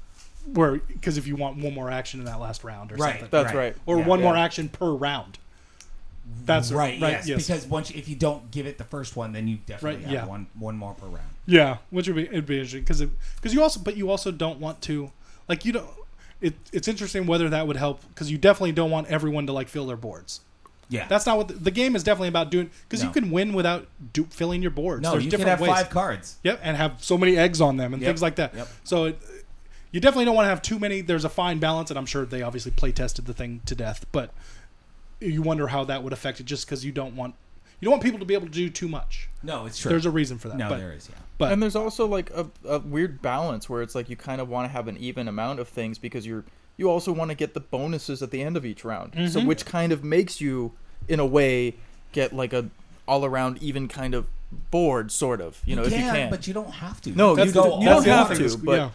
S4: where because if you want one more action in that last round or
S2: Right.
S4: something,
S3: that. That's right.
S4: or
S2: Yeah.
S4: one more
S1: Yeah.
S4: action per round. That's
S2: right,
S4: right,
S2: yes, because once you, if you don't give it the first one, then you definitely
S4: Right,
S2: have
S4: yeah.
S2: one one more per round.
S4: yeah, which would be it'd be interesting because because you also but you also don't want to like you don't. It, it's interesting whether that would help because you definitely don't want everyone to like fill their boards.
S2: Yeah,
S4: That's not what the, the game is definitely about doing because
S2: No.
S4: you can win without do, filling your boards.
S2: no,
S4: There's
S2: you can
S4: different
S2: have
S4: ways.
S2: five cards.
S4: Yep, and have so many eggs on them and
S2: Yep.
S4: things like that.
S2: Yep.
S4: So it, you definitely don't want to have too many. There's a fine balance, and I'm sure they obviously play tested the thing to death, but you wonder how that would affect it just because you don't want You don't want people to be able to do too much.
S2: No, it's true.
S4: There's a reason for that.
S2: no,
S4: but,
S2: there is. Yeah.
S4: But
S3: and there's also like a, a weird balance where it's like you kind of want to have an even amount of things because you're you also want to get the bonuses at the end of each round so
S4: Mm-hmm.
S3: which kind of makes you in a way get like a all around even kind of board sort of you know if you can
S2: but you don't have to.
S3: no
S4: That's
S3: you
S4: the-
S3: don't, you
S4: that's
S3: don't
S4: the other
S3: have
S4: thing
S3: to
S4: is-
S3: but,
S4: yeah.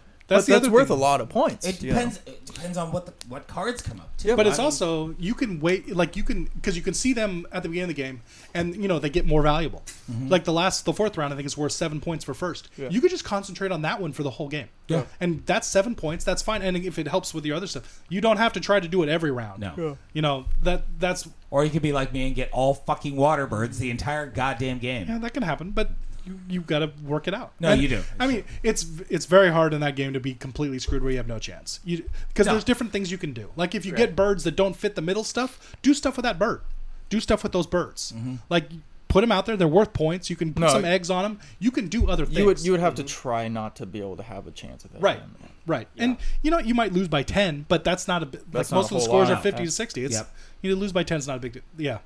S4: That's
S3: that's,
S4: the
S3: but that's
S4: other
S3: worth a
S4: thing.
S3: lot of points
S2: it
S3: you know?
S2: depends. It depends on what the what cards come up. Too.
S3: Yeah,
S4: but it's
S2: I mean,
S4: also you can wait like you can because you can see them at the beginning of the game and you know they get more valuable
S2: Mm-hmm.
S4: like the last the fourth round i think is worth seven points for first
S3: Yeah.
S4: you could just concentrate on that one for the whole game
S2: Yeah.
S4: and that's seven points that's fine and if it helps with your other stuff you don't have to try to do it every round
S2: No.
S4: you know that that's
S2: Or you could be like me and get all fucking water birds the entire goddamn game.
S4: yeah that can happen but you you got to work it out
S2: No,
S4: And-
S2: you do.
S4: i mean it's it's very hard in that game to be completely screwed where you have no chance you because
S2: No.
S4: there's different things you can do like if you get birds that don't fit the middle stuff do stuff with that bird do stuff with those birds like put them out there they're worth points you can put
S3: Mm-hmm. No.
S4: some eggs on them you can do other things
S3: you would you would have to try not to be able to have a chance at that
S4: Mm-hmm. right
S3: game.
S4: right and you know you might lose by 10 but that's not a bi- like
S3: That's not
S4: most
S3: a
S4: of the
S3: whole
S4: scores
S3: lot.
S4: are 50
S3: Yeah.
S4: to 60 it's
S2: Yep.
S4: you lose by 10 is not a big deal yeah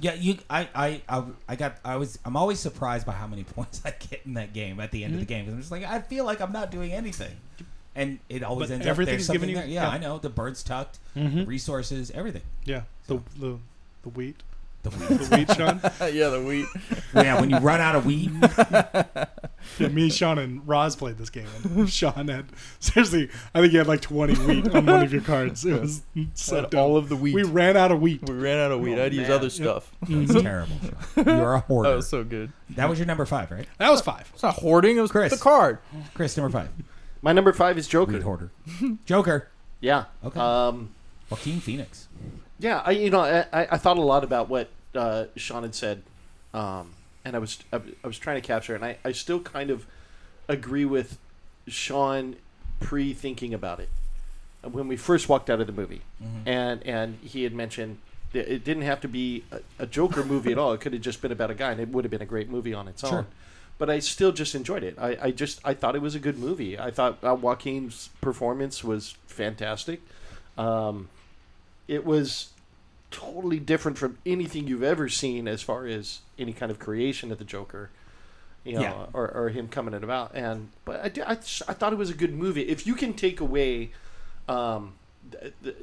S2: Yeah, you. I, I, I, I got. I was. I'm always surprised by how many points I get in that game at the end
S4: Mm-hmm.
S2: of the game because I'm just like, I feel like I'm not doing anything, and it always
S4: But
S2: ends up there's
S4: everything's
S2: something
S4: given you-
S2: there. Yeah,
S4: yeah. Mm-hmm.
S2: I know the birds tucked, the resources, everything.
S4: yeah the the, the wheat
S2: The
S4: the wheat sean
S3: yeah the wheat
S2: yeah, when you run out of wheat,
S4: Yeah, me, Sean, and Roz played this game. And Sean had seriously, I think you had like twenty wheat on one of your cards. It was so
S3: Had
S4: dumb.
S3: all of the wheat
S4: We ran out of wheat.
S3: we ran out of wheat i'd use
S1: man.
S3: other stuff
S2: it's terrible. Sean. You
S4: Oh,
S2: are a hoarder.
S3: that was so good
S2: that was your number five, right,
S4: That was five.
S3: it's not hoarding it was
S2: Chris.
S3: the card
S2: Chris? Number five,
S1: My number five is
S2: wheat
S1: Joker.
S2: hoarder, Joker,
S1: Yeah.
S2: Okay.
S1: Um,
S2: Joaquin Phoenix.
S1: yeah. I you know I, I I thought a lot about what uh, Sean had said, um, and I was I, I was trying to capture, it, and I I still kind of agree with Sean pre thinking about it uh, when we first walked out of the movie, and and he had mentioned. that It didn't have to be a, a Joker movie at all. It could have just been about a guy, and it would have been a great movie on its own.
S2: Sure.
S1: But I still just enjoyed it. I, I just I thought it was a good movie. I thought uh, Joaquin's performance was fantastic. Um, it was totally different from anything you've ever seen as far as any kind of creation of the Joker, you know,
S2: Yeah.
S1: or, or him coming in about. And but I, do- I, just- I thought it was a good movie. If you can take away, um, the, the,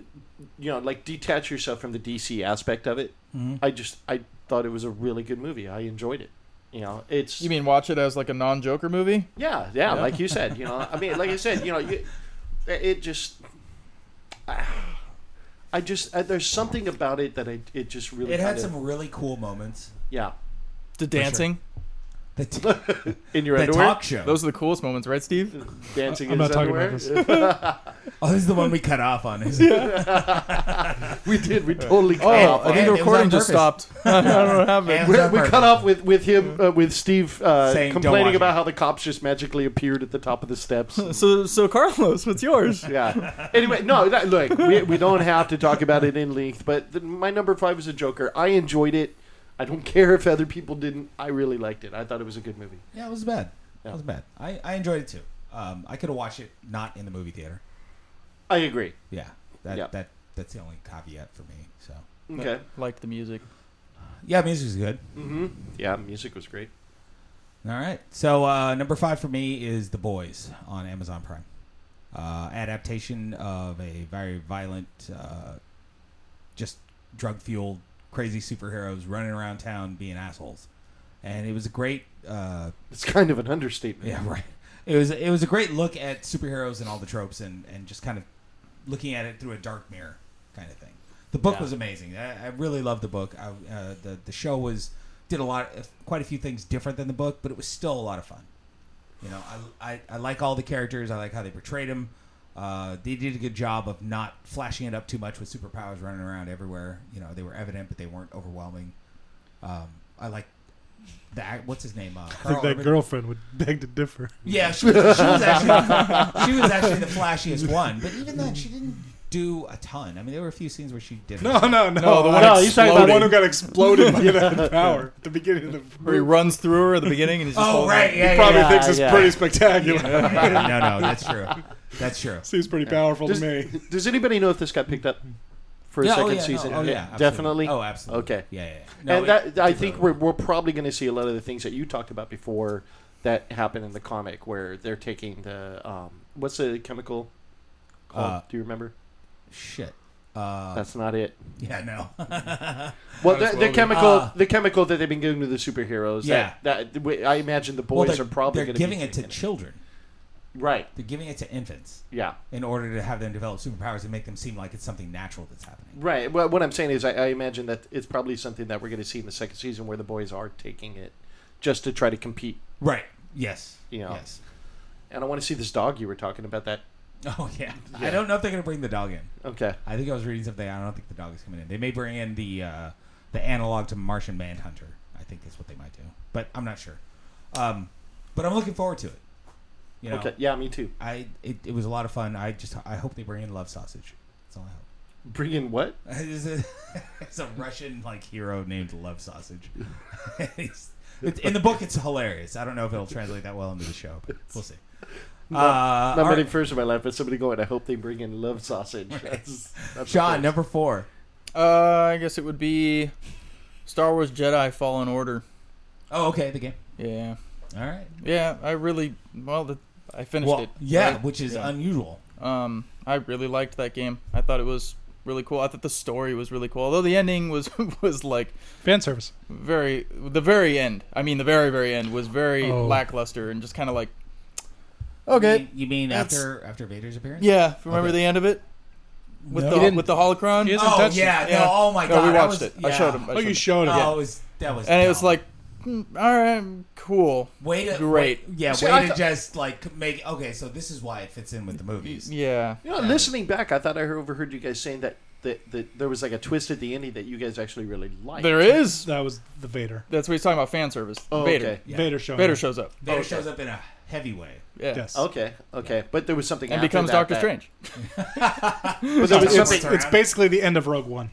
S1: you know, like detach yourself from the DC aspect of it,
S3: Mm-hmm.
S1: I just I thought it was a really good movie. I enjoyed it. You know, it's
S3: you mean watch it as like a non-joker movie
S1: yeah, yeah, like you said, you know. I mean, like I said, you know, you, it just. I just I, there's something about it that I it just really
S2: It had
S1: kind of-
S2: some really cool moments.
S1: yeah
S3: the dancing
S2: The, t- the
S1: in your underwear
S2: talk show.
S3: Those are the coolest moments, right, Steve?
S1: dancing
S4: I'm
S1: in
S4: not
S1: his
S4: talking about
S1: underwear.
S4: this.
S2: oh, this is the one we cut off on. Isn't it?
S1: we did we totally
S3: Oh,
S1: cut off.
S3: I think
S2: it
S3: the
S2: was
S3: recording
S2: on
S3: just
S2: purpose.
S3: stopped. I don't know what happened.
S2: And-
S1: We,
S2: It was on
S1: we
S2: purpose.
S1: cut off with with him uh, with Steve uh,
S2: Saying, "Don't watch
S1: complaining
S2: it."
S1: about how the cops just magically appeared at the top of the steps. and-
S3: So, so Carlos, what's yours?
S1: yeah. Anyway, no, that- look, we, we don't have to talk about it in length, but the, my number five is a Joker. I enjoyed it. I don't care if other people didn't. I really liked it. I thought it was a good movie.
S2: Yeah, it was bad.
S1: Yeah.
S2: It was bad. I, I enjoyed it too. Um, I could have watched it not in the movie theater.
S1: I agree.
S2: Yeah, that
S1: Yeah.
S2: that that's the only caveat for me. So
S1: Okay.
S3: Like the music.
S2: yeah, music's good.
S1: Mm-hmm. Yeah, music was great.
S2: All right. So uh, number five for me is The Boys on Amazon Prime. Uh, adaptation of a very violent, uh, just drug fueled, crazy superheroes running around town being assholes, and it was a great. Uh,
S1: It's kind of an understatement.
S2: Yeah, right. It was it was a great look at superheroes and all the tropes and and just kind of looking at it through a dark mirror kind of thing. The book
S1: Yeah.
S2: was amazing. I, I really loved the book. I, uh, the the show was did a lot, quite a few things different than the book, but it was still a lot of fun. You know, I, I, I like all the characters. I like how they portrayed them. Uh, they did a good job of not flashing it up too much with superpowers running around everywhere. You know, they were evident, but they weren't overwhelming. Um, I like the act- what's his name? Uh,
S4: I think
S2: Carl
S4: that
S2: Urban?
S4: girlfriend would beg to differ.
S2: Yeah, she was, she was actually she was actually the flashiest one. But even then, she didn't do a ton. I mean, there were a few scenes where she did.
S4: No, no, no.
S3: No, the one
S1: No, he's talking about
S4: the one who
S3: exploding.
S4: got exploded by that power at the beginning of the
S3: Where he runs through her at the beginning and he's just
S2: Oh
S3: falls
S2: right,
S3: in.
S2: yeah,
S4: Probably
S2: yeah.
S4: thinks it's
S1: yeah.
S4: pretty spectacular.
S2: no, no, that's true. That's true.
S4: Seems pretty powerful
S1: Does,
S4: to me.
S1: does anybody know if this got picked up for a
S2: Yeah,
S1: second
S2: oh, yeah, no,
S1: season?
S2: oh, yeah, absolutely.
S1: definitely.
S2: Oh, absolutely.
S1: Okay.
S2: Yeah, yeah. yeah.
S1: and
S2: it-
S1: that I
S2: it's
S1: think
S2: a-
S1: we're, we're probably going to see a lot of the things that you talked about before that happen in the comic, where they're taking the um, what's the chemical called?
S2: Uh,
S1: Do you remember?
S2: shit. Uh,
S1: That's not it.
S2: yeah, no.
S5: Not
S1: Well, the,
S5: as
S1: the
S5: well,
S1: chemical,
S2: uh,
S1: the chemical that they've been giving to the superheroes.
S2: Yeah.
S1: that, that we- I imagine the
S2: well,
S1: boys
S2: they're,
S1: are probably
S2: they're
S1: going
S2: giving
S1: be
S2: it to
S1: taking
S2: children.
S1: right.
S2: They're giving it to infants
S1: Yeah,
S2: in order to have them develop superpowers and make them seem like it's something natural that's happening.
S1: right. Well, what I'm saying is, I, I imagine that it's probably something that we're going to see in the second season where the boys are taking it just to try to compete.
S2: Right. Yes.
S1: Yeah.
S2: Yes.
S1: And I want to see this dog you were talking about. That
S2: Oh yeah. I don't know if they're gonna bring the dog in.
S1: okay?
S2: I think I was reading something. I don't think the dog is coming in. They may bring in the uh, the analog to Martian Manhunter. I think is what they might do, but I'm not sure. Um, but I'm looking forward to it. You know,
S1: Okay. Yeah, me too.
S2: I it, it was a lot of fun. I just I hope they bring in Love Sausage. That's all I hope.
S1: Bring in what?
S2: It's a, it's a Russian like hero named Love Sausage. He's- it's- in the book, it's hilarious. I don't know if it'll translate that well into the show, but we'll see. Uh,
S1: Not
S2: all
S1: many
S2: right.
S1: first in my life, but somebody going. I hope they bring in love sausage. That's, that's
S2: Sean,
S1: the
S2: number four.
S3: Uh, I guess it would be Star Wars Jedi Fallen Order.
S2: Oh, okay, the game.
S3: Yeah,
S2: All right.
S3: yeah. I really well. The, I finished
S2: Well,
S3: it.
S2: yeah,
S3: right?
S2: which is
S3: Yeah.
S2: unusual.
S3: Um, I really liked that game. I thought it was really cool. I thought the story was really cool. Although the ending was was like
S4: Fan service.
S3: very the very end. I mean, the very very end was very
S4: Oh.
S3: lackluster and just kind of like
S2: You
S3: okay.
S2: mean, you mean
S3: That's-
S2: after after Vader's appearance?
S3: Yeah, remember
S2: Okay.
S3: the end of it with
S2: No.
S4: He
S3: the
S4: didn't-
S3: with the holocron.
S4: He hasn't
S2: Oh
S4: touched
S2: yeah,
S4: it.
S2: no, oh my god,
S3: No, we
S2: that
S3: watched
S2: was-
S3: it. I showed
S2: yeah.
S3: him. I
S4: Oh, you
S3: him.
S4: showed
S2: Oh,
S4: it.
S2: it was that was,
S3: and it was
S2: dumb.
S3: like, "Hmm, all right, cool,
S2: way to
S3: great.
S2: wait- yeah,
S1: See,
S2: way
S1: I
S2: to
S1: thought-
S2: just like make okay. So this is why it fits in with the movies.
S3: yeah,
S1: You know, listening back, I thought I overheard you guys saying that, that, that there was like a twist at the ending that you guys actually really liked.
S3: there is.
S4: That was the Vader.
S3: That's what he's talking about. Fan service.
S1: Oh,
S3: Vader.
S1: okay.
S2: Yeah.
S4: Vader showing.
S3: Vader
S4: up.
S3: shows up.
S2: Vader
S1: Okay.
S2: shows up in a heavy way.
S3: Yeah.
S4: Yes.
S1: Okay, okay, but there was something
S3: And
S1: after
S3: becomes
S1: that
S3: Doctor
S1: that-
S3: Strange.
S1: But there was
S4: It's,
S1: something.
S2: Something-
S4: it's basically the end of Rogue One.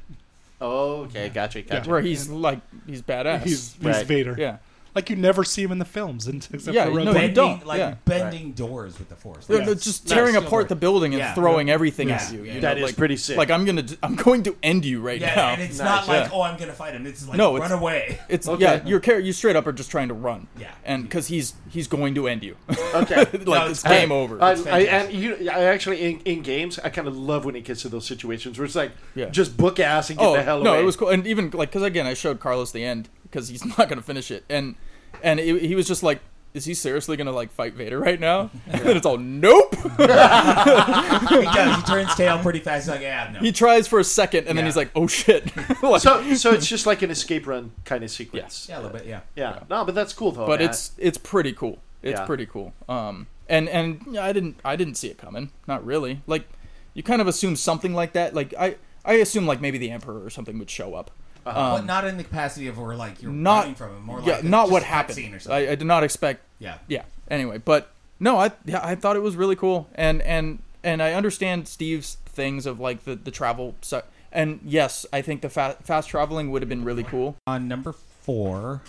S1: Oh, okay, gotcha, gotcha.
S3: Where he's like he's badass.
S4: He's, he's
S1: Right.
S4: Vader.
S3: yeah.
S4: Like you never see him in the films, and- except
S3: Yeah,
S4: for Rogue
S3: no,
S4: One.
S3: you
S2: Bending,
S3: don't,
S2: like
S3: yeah.
S2: bending doors with the force.
S3: They're-
S2: Like,
S3: they're
S4: Yes.
S3: just
S1: No,
S3: tearing
S1: still
S3: apart
S2: work.
S3: the building and
S2: Yeah.
S3: throwing everything
S2: Yeah.
S3: at you. you
S2: Yeah.
S3: know,
S1: That is
S3: like,
S1: pretty sick.
S3: Like I'm gonna, I'm going to end you right
S2: yeah,
S3: now.
S2: and it's
S1: Nice.
S2: not like
S3: Yeah.
S2: oh, I'm gonna fight him. It's like
S3: No,
S2: run
S3: it's-
S2: away.
S3: It's
S1: Okay.
S3: yeah, you're char- you straight up are just trying to run.
S2: Yeah.
S3: and because he's he's going to end you.
S1: Okay.
S3: like
S2: No,
S3: it's
S2: it's-
S3: game over.
S1: I,
S2: It's
S1: I, and
S2: fantastic.
S1: you, I actually in, in games, I kind of love when it gets to those situations where it's like
S3: Yeah.
S1: just book ass and get
S3: oh
S1: the hell
S3: no,
S1: away.
S3: it was cool. And even like because again, I showed Carlos the end because he's not gonna finish it, and and it, he was just like. Is he seriously gonna like fight Vader right now? and it's all nope.
S2: he does. He turns tail pretty fast. He's like yeah, no.
S3: He tries for a second, and
S2: Yeah.
S3: then he's like, "Oh shit!" Like-
S1: So, so it's just like an escape run kind of sequence.
S2: yeah, a little bit. Yeah.
S1: Yeah. No, but that's cool though.
S3: but
S1: man.
S3: it's it's pretty cool. It's
S1: Oh, Yeah.
S3: pretty cool. Um, and and yeah, I didn't I didn't see it coming. Not really. Like, you kind of assume something like that. Like I I assume like maybe the emperor or something would show up.
S2: but not in the capacity of where like you're running
S3: Um, Not
S2: from him. More
S3: yeah,
S2: like a-
S3: not
S2: just
S3: what
S2: a cutscene
S3: happened.
S2: Or something.
S3: I, I did not expect.
S2: yeah.
S3: Yeah. Anyway, but no, I yeah I thought it was really cool, and and and I understand Steve's things of like the the travel. Su- and yes, I think the fa- fast traveling would have been really cool.
S2: On number four.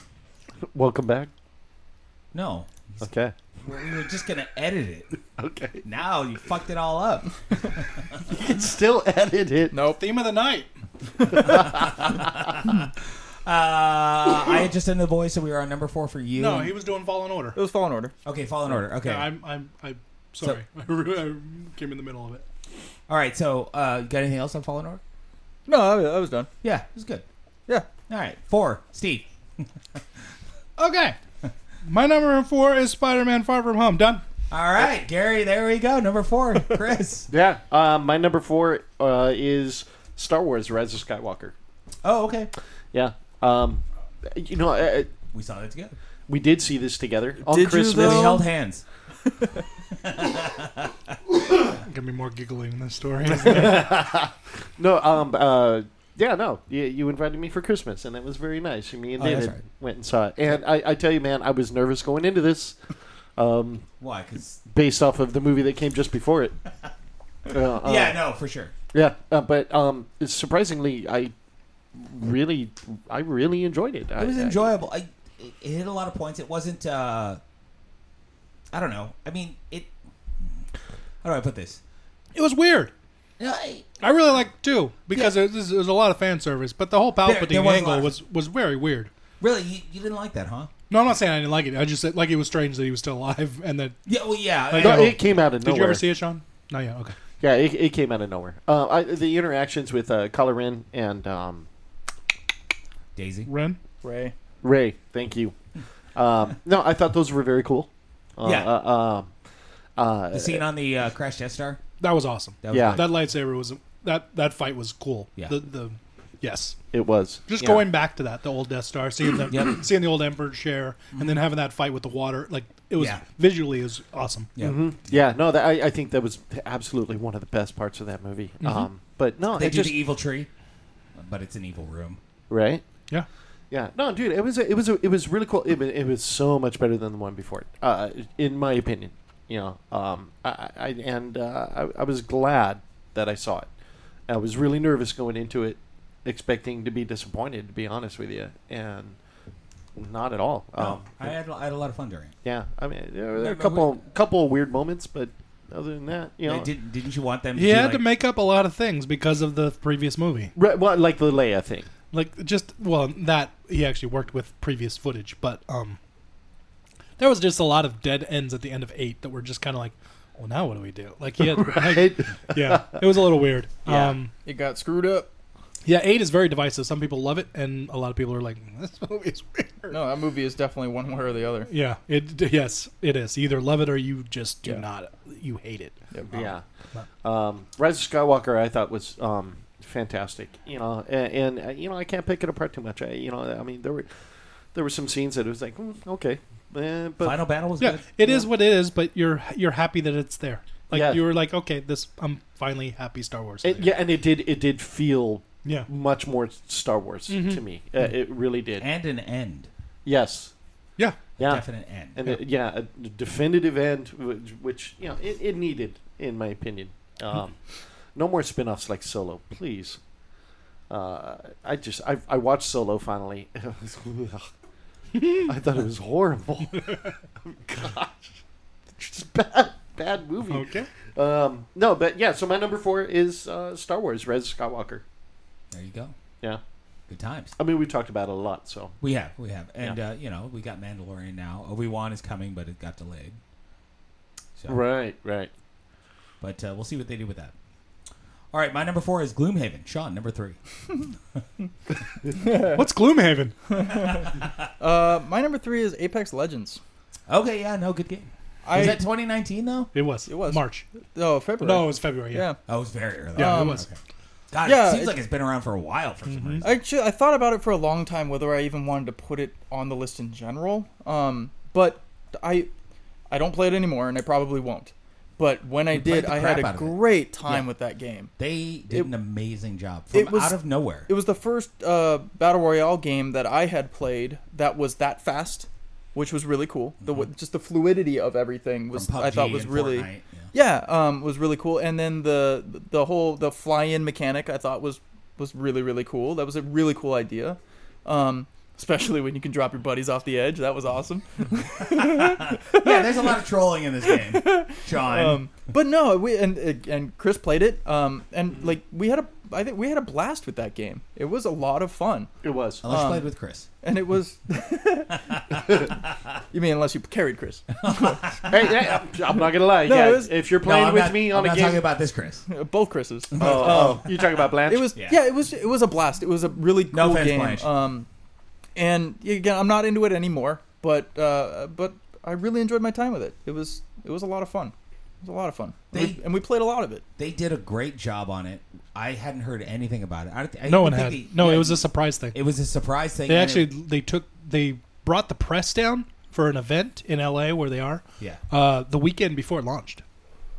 S1: welcome back.
S2: No,
S1: Okay.
S2: we were just gonna edit it.
S1: Okay.
S2: Now you fucked it all up.
S1: You can still edit it.
S3: Nope.
S4: Theme of the night.
S2: Uh, I had just ended the voice, so we were on number four for you.
S4: No, he was doing Fallen Order.
S3: It was Fallen Order.
S2: Okay, Fallen Order. Okay.
S4: Yeah, I'm, I'm, I'm sorry. I came in the middle of it.
S2: All right. So, uh, you got anything else on Fallen Order?
S3: No, I, I was done.
S2: Yeah, it was good.
S3: Yeah.
S2: All right, four. Steve.
S4: Okay. My number four is Spider-Man: Far From Home. Done.
S2: All right, Gary. There we go. Number four, Chris.
S1: Yeah, uh, my number four uh, is Star Wars: Rise of Skywalker.
S2: oh, okay.
S1: Yeah, um, you know, uh,
S2: We saw that together.
S1: we did see this together on
S3: Did you,
S1: Christmas.
S2: We
S3: though?
S2: held hands.
S4: Gonna be more giggling in this story.
S1: No, um, uh, yeah, no, you, you invited me for Christmas, and that was very nice. And Me and
S2: Oh, that's
S1: David
S2: right.
S1: went and saw it, and I, I tell you, man, I was nervous going into this, um,
S2: Why? Because
S1: based off of the movie that came just before it. Uh, uh,
S2: yeah, no, for sure.
S1: Yeah, uh, but um, surprisingly, I really, I really enjoyed it.
S2: It was enjoyable. I, it it hit a lot of points. It wasn't. Uh, I don't know. I mean, it. How do I put this?
S4: it was weird. I really like two because there there's, there's a lot of fan service, but the whole Palpatine
S2: there was a lot
S4: angle
S2: of-
S4: was was very weird.
S2: Really, you, you didn't like that, huh?
S4: No, I'm not saying I didn't like it. I just said like it was strange that he was still alive and that.
S2: Yeah, well, yeah.
S4: Like,
S2: yeah.
S4: no,
S1: it came out of
S4: Did
S1: nowhere.
S4: you ever see it, Sean? No, yeah, okay.
S1: Yeah, it, it came out of nowhere. Uh, I, the interactions with uh, Kylo Ren and um,
S2: Daisy.
S4: Ren.
S3: Ray.
S1: Ray, thank you. Um, no, I thought those were very cool. Uh,
S2: Yeah.
S1: Uh, um, uh,
S2: The scene on the uh, Crash Death Star.
S4: That was awesome.
S2: That was
S1: Yeah.
S2: good.
S4: That lightsaber was that that fight was cool.
S2: Yeah.
S4: The the yes.
S1: it was
S4: Just
S1: Yeah.
S4: going back to that, the old Death Star, seeing the
S2: Yep. Mm-hmm.
S4: seeing the old Emperor chair, and then having that fight with the water, like it was
S2: Yeah.
S4: visually is awesome.
S2: Yeah.
S1: Yeah, no, that, I, I think that was absolutely one of the best parts of that movie. Um, but no,
S2: They
S1: it
S2: do
S1: just
S2: the e- evil tree, but it's an evil room.
S1: right.
S4: Yeah.
S1: Yeah, no, dude, it was a, it was a, it was really cool. It, wa- it was so much better than the one before, it, uh, in my opinion. You know, um, I, I and uh, I, I was glad that I saw it. I was really nervous going into it, expecting to be disappointed. To be honest with you, and not at all. Um,
S2: I, had, I had a lot of fun during it.
S1: yeah, I mean, there were
S2: No,
S1: a
S2: but
S1: couple couple of weird moments, but other than that, you know,
S2: Now, did, didn't you want them?
S4: He
S2: to do,
S4: had
S2: like,
S4: to make up a lot of things because of the previous movie.
S1: Right, well, like the Leia thing.
S4: like just well that he actually worked with previous footage but um there was just a lot of dead ends at the end of eight that were just kind of like well now what do we do like he had
S1: Right?
S4: yeah it was a little weird
S1: Yeah.
S4: um
S3: It got screwed up.
S4: yeah eight is very divisive some people love it and a lot of people are like this movie is weird
S3: No, that movie is definitely one way or the other.
S4: yeah it yes it is you either love it or you just do
S3: Yeah.
S4: not you hate it
S1: Yeah. Um, Rise of Skywalker, I thought was um, fantastic. You know, and, and uh, you know, I can't pick it apart too much. I, you know, I mean, there were there were some scenes that it was like, mm, okay, eh, but
S2: Final battle was
S4: yeah
S2: good.
S4: it is what it is but you're you're happy that it's there like
S1: Yeah.
S4: you were like okay this i'm finally happy star wars is
S1: it,
S4: there.
S1: yeah, and it did it did feel
S4: yeah
S1: much more Star Wars to me. Uh, it really did.
S2: Mm-hmm. and an end,
S1: yes.
S4: yeah
S1: Yeah.
S2: definite end.
S1: And it- yeah, a d- definitive end, which, which you know, it, it needed, in my opinion. Um, no more spin-offs like Solo, please. Uh, I just I, I watched Solo finally. I thought it was horrible. Gosh, just bad, bad movie.
S4: okay
S1: Um, no, but yeah. So my number four is uh, Star Wars: Rise of Skywalker.
S2: there you go.
S1: Yeah,
S2: Good times.
S1: I mean we talked about it a lot. So
S2: We have, we have, and uh, you know, we got Mandalorian now. Obi Wan is coming, but it got delayed. So,
S1: right, right.
S2: But uh, we'll see what they do with that. All right, my number four is Gloomhaven. Sean, number three.
S4: what's gloomhaven
S3: Uh, my number three is Apex Legends.
S2: Okay, yeah, no, good game.
S3: I
S2: was that 2019 though?
S4: It was.
S3: It was.
S4: March.
S3: oh February.
S4: No, it was February. Yeah.
S3: yeah.
S2: Oh, it was very early.
S4: Yeah,
S3: Um,
S4: it was.
S2: Okay. God,
S3: Yeah,
S2: it seems
S3: it- Mm-hmm.
S2: like it's been around for a while for some reason.
S3: Actually, I thought about it for a long time whether I even wanted to put it on the list in general. Um, but I, I don't play it anymore, and I probably won't. But when I
S2: played
S3: did,
S2: the
S3: I had
S2: crap
S3: a
S2: out of it.
S3: great time with that game.
S2: They did
S3: It-
S2: an amazing job from
S3: it was-
S2: out of nowhere.
S3: It was the first uh, battle royale game that I had played that was that fast, which was really cool. The w just the fluidity of everything was
S2: Mm-hmm. From
S3: I thought
S2: PUBG
S3: was
S2: and
S3: really
S2: Fortnite,
S3: yeah, um, was really cool. And then the the whole the fly in mechanic I thought was was really really cool. That was a really cool idea, um, especially when you can drop your buddies off the edge. That was awesome.
S2: yeah, there's a lot of trolling in this game, Sean.
S3: Um, but no, we and and Chris played it, um, and like we had a I think we had a blast with that game. It was a lot of fun.
S1: It was.
S2: Unless you
S3: um,
S2: played with Chris.
S3: And it was. you mean unless you carried Chris?
S1: hey, hey, I'm- I'm not gonna lie.
S3: No,
S1: yeah,
S3: it was-
S1: if you're
S2: No,
S1: playing
S2: I'm
S1: with
S2: not-
S1: me
S2: I'm
S1: on a
S2: not
S1: game,
S2: talking about this Chris.
S3: Both Chris's.
S1: Oh, you talking about Blanche?
S3: It was
S2: Yeah.
S3: yeah. It was it was a blast. It was a really cool
S2: No offense,
S3: game.
S2: Blanche.
S3: Um, and again, I'm not into it anymore, but uh, but I really enjoyed my time with it. It was it was a lot of fun. It was a lot of fun. and,
S2: They-
S3: we, and we played a lot of it.
S2: They did a great job on it. I hadn't heard anything about it. I, I
S4: No
S2: even
S4: one
S2: think
S4: had.
S2: they-
S4: no,
S2: yeah,
S4: it was a surprise thing.
S2: It was a surprise thing.
S4: they
S2: and it-
S4: actually they took they brought the press down for an event in LA where they are.
S2: Yeah.
S4: Uh, the weekend before it launched,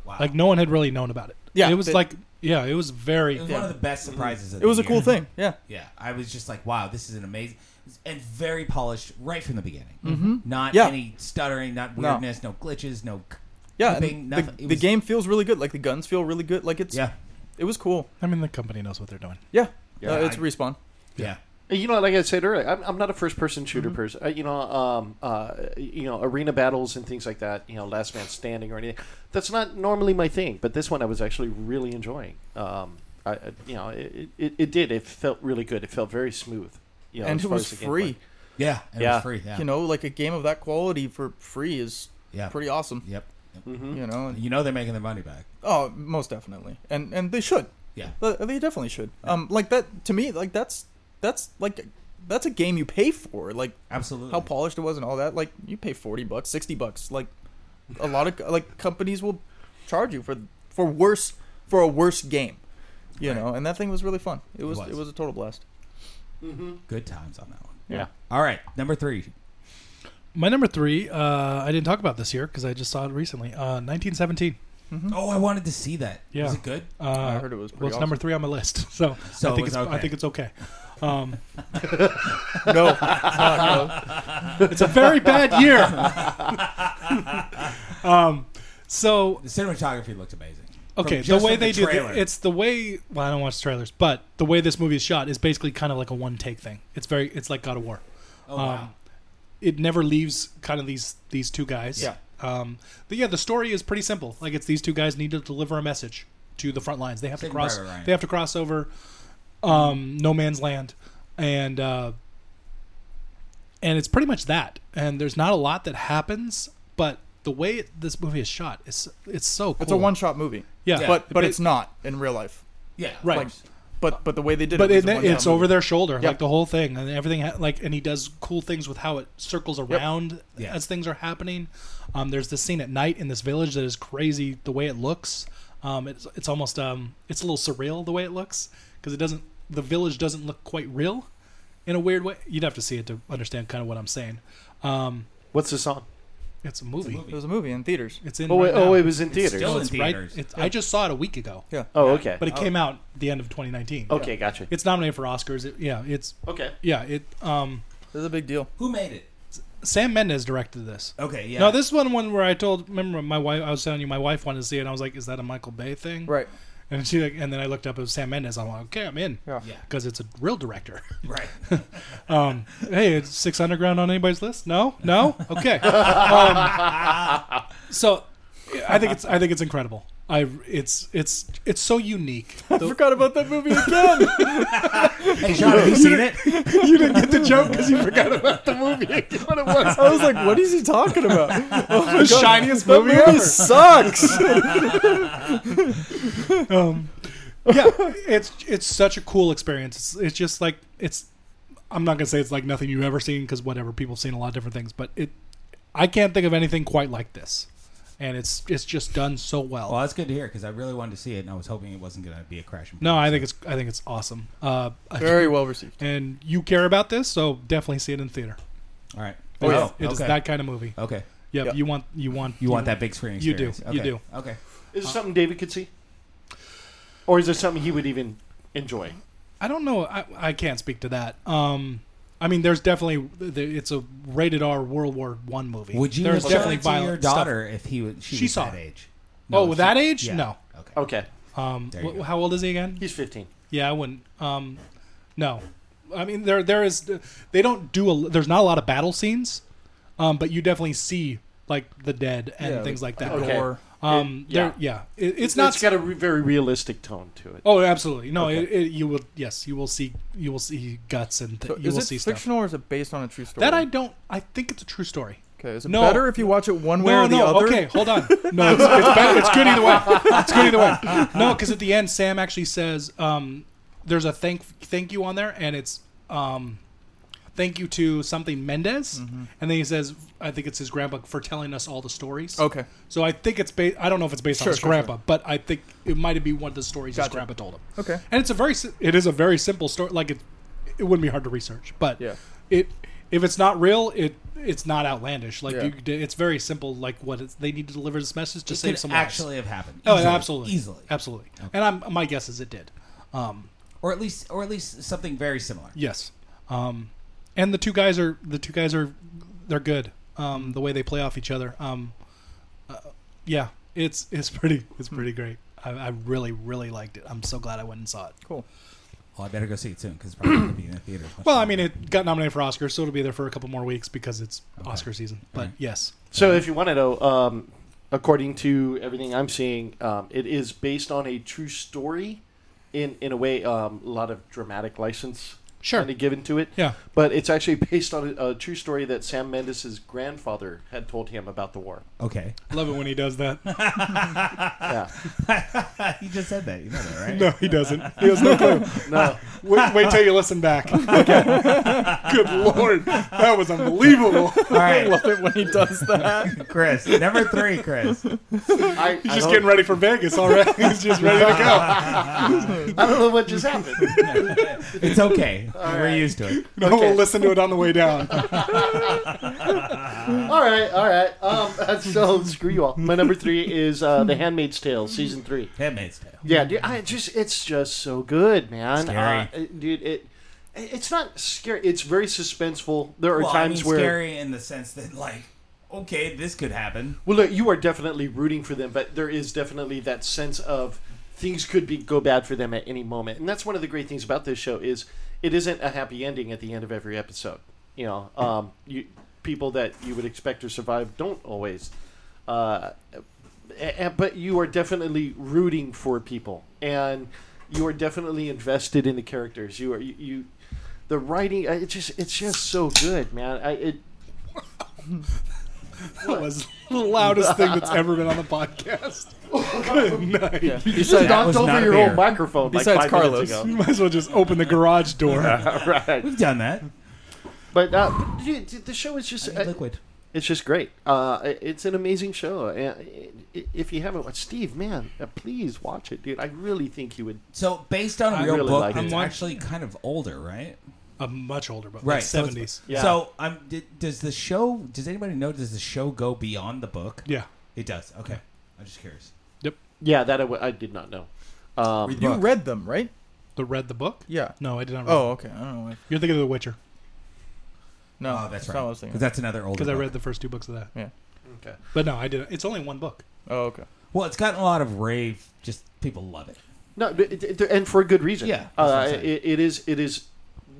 S2: wow.
S4: like no one had really known about it.
S3: Yeah,
S4: It was
S3: they-
S4: like yeah, it was very
S2: it was one of the best surprises. Of
S3: Mm-hmm. It was
S2: the
S3: a cool
S2: year.
S3: thing. Yeah.
S2: Yeah, I was just like, wow, this is an amazing and very polished right from the beginning. Mm-hmm. Not
S3: Yeah.
S2: any stuttering, not
S3: No.
S2: weirdness, no, glitches, no. c-
S3: Yeah,
S2: clipping,
S3: and the,
S2: nothing. It
S3: the
S2: was-
S3: game feels really good. Like the guns feel really good. Like it's
S2: Yeah,
S3: it was cool.
S4: I mean the company knows what they're doing.
S3: Yeah,
S1: Yeah,
S3: Uh, it's
S2: I-
S3: respawn.
S2: yeah.
S1: You know, like I said earlier, I'm, I'm not a
S3: Mm-hmm.
S1: first-person shooter person. Uh, you know, um, uh, you know, arena battles and things like that. You know, Last Man Standing or anything. That's not normally my thing, but this one I was actually really enjoying. Um, I, I- you know, it, it, it did. It felt really good. It felt very smooth. You know,
S3: and
S1: as
S3: it
S1: far
S3: was
S1: as the gameplay.
S3: free.
S2: Yeah, and it
S1: Yeah.
S2: was free. Yeah,
S3: You know, like a game of that quality for free is
S2: yeah,
S3: pretty awesome.
S2: Yep. yep.
S1: Mm-hmm.
S3: You know, and,
S2: You know they're making their money back.
S3: oh, most definitely, and and they should.
S2: Yeah.
S3: Uh, They definitely should. Um, like that to me, like that's that's like that's a game you pay for. Like
S2: Absolutely.
S3: how polished it was and all that. Like you pay forty bucks, sixty bucks. Like a lot of like companies will charge you for for worse for a worse game. You know, and that thing was really fun. It was it was,
S2: was.
S3: a total blast.
S2: Good times on that one.
S1: Yeah.
S2: All right, number three.
S4: My number three, uh, I didn't talk about this year because I just saw it recently. Uh, 1917.
S3: Mm-hmm.
S2: Oh, I wanted to see that.
S4: Yeah.
S2: Was it good?
S4: Uh,
S3: I heard it was
S4: well,
S3: pretty
S4: it's number three on my list, so,
S2: So
S4: I
S2: it
S4: think
S2: was
S4: it's I
S2: okay.
S4: think it's okay. Um,
S3: awesome. no, no, no.
S4: it's a very bad year. um, so
S2: The cinematography looked amazing.
S4: okay,
S2: From-
S4: the
S2: just
S4: way
S2: from
S4: they do
S2: trailer.
S4: the, it's the way. Well, I don't watch trailers, but the way this movie is shot is basically kind of like a one take thing. It's very it's like God of War.
S2: oh, wow.
S4: um, it never leaves kind of these these two guys.
S2: Yeah.
S4: Um, but yeah, the story is pretty simple. Like it's these two guys need to deliver a message to the front lines. They have to
S2: Right,
S4: cross.
S2: right, right.
S4: They have to cross over um, no man's land, and uh, and it's pretty much that. And there's not a lot that happens, but the way it, this movie is shot, it's it's so cool.
S3: it's a one shot movie.
S4: Yeah,
S2: Yeah.
S3: but but
S4: it-
S3: it's not in real life.
S2: yeah,
S4: right.
S2: Like,
S3: But but the way they did
S4: but
S3: it, was
S4: it,
S3: a one-shot
S4: it's
S3: movie.
S4: over their shoulder,
S3: Yeah.
S4: like the whole thing, and everything. Ha- like, and he does cool things with how it circles around
S2: Yeah.
S4: as things are happening. Um, there's this scene at night in this village that is crazy. The way it looks, um, it's it's almost um, it's a little surreal the way it looks because it doesn't. The village doesn't look quite real, in a weird way. You'd have to see it to understand kind of what I'm saying. Um,
S1: What's the song?
S4: it's a movie. It's,
S2: movie.
S3: It was a movie in theaters.
S4: in.
S1: Oh,
S4: right
S1: it, oh,
S4: now.
S1: it was in theaters.
S2: still-
S4: No, it's
S2: in
S4: right-
S2: theaters.
S4: it's- I just saw it a week ago,
S3: Yeah.
S1: oh, okay.
S4: but it came out the end of 2019.
S1: okay, gotcha.
S4: It's nominated for Oscars. It, yeah, it's
S1: Okay.
S4: yeah it. Um,
S3: This is a big deal.
S2: Who made it?
S4: Sam Mendes directed this.
S2: Okay, yeah.
S4: No, this is one one where I told. Remember, my wife. I was telling you my wife wanted to see it. and I was like, "Is that a Michael Bay thing?"
S3: Right.
S4: And she like, and then I looked up. It was Sam Mendes. I'm like, "Okay, I'm in,"
S3: Yeah.
S2: Yeah,
S4: because it's a real director.
S2: right.
S4: Um, hey, it's Six Underground on anybody's list? No, no. Okay. um, so, I think it's I think it's incredible. I it's it's it's so unique.
S3: I forgot about that movie again.
S2: hey, Sean, have you seen it?
S4: you didn't get the joke because you forgot about
S1: the movie. what it was.
S3: I was like, what is he talking about? Oh my
S4: the
S3: God.
S4: shiniest
S3: That
S4: movie
S3: movie
S4: ever.
S3: sucks.
S4: um, yeah, it's it's such a cool experience. It's, it's just like it's. I'm not gonna say it's like nothing you've ever seen because whatever people have seen a lot of different things, but it. I can't think of anything quite like this, and it's it's just done so well.
S2: Well, Oh, that's good to hear because I really wanted to see it, and I was hoping it wasn't going to be a crash. and
S4: no,
S2: burn.
S4: I think it's I think it's awesome. Uh,
S3: Very well received.
S4: and you care about this, so definitely see it in theater.
S2: All right.
S4: It is-
S2: Oh,
S4: it is
S2: okay.
S4: that kind of movie.
S2: Okay.
S4: Yeah,
S3: Yeah.
S4: you want you want
S2: You want that big screen
S4: You do.
S2: experience?
S4: You
S2: Okay.
S4: do.
S2: Okay.
S1: Is it something David could see? Or is it something he would even enjoy?
S4: I don't know. I, I can't speak to that. Um, I mean, there's definitely it's a rated R World War One movie.
S2: Would you
S4: There's
S2: have
S4: definitely
S2: shown it to your
S4: violent stuff.
S2: daughter if he was, she,
S4: She
S2: was
S4: saw
S2: that
S4: it.
S2: age?
S4: Oh,
S2: she-
S4: that age?
S2: yeah.
S4: No.
S2: Okay.
S1: Okay.
S4: Um,
S2: There you
S4: wh-
S2: go.
S4: how old is he again?
S1: He's 15.
S4: Yeah, I wouldn't. Um, no, I mean there there is they don't do a there's not a lot of battle scenes, um, but you definitely see like the dead and
S3: Yeah,
S4: things like that.
S1: Okay.
S3: Gore.
S4: Um,
S1: It-
S4: yeah, yeah. It, it's, not.
S1: It's got a re- very realistic tone to it.
S4: oh, absolutely. No,
S1: Okay.
S4: it, it, you will. Yes, you will see. You will see guts and th-
S3: So
S4: you
S3: is
S4: will
S3: it
S4: see
S3: fictional
S4: stuff.
S3: or is it based on a true story?
S4: That I don't. I think it's a true story.
S3: okay. Is it
S4: No.
S3: better if you watch it one way
S4: No,
S3: or the
S4: no,
S3: other?
S4: okay, hold on. No, it's, it's, bad. it's good either way. It's good either way. No, because at the end, Sam actually says, um, "There's a thank thank you on there, and it's um, thank you to something Mendez."
S3: Mm-hmm.
S4: And then he says, "I think it's his grandpa for telling us all the stories."
S3: Okay.
S4: So I think it's based. I don't know if it's based
S3: Sure,
S4: on his
S3: sure,
S4: grandpa, but I think it might be one of the stories his
S3: Gotcha.
S4: grandpa told him.
S3: Okay.
S4: And it's a very si- it is a very simple story. Like it, it wouldn't be hard to research, but
S3: Yeah.
S4: it if it's not real, it it's not outlandish. Like
S3: Yeah.
S4: you you, it's very simple. Like what it's, they need to deliver this message to
S2: It
S4: save
S2: could
S4: someone. else.
S2: actually have happened.
S4: Oh,
S2: Easily.
S4: absolutely,
S2: Easily.
S4: absolutely. And I'm, my guess is it did. Um,
S2: Or at least, or at least something very similar.
S4: yes. Um, and the two guys are the two guys are they're good. Um, the way they play off each other. Um, uh, yeah,
S3: Hmm.
S4: it's it's pretty it's pretty great. I, I really really liked it. I'm so glad I went and saw it.
S3: Cool.
S2: Well, I better go see it soon because it's probably going to be in the theater.
S4: Well, I mean, it got nominated for Oscars, so it'll be there for a couple more weeks because it's Oscar season. But
S2: Alright.
S4: yes,
S1: So if you want to know, um, according to everything I'm seeing, um, it is based on a true story. In, in a way, um, a lot of dramatic license
S4: Sure.
S1: kind of given to it.
S4: Yeah.
S1: But it's actually based on a, a true story that Sam Mendes' grandfather had told him about the war.
S2: okay.
S4: love it when he does that. Ah.
S1: Yeah.
S2: you just said that. You know that, right?
S4: No, he doesn't. He has no clue.
S1: no.
S4: Wait, wait till you listen back. Good lord, that was unbelievable.
S2: All right,
S3: Love it when he does that.
S2: Chris. Number three, Chris.
S1: I,
S4: He's
S1: I
S4: just
S1: don't-
S4: getting ready for Vegas already. He's just ready to go.
S1: I don't know what just happened.
S2: It's okay. We're
S1: right.
S2: used to it.
S4: No,
S1: Okay.
S4: we'll listen to it on the way down.
S1: all right, all right. Um, so screw you all. My number three is uh, The Handmaid's Tale, season three.
S2: Handmaid's Tale.
S1: Yeah, dude, I just it's just so good, man.
S2: Scary.
S1: Uh, it- dude. It it's not scary. It's very suspenseful. There are
S2: Well,
S1: times
S2: I mean,
S1: where
S2: scary in the sense that like, okay, this could happen.
S1: well, look, you are definitely rooting for them, but there is definitely that sense of things could be go bad for them at any moment, and that's one of the great things about this show is it isn't a happy ending at the end of every episode. You know, um, you people that you would expect to survive don't always. Uh, a- a- but you are definitely rooting for people, and you are definitely invested in the characters. You are you, you the writing. uh, It just it's just so good, man. I, it
S4: That was the loudest thing that's ever been on the podcast. Good night.
S1: just
S2: That
S1: knocked
S2: was
S1: over
S2: not
S1: your
S2: fair.
S1: old microphone.
S3: Besides
S1: like five minutes
S3: Carlos.
S4: You might as well just open the garage door.
S1: ago. right,
S2: We've done that.
S1: but uh, but dude, the show is just uh,
S2: Liquid.
S1: it's just great. Uh, it- it's an amazing show. Uh, i- i- If you haven't watched Steve, man, uh, please watch it, dude. I really think you would.
S2: So based on a
S4: I
S2: real
S1: really
S2: book,
S1: like
S2: it's
S4: it.
S2: actually kind of older, right?
S4: I'm much older, but
S2: Right.
S4: like
S2: so
S4: 70s.
S2: it's-
S1: Yeah.
S2: So um, d- does the show? Does anybody know? Does the show go beyond the book?
S4: Yeah.
S2: It does. Okay. I'm just curious.
S1: Yeah, that I, w- I did not know. Um,
S3: You
S2: Book.
S3: read them, right?
S4: The Read the Book?
S3: Yeah.
S4: No, I did not read
S3: Oh, okay. I don't know. Why.
S4: You're thinking of The Witcher,
S3: No,
S2: oh, that's
S3: not
S2: right.
S3: what I was thinking.
S2: Because that's another older.
S4: because I
S2: book.
S4: read the first two books of that.
S1: okay.
S4: But no, I didn't. It's only one book.
S3: Oh, okay.
S2: Well, it's gotten a lot of rave. Just people love it.
S1: No, but it- it- and for a good reason.
S2: Yeah, that's what I'm
S1: uh,
S2: saying.
S1: it, it is. It is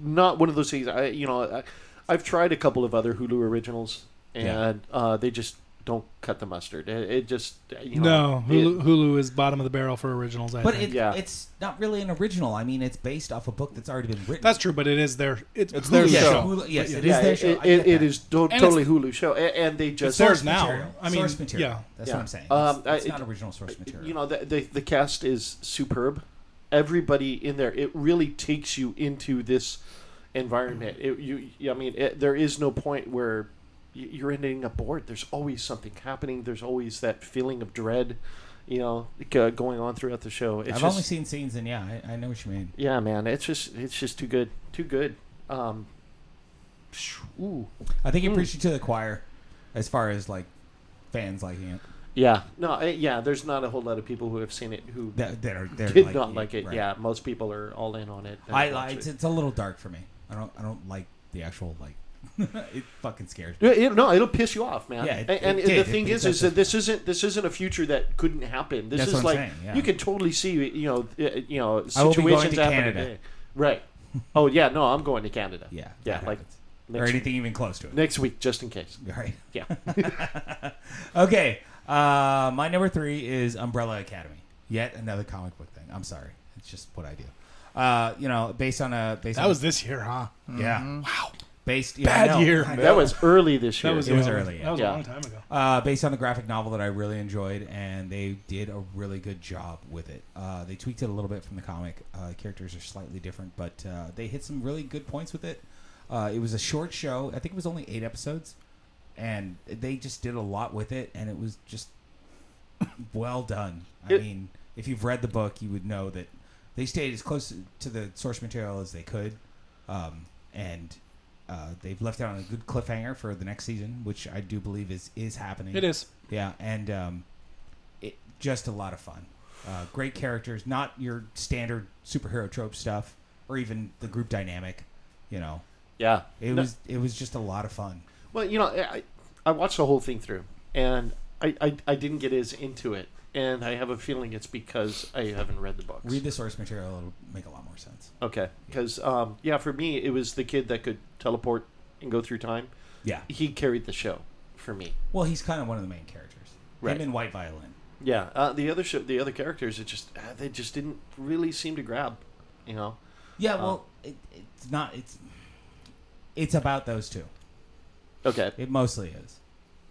S1: not one of those things. I, you know, I, I've tried a couple of other Hulu originals,
S2: Yeah.
S1: and uh, they just don't cut the mustard. It, it just, you know,
S4: No,
S1: it-
S4: Hulu, Hulu is bottom of the barrel for originals. I
S2: But
S4: think.
S2: it,
S1: Yeah.
S2: it's not really an original. I mean, it's based off a book that's already been written.
S4: that's true. But it is their it's,
S3: It's
S4: Hulu's
S3: their
S2: yes,
S3: show.
S2: Hulu- yes,
S4: Yeah.
S2: it is
S1: yeah,
S2: their
S1: it,
S2: show. I
S1: it,
S2: get
S1: it, it
S2: that.
S1: is to-
S4: it's-
S1: totally Hulu show, a- and, they just,
S4: theirs
S2: source
S4: now.
S2: material.
S4: I mean,
S2: source material.
S4: yeah.
S2: That's
S1: Yeah.
S2: what I'm saying.
S1: Um,
S2: it's it's
S1: I-
S2: not original source material.
S1: you know, the, the the cast is superb. Everybody in there, it really takes you into this environment. It, you, you- I mean, it, there is no point where y- you're ending up bored. There's always something happening. There's always that feeling of dread, you know, g- going on throughout the show. It's
S2: I've
S1: just,
S2: only seen scenes, and yeah, I, I know what you mean.
S1: yeah, man, it's just it's just too good, too good. Um, ooh.
S2: I think you're
S1: Mm.
S2: preaching to the choir, as far as like fans liking it.
S1: Yeah, no, I- yeah. There's not a whole lot of people who have seen it who
S2: That, that are they're
S1: did
S2: liking
S1: not like it.
S2: right.
S1: Yeah, most people are all in on it.
S2: I,
S1: Watch
S2: I
S1: it.
S2: it's, it's a little dark for me. I don't I don't like the actual like. it fucking scares me.
S1: Yeah, it- no, it'll piss you off, man.
S2: Yeah, it-
S1: A- and
S2: it
S1: the
S2: did.
S1: thing
S2: It-
S1: is,
S2: it
S1: is
S2: does.
S1: that this isn't this isn't a future that couldn't happen. This
S2: That's
S1: is
S2: what I'm
S1: like
S2: saying, yeah.
S1: you can totally see, you know, uh, you know,
S2: I will be going
S1: situations
S2: to
S1: happen
S2: Canada.
S1: today. Right. Oh yeah, no, I'm going to Canada.
S2: Yeah,
S1: yeah,
S2: that
S1: like
S2: happens. or
S1: next,
S2: anything even close to it.
S1: next week, just in case.
S2: All right.
S1: Yeah.
S2: Okay. Uh, my number three is Umbrella Academy. Yet another comic book thing. I'm sorry. It's just what I do. Uh, you know, based on a based
S4: that
S2: on
S4: was this year, huh?
S2: yeah
S4: Wow,
S2: based yeah, I
S4: bad
S2: know.
S4: year.
S1: that was early this year.
S4: That was
S2: It was
S4: yeah,
S2: early, yeah.
S4: That was
S1: Yeah.
S4: a long time ago.
S2: uh, based on the graphic novel that I really enjoyed, and they did a really good job with it. Uh, they tweaked it a little bit from the comic. Uh, characters are slightly different, but uh, they hit some really good points with it. Uh, it was a short show. I think it was only eight episodes, and they just did a lot with it, and it was just well done. I
S1: It-
S2: mean, if you've read the book, you would know that they stayed as close to the source material as they could, um, and uh, they've left out a good cliffhanger for the next season, which I do believe is is happening.
S4: It is.
S2: yeah, and um, it just a lot of fun. Uh, great characters, not your standard superhero trope stuff, or even the group dynamic. You know,
S1: yeah.
S2: it
S1: No,
S2: was it was just a lot of fun.
S1: Well, you know, I I watched the whole thing through, and I I, I didn't get as into it and I have a feeling it's because I haven't read the books.
S2: Read the source material; it'll make a lot more sense.
S1: Okay, because um, yeah, for me it was the kid that could teleport and go through time.
S2: Yeah.
S1: He carried the show for me.
S2: Well, he's kind of one of the main characters.
S1: Right.
S2: Him and White Violin.
S1: Yeah, uh, the other show, the other characters, it just uh, they just didn't really seem to grab. You know,
S2: Yeah. Well,
S3: Um,
S2: it, it's not. It's it's about those two.
S1: okay,
S2: It mostly is.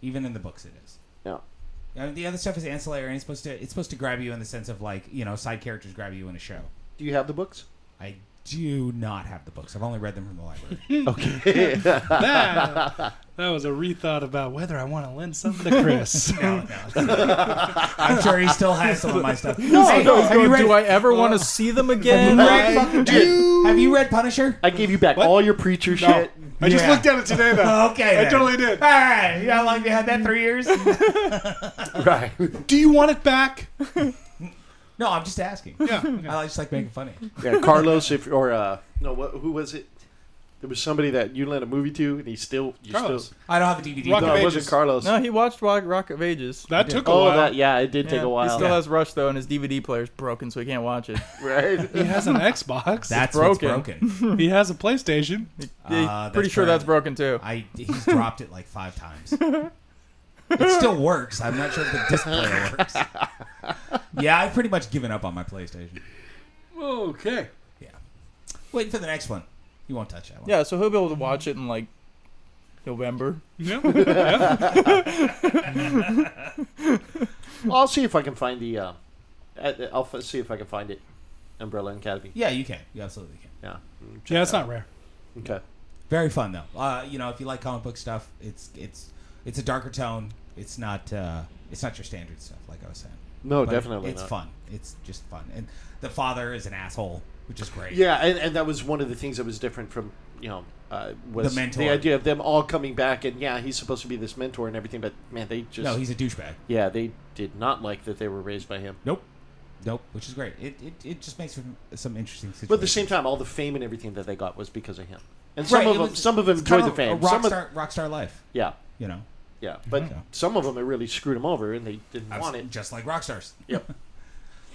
S2: Even in the books, it is.
S1: yeah,
S2: I mean, the other stuff is ancillary. And it's supposed to. It's supposed to grab you in the sense of like you know side characters grab you in a show.
S1: do you have the books?
S2: I do not have the books. I've only read them from the library.
S1: Okay,
S4: That, that was a rethought about whether I want to lend something to Chris.
S2: No, no. I'm sure he still has some of my stuff.
S3: No,
S2: Hey,
S3: no,
S2: have
S3: go,
S2: you read,
S3: do I ever want to see them again?
S2: Right, fucking dude. Have you read Punisher?
S1: I gave you back all your preacher shit.
S4: Oh, I just
S2: Yeah.
S4: looked at it today, though.
S2: Okay,
S4: I
S2: then.
S4: totally did.
S2: All right, you know how long you had that? Three years?
S1: Right.
S4: Do you want it back?
S2: No, I'm just asking.
S4: Yeah.
S2: I just like making fun of you.
S1: Yeah, Carlos, if or uh, no, what, who was it? There was somebody that you lent a movie to, and he still, you
S4: Carlos.
S1: still.
S2: I don't have a DVD.
S4: Rock
S2: player.
S1: No, it
S4: Ages.
S1: wasn't Carlos.
S3: No, he watched Rock, Rock of Ages.
S4: That took a
S1: oh,
S4: while.
S1: that yeah, it did take
S3: Yeah,
S1: a
S3: He
S1: while.
S3: still has Rush though, and his DVD player's broken, so he can't watch it.
S1: Right.
S4: He has an Xbox.
S2: That's
S3: broken.
S2: what's broken.
S4: he has a PlayStation.
S3: He-
S2: that's
S3: pretty sure
S2: fair.
S3: that's broken too.
S2: I he's dropped it like five times. It still works. I'm not sure if the disc player works. Yeah, I've pretty much given up on my PlayStation.
S4: Okay.
S2: Yeah, waiting for the next one. You won't touch that one.
S3: Yeah, so he'll be able to watch it in like November.
S4: Yeah. yeah.
S1: I'll see if I can find the. Uh, I- I'll f- see if I can find it. Umbrella Academy.
S2: Yeah, you can. You absolutely can.
S1: Yeah.
S4: Yeah, it's not rare.
S1: Okay.
S2: Very fun though. Uh, you know, if you like comic book stuff, it's it's it's a darker tone. It's not uh, it's not your standard stuff, like I was saying.
S1: No,
S2: But
S1: Oh, definitely
S2: It's
S1: not.
S2: fun. It's just fun. And the father is an asshole, which is great.
S1: Yeah, and, and that was one of the things that was different from you know uh, was
S2: The mentor.
S1: idea of them all coming back and yeah, he's supposed to be this mentor and everything, but man, they just
S2: No, he's a douchebag.
S1: yeah, they did not like that they were raised by him.
S2: Nope. Nope. Which is great. It it, it just makes for some interesting situations.
S1: But at the same time, all the fame and everything that they got was because of him. And some
S2: Right,
S1: of
S2: it
S1: them,
S2: was-
S1: some of them
S2: it's kind
S1: enjoyed the
S2: of a Mm-hmm.
S1: fame.
S2: Rock
S1: Some of,
S2: star, rock star life.
S1: yeah,
S2: You know.
S1: yeah, but
S2: Yeah.
S1: some of them it really screwed them over, and they didn't want it.
S2: Just like rock stars.
S1: Yep.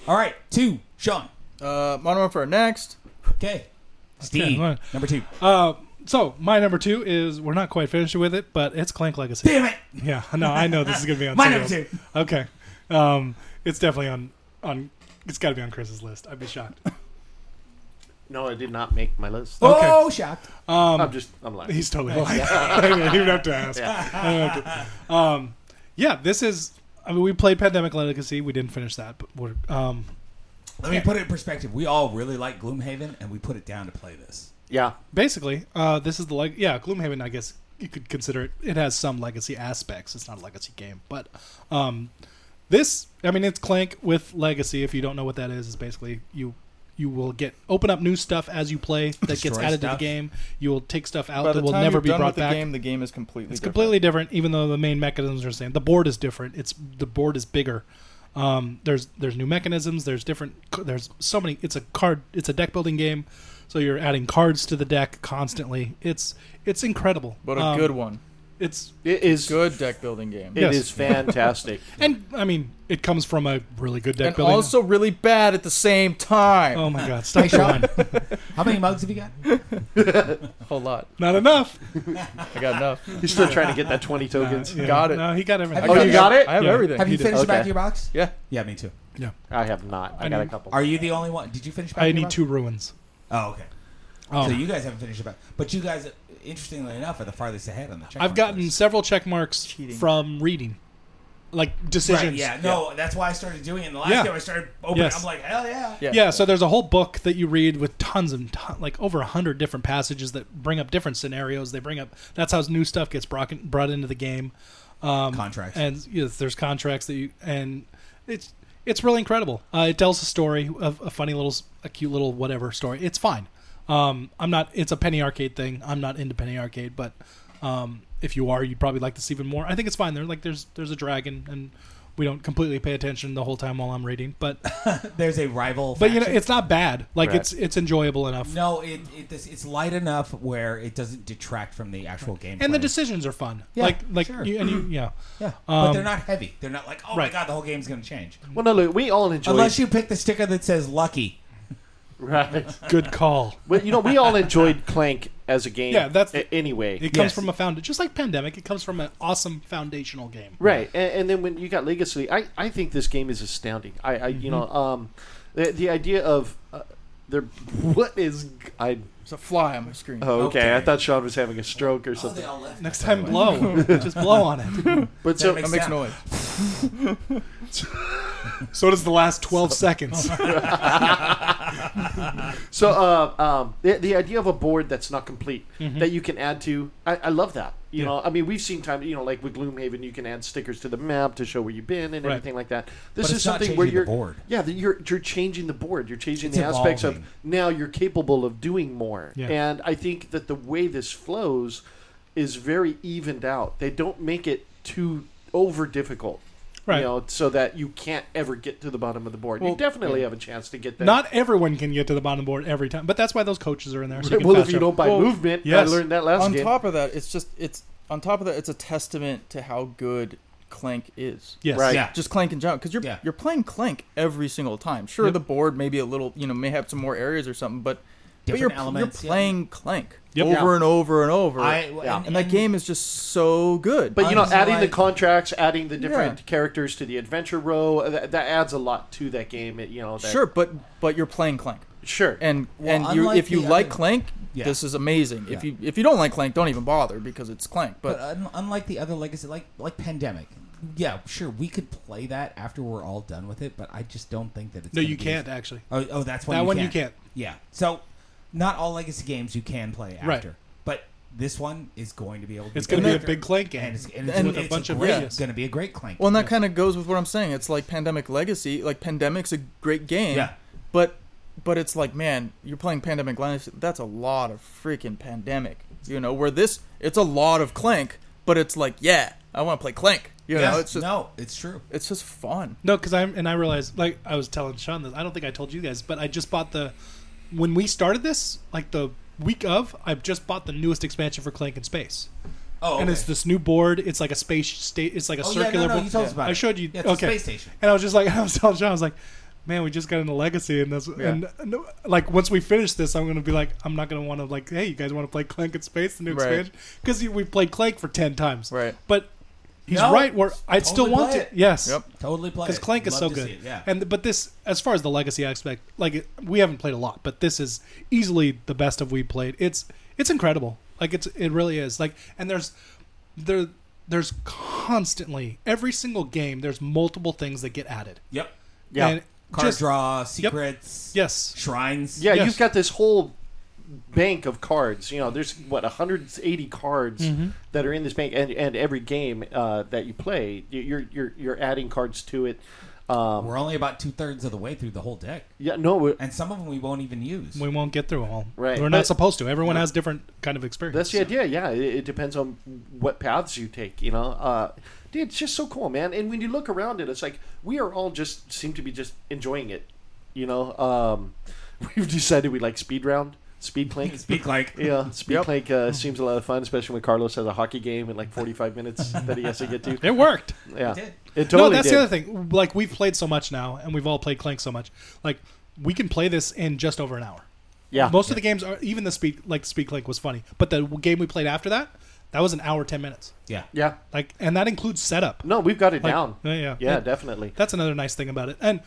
S2: All right, two. Sean.
S3: Uh, Modern Warfare next.
S2: Okay. Steve.
S4: well-
S2: number two.
S4: Uh, so my number two is we're not quite finished with it, but it's Clank Legacy.
S2: Damn it.
S4: Yeah, no, I know this is gonna be on
S2: My
S4: Sydney's.
S2: number two.
S4: Okay, um, it's definitely on on. It's got to be on Chris's list. I'd be shocked.
S1: No, I did not make my list.
S2: Oh, shocked.
S1: I'm just, I'm lying.
S4: He's totally lying. I don't even have to ask. I don't have to. Um, yeah, this is. I mean, we played Pandemic Legacy. We didn't finish that, but we're. Um,
S2: Let me put it in perspective. We all really like Gloomhaven, and we put it down to play this.
S1: Yeah,
S4: basically, uh, this is the like yeah Gloomhaven. I guess you could consider it. It has some legacy aspects. It's not a legacy game, but um, this I mean it's Clank with legacy. If you don't know what that is, it's basically you you will get open up new stuff as you play that gets
S2: Destroy
S4: added to
S2: stuff.
S4: the game. You will take stuff out
S3: By the
S4: that will
S3: time
S4: never
S3: you're
S4: be
S3: done
S4: brought
S3: with the
S4: back.
S3: game, the game is completely
S4: It's
S3: different.
S4: completely different, even though the main mechanisms are the same. The board is different. It's the board is bigger. Um, there's there's new mechanisms. There's different. There's so many. It's a card. It's a deck building game, so you're adding cards to the deck constantly. It's it's incredible.
S3: but a
S4: Um,
S3: good one.
S4: It's
S1: it is.
S3: Good deck building game.
S1: It
S4: Yes.
S1: is fantastic.
S4: and I mean it comes from a really good deck
S3: and
S4: building.
S3: also really bad at the same time.
S4: oh my god,
S2: Hey,
S4: stop the
S2: Sean.
S4: wine.
S2: How many mugs have you got?
S3: A whole lot.
S4: Not enough.
S3: I got enough.
S1: He's still trying to get that 20 tokens.
S4: Yeah.
S3: Got it.
S4: No, he got everything.
S2: Oh, you got
S1: it?
S3: I have
S4: Yeah.
S3: everything.
S2: Have you
S4: did.
S2: finished the back
S1: Okay.
S2: of your box?
S3: yeah.
S2: Yeah, me too.
S4: Yeah,
S1: I have not. I,
S4: I
S1: got a
S4: need-
S1: couple.
S2: Are you the only one? Did you finish? Back
S4: I
S2: of your
S4: need
S2: box?
S4: two ruins.
S2: Oh, okay.
S4: Um,
S2: So you guys haven't finished about, but you guys, interestingly enough, are the farthest ahead on the check.
S4: I've
S2: mark
S4: gotten
S2: list.
S4: several check marks
S3: Cheating.
S4: from reading, like decisions.
S2: Right, yeah, no, that's why I started doing it. In the last
S4: Yeah.
S2: game, I started opening.
S4: Yes.
S2: I'm like, hell yeah.
S3: Yeah.
S4: yeah so there's a whole book that you read with tons and ton, like over a 100 different passages that bring up different scenarios they bring up that's how new stuff gets brought, brought into the game um,
S2: Contracts.
S4: and yes, there's contracts that you and it's it's really incredible uh, it tells a story of a funny little s- a cute little whatever story it's fine um, i'm not it's a penny arcade thing i'm not into penny arcade but um, if you are you'd probably like this even more i think it's fine there like there's there's a dragon and we don't completely pay attention the whole time while I'm reading. But
S2: There's a rival.
S4: but you know
S2: faction.
S4: it's not bad. Like
S1: Right.
S4: it's it's enjoyable enough,
S2: no, it, it this- it's light enough where it doesn't detract from the actual game.
S4: and the
S2: play.
S4: decisions are fun.
S2: Yeah,
S4: like like
S2: sure.
S4: you, and you yeah.
S2: yeah, but
S4: um,
S2: they're not heavy. They're not like oh
S4: Right.
S2: my god, the whole game's gonna change.
S1: Well, no, look, we all enjoy
S2: Unless you pick the sticker that says lucky.
S1: right.
S4: Good call.
S1: Well, you know, we all enjoyed Clank as a game.
S4: Yeah, that's-
S1: a- anyway.
S4: It comes
S2: Yes.
S4: from a found just like pandemic. It comes from an awesome foundational game.
S1: Right, and, and then when you got Legacy, I, I think this game is astounding. I, I you know, um, the, the idea of uh, there, what is I?
S3: There's a fly on my screen.
S1: Oh, okay, I
S2: Okay.
S1: thought Sean was having a stroke or something.
S2: Oh, all left.
S4: Next time, blow. just blow on it.
S1: but so,
S2: That
S3: that makes
S2: sound.
S3: noise.
S4: So does the last twelve seconds.
S1: so uh, um, the, the idea of a board that's not complete
S2: Mm-hmm.
S1: that you can add to, I, I love that. You
S4: Yeah.
S1: know, I mean, we've seen time, you know, like with Gloomhaven, you can add stickers to the map to show where you've been and
S4: Right.
S1: everything like that. This is
S2: But it's not
S1: something
S2: changing
S1: where
S2: the
S1: you're,
S2: board.
S1: yeah, the, you're you're changing the board. You're changing
S2: It's
S1: the aspects of
S2: evolving.
S1: now you're capable of doing more.
S4: Yeah.
S1: And I think that the way this flows is very evened out. They don't make it too over difficult.
S4: Right.
S1: You know, so that you can't ever get to the bottom of the board.
S3: Well,
S1: you definitely have a chance to get there.
S4: Not everyone can get to the bottom board every time, but that's why those coaches are in there. So you can
S1: well, if
S4: fast
S1: you
S4: travel.
S1: don't buy
S3: Well,
S1: movement,
S4: yes.
S1: I learned that last
S3: on
S1: game.
S3: top of that, it's just it's on top of that, it's a testament to how good Clank is.
S4: yes.
S1: Right.
S2: Yeah.
S3: Just Clank and Jump, because you're
S2: Yeah.
S3: you're playing Clank every single time. Sure,
S4: Yep.
S3: the board may be a little, you know, may have some more areas or something, but but you're,
S2: Different elements,
S3: you're
S2: yeah.
S3: playing Clank
S4: Yep.
S3: over
S1: Yeah.
S3: and over and over,
S2: I,
S1: Yeah.
S3: and that game is just so good.
S1: But you know, adding the
S2: Unlike-
S1: contracts, adding the different
S3: Yeah.
S1: characters to the adventure row, uh, that, that adds a lot to that game. It, you know, that,
S3: sure, but but you're playing Clank,
S1: sure,
S3: and
S2: Well,
S3: and you
S2: unlike
S3: if you
S2: the
S3: like
S2: other-
S3: Clank,
S2: Yeah.
S3: this is amazing. If
S2: Yeah.
S3: you if you don't like Clank, don't even bother because it's Clank. But,
S2: But un- unlike the other legacy, like like Pandemic, yeah, sure, we could play that after we're all done with it. But I just don't think that it's.
S4: No,
S2: gonna
S4: you
S2: be-
S4: can't actually.
S2: Oh, oh, that's one.
S4: That
S2: you
S4: one you
S2: can't.
S4: can't.
S2: Yeah. So, not all legacy games you can play
S4: Right.
S2: after, but this one is going to be able. to
S4: It's
S2: going
S4: going
S2: to
S4: to be a big clank game.
S2: and it's, and it's,
S3: And
S2: with a bunch of
S4: radius.
S2: Going to be a great clank.
S3: Well, and that kind of goes with what I'm saying. It's like Pandemic Legacy. Like Pandemic's a great game.
S2: Yeah.
S3: But but it's like, man, you're playing Pandemic Legacy. That's a lot of freaking Pandemic. You know, where this it's a lot of Clank, but it's like, yeah, I want to play Clank. You
S2: yeah.
S3: know, it's just
S2: no, it's true.
S3: it's just fun.
S4: No, because I'm and I realized like I was telling Sean this. I don't think I told you guys, but I just bought the when we started this like the week of. I just bought the newest expansion for Clank in Space,
S2: Oh,
S4: and it's this new board. It's like a space state. It's like a
S2: Oh, yeah, no,
S4: circular.
S2: no,
S4: board.
S2: you told us about
S4: I
S2: it.
S4: showed you.
S2: Yeah, it's a
S4: okay.
S2: space station.
S4: And I was just like I was telling Sean, I was like, man, we just got into Legacy, and this and no, like once we finish this, I'm gonna be like, I'm not gonna want to like, hey, you guys want to play Clank in Space, the new
S3: Right.
S4: expansion? Because we played Clank for ten times,
S3: Right.
S4: But he's
S2: No,
S4: right. Where I'd still
S2: totally
S4: want
S2: play
S4: it.
S2: it.
S4: Yes.
S3: Yep.
S2: totally play
S4: because
S2: it.
S4: Clank is
S2: Love
S4: so
S2: to see
S4: good.
S2: it, Yeah.
S4: And but this, as far as the legacy aspect, like it, we haven't played a lot, but this is easily the best of we played. It's it's incredible. Like it's it really is. Like and there's there there's constantly every single game there's multiple things that get added.
S2: yep.
S1: Yeah.
S4: And
S2: Card
S4: just-
S2: draw, secrets,
S4: Yes.
S2: shrines.
S1: yeah,
S4: yes.
S1: you've got this whole bank of cards. You know, there's what 180 cards
S3: Mm-hmm.
S1: that are in this bank, and, and every game uh, that you play, you- you're you're you're adding cards to it. Um,
S2: We're only about two thirds of the way through the whole deck,
S1: yeah, no, it-
S2: and some of them we won't even use.
S4: We won't get through them all.
S1: Right.
S4: We're not
S1: But-
S4: supposed to. Everyone has different kind of experience.
S1: That's the idea. Yeah, it, it depends on what paths you take. You know, uh, dude, it's just so cool, man. And when you look around it, it's like we are all just seem to be just enjoying it. You know, um, we've decided we like speed round, speed clink.
S2: Speak like
S1: Yeah, speed clink uh, seems a lot of fun, especially when Carlos has a hockey game in like 45 minutes that he has to get to.
S4: It worked.
S1: Yeah,
S2: did.
S1: it totally
S4: no, that's
S1: did.
S4: the other thing. Like we've played so much now, and we've all played Clank so much. Like we can play this in just over an hour.
S1: Ah, Yeah,
S4: Most of the games are even the speed like speed clink was funny, but the game we played after that, that was an hour ten minutes.
S2: Yeah.
S1: yeah.
S4: Like, and that includes setup.
S1: No, we've got it
S4: Like, uh,
S1: down.
S4: Yeah, yeah,
S1: Yeah,
S4: And
S1: definitely.
S4: that's another nice thing about it. And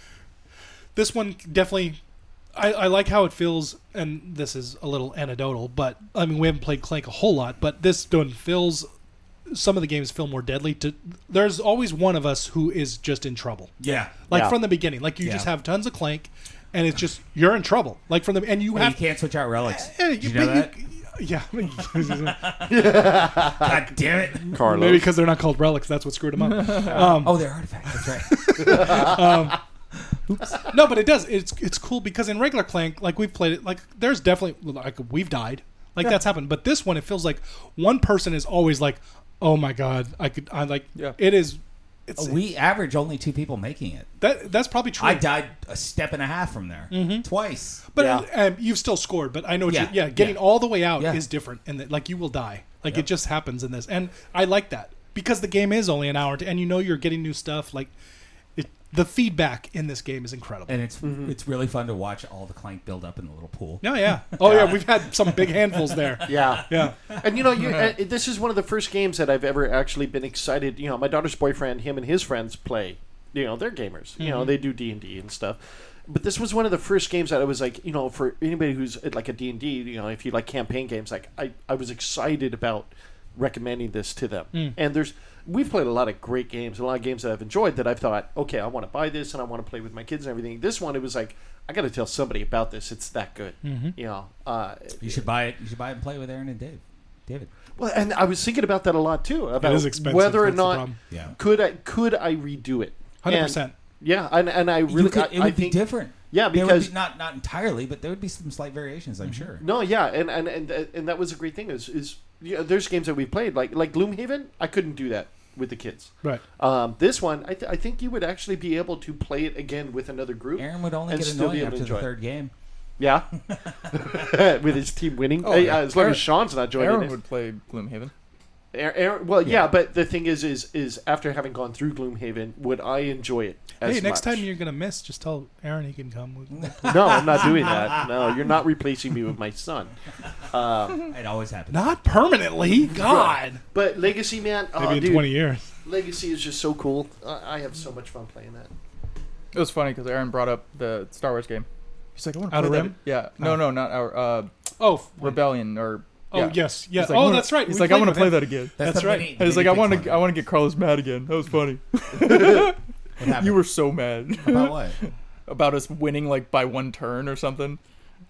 S4: this one definitely, I, I like how it feels. And this is a little anecdotal, but I mean we haven't played Clank a whole lot, but this one feels. Some of the games feel more deadly. To there's always one of us who is just in trouble
S2: Yeah.
S4: like
S1: Yeah.
S4: from the beginning. Like you
S2: Yeah.
S4: just have tons of clank, and it's just you're in trouble. Like from the and you
S2: Hey, you
S4: have
S2: can't switch out relics.
S4: Yeah,
S2: Did you
S4: but
S2: know that?
S4: yeah,
S2: God damn it.
S1: Carlos.
S4: maybe because they're not called relics. That's what screwed them up.
S2: Oh, they're artifacts. That's right.
S4: no, but it does. It's it's cool because in regular Clank, like we've played it, like there's definitely like we've died, like that's happened. But this one, it feels like one person is always like, oh my god, I could, I like,
S3: Yeah.
S4: it is it's
S2: we average only two people making it.
S4: that that's probably true.
S2: I died a step and a half from there twice.
S4: But
S1: Yeah.
S4: um, you've still scored. But I know, what
S2: Yeah.
S4: you, yeah, getting
S2: Yeah.
S4: all the way out
S2: Yeah.
S4: is different, and that like you will die. Like it just happens in this, and I like that because the game is only an hour, and you know you're getting new stuff. Like it, the feedback in this game is incredible.
S2: and it's it's really fun to watch all the clank build up in the little pool.
S4: no, yeah, oh yeah, we've had some big handfuls there.
S1: Yeah.
S4: Yeah,
S1: And you know, you, uh, this is one of the first games that I've ever actually been excited. You know, my daughter's boyfriend, him and his friends play. You know, they're gamers. You know, they do D and D and stuff. But this was one of the first games that I was like, you know, for anybody who's uh, like a D and D, you know, if you like campaign games, like I, I was excited about recommending this to them. And there's we've played a lot of great games, a lot of games that I've enjoyed that I've thought, okay, I want to buy this and I want to play with my kids and everything. This one, it was like, I got to tell somebody about this. It's that good. You know, uh,
S2: You should buy it. You should buy it and play with Aaron and Dave. David.
S1: well, and I was thinking about that a lot too. About
S4: is expensive.
S1: whether or
S4: That's the
S1: not
S4: problem.
S2: Yeah.
S1: could I could I redo it? And-
S4: 100%.
S1: Yeah, and, and I
S2: You
S1: really
S2: could-
S1: I,
S2: it
S1: I
S2: would be
S1: think-
S2: different.
S1: Yeah,
S2: There would
S1: because-
S2: be- not not entirely, but there would be some slight variations. I'm sure.
S1: No, yeah, and and and, and that was a great thing. Is is you know, there's games that we played like like Gloomhaven. I couldn't do that with the kids.
S4: right.
S1: Um, this one, I, th- I think you would actually be able to play it again with another group.
S2: Aaron would only
S1: and
S2: get
S1: still be
S2: annoyed
S1: able to
S2: after the
S1: enjoy it.
S2: third game.
S1: Yeah, with his team winning.
S3: Oh,
S1: Hey,
S3: yeah.
S1: uh, as long
S3: Aaron-
S1: as Sean's not joining.
S3: Aaron
S1: it.
S3: would play Gloomhaven.
S1: Aaron, Aaron- well, yeah. but the thing is, is is after having gone through Gloomhaven, would I enjoy it? As
S4: Hey, next
S1: much?
S4: time you're gonna miss, just tell Aaron he can come.
S1: No, I'm not doing that. No, you're not replacing me with my son.
S2: It always happens.
S4: Not permanently. God.
S1: But Legacy, man, oh,
S4: Maybe in
S1: dude,
S4: 20 years.
S1: Legacy is just so cool. I, I have so much fun playing that.
S3: It was funny because Aaron brought up the Star Wars game. He's like, I want to
S4: Outer
S3: play
S4: Rim?
S3: that. Yeah. No, no, not our uh,
S4: Oh, f-
S3: Rebellion or.
S4: oh
S3: yeah.
S4: yes, yeah.
S3: He's like,
S4: oh,
S3: "Wanna-"
S4: that's right.
S3: He's
S4: We
S3: like, I
S4: played
S3: want to
S4: with
S3: play
S4: him.
S3: that again.
S4: That's
S2: the
S4: right.
S2: mini-
S3: And he's
S2: the
S3: like,
S2: mini
S3: I
S2: big
S3: want
S2: fun.
S3: to, I want to get Carlos mad again. That was funny.
S2: What happened?
S3: you were so mad
S2: about what?
S3: about us winning like by one turn or something.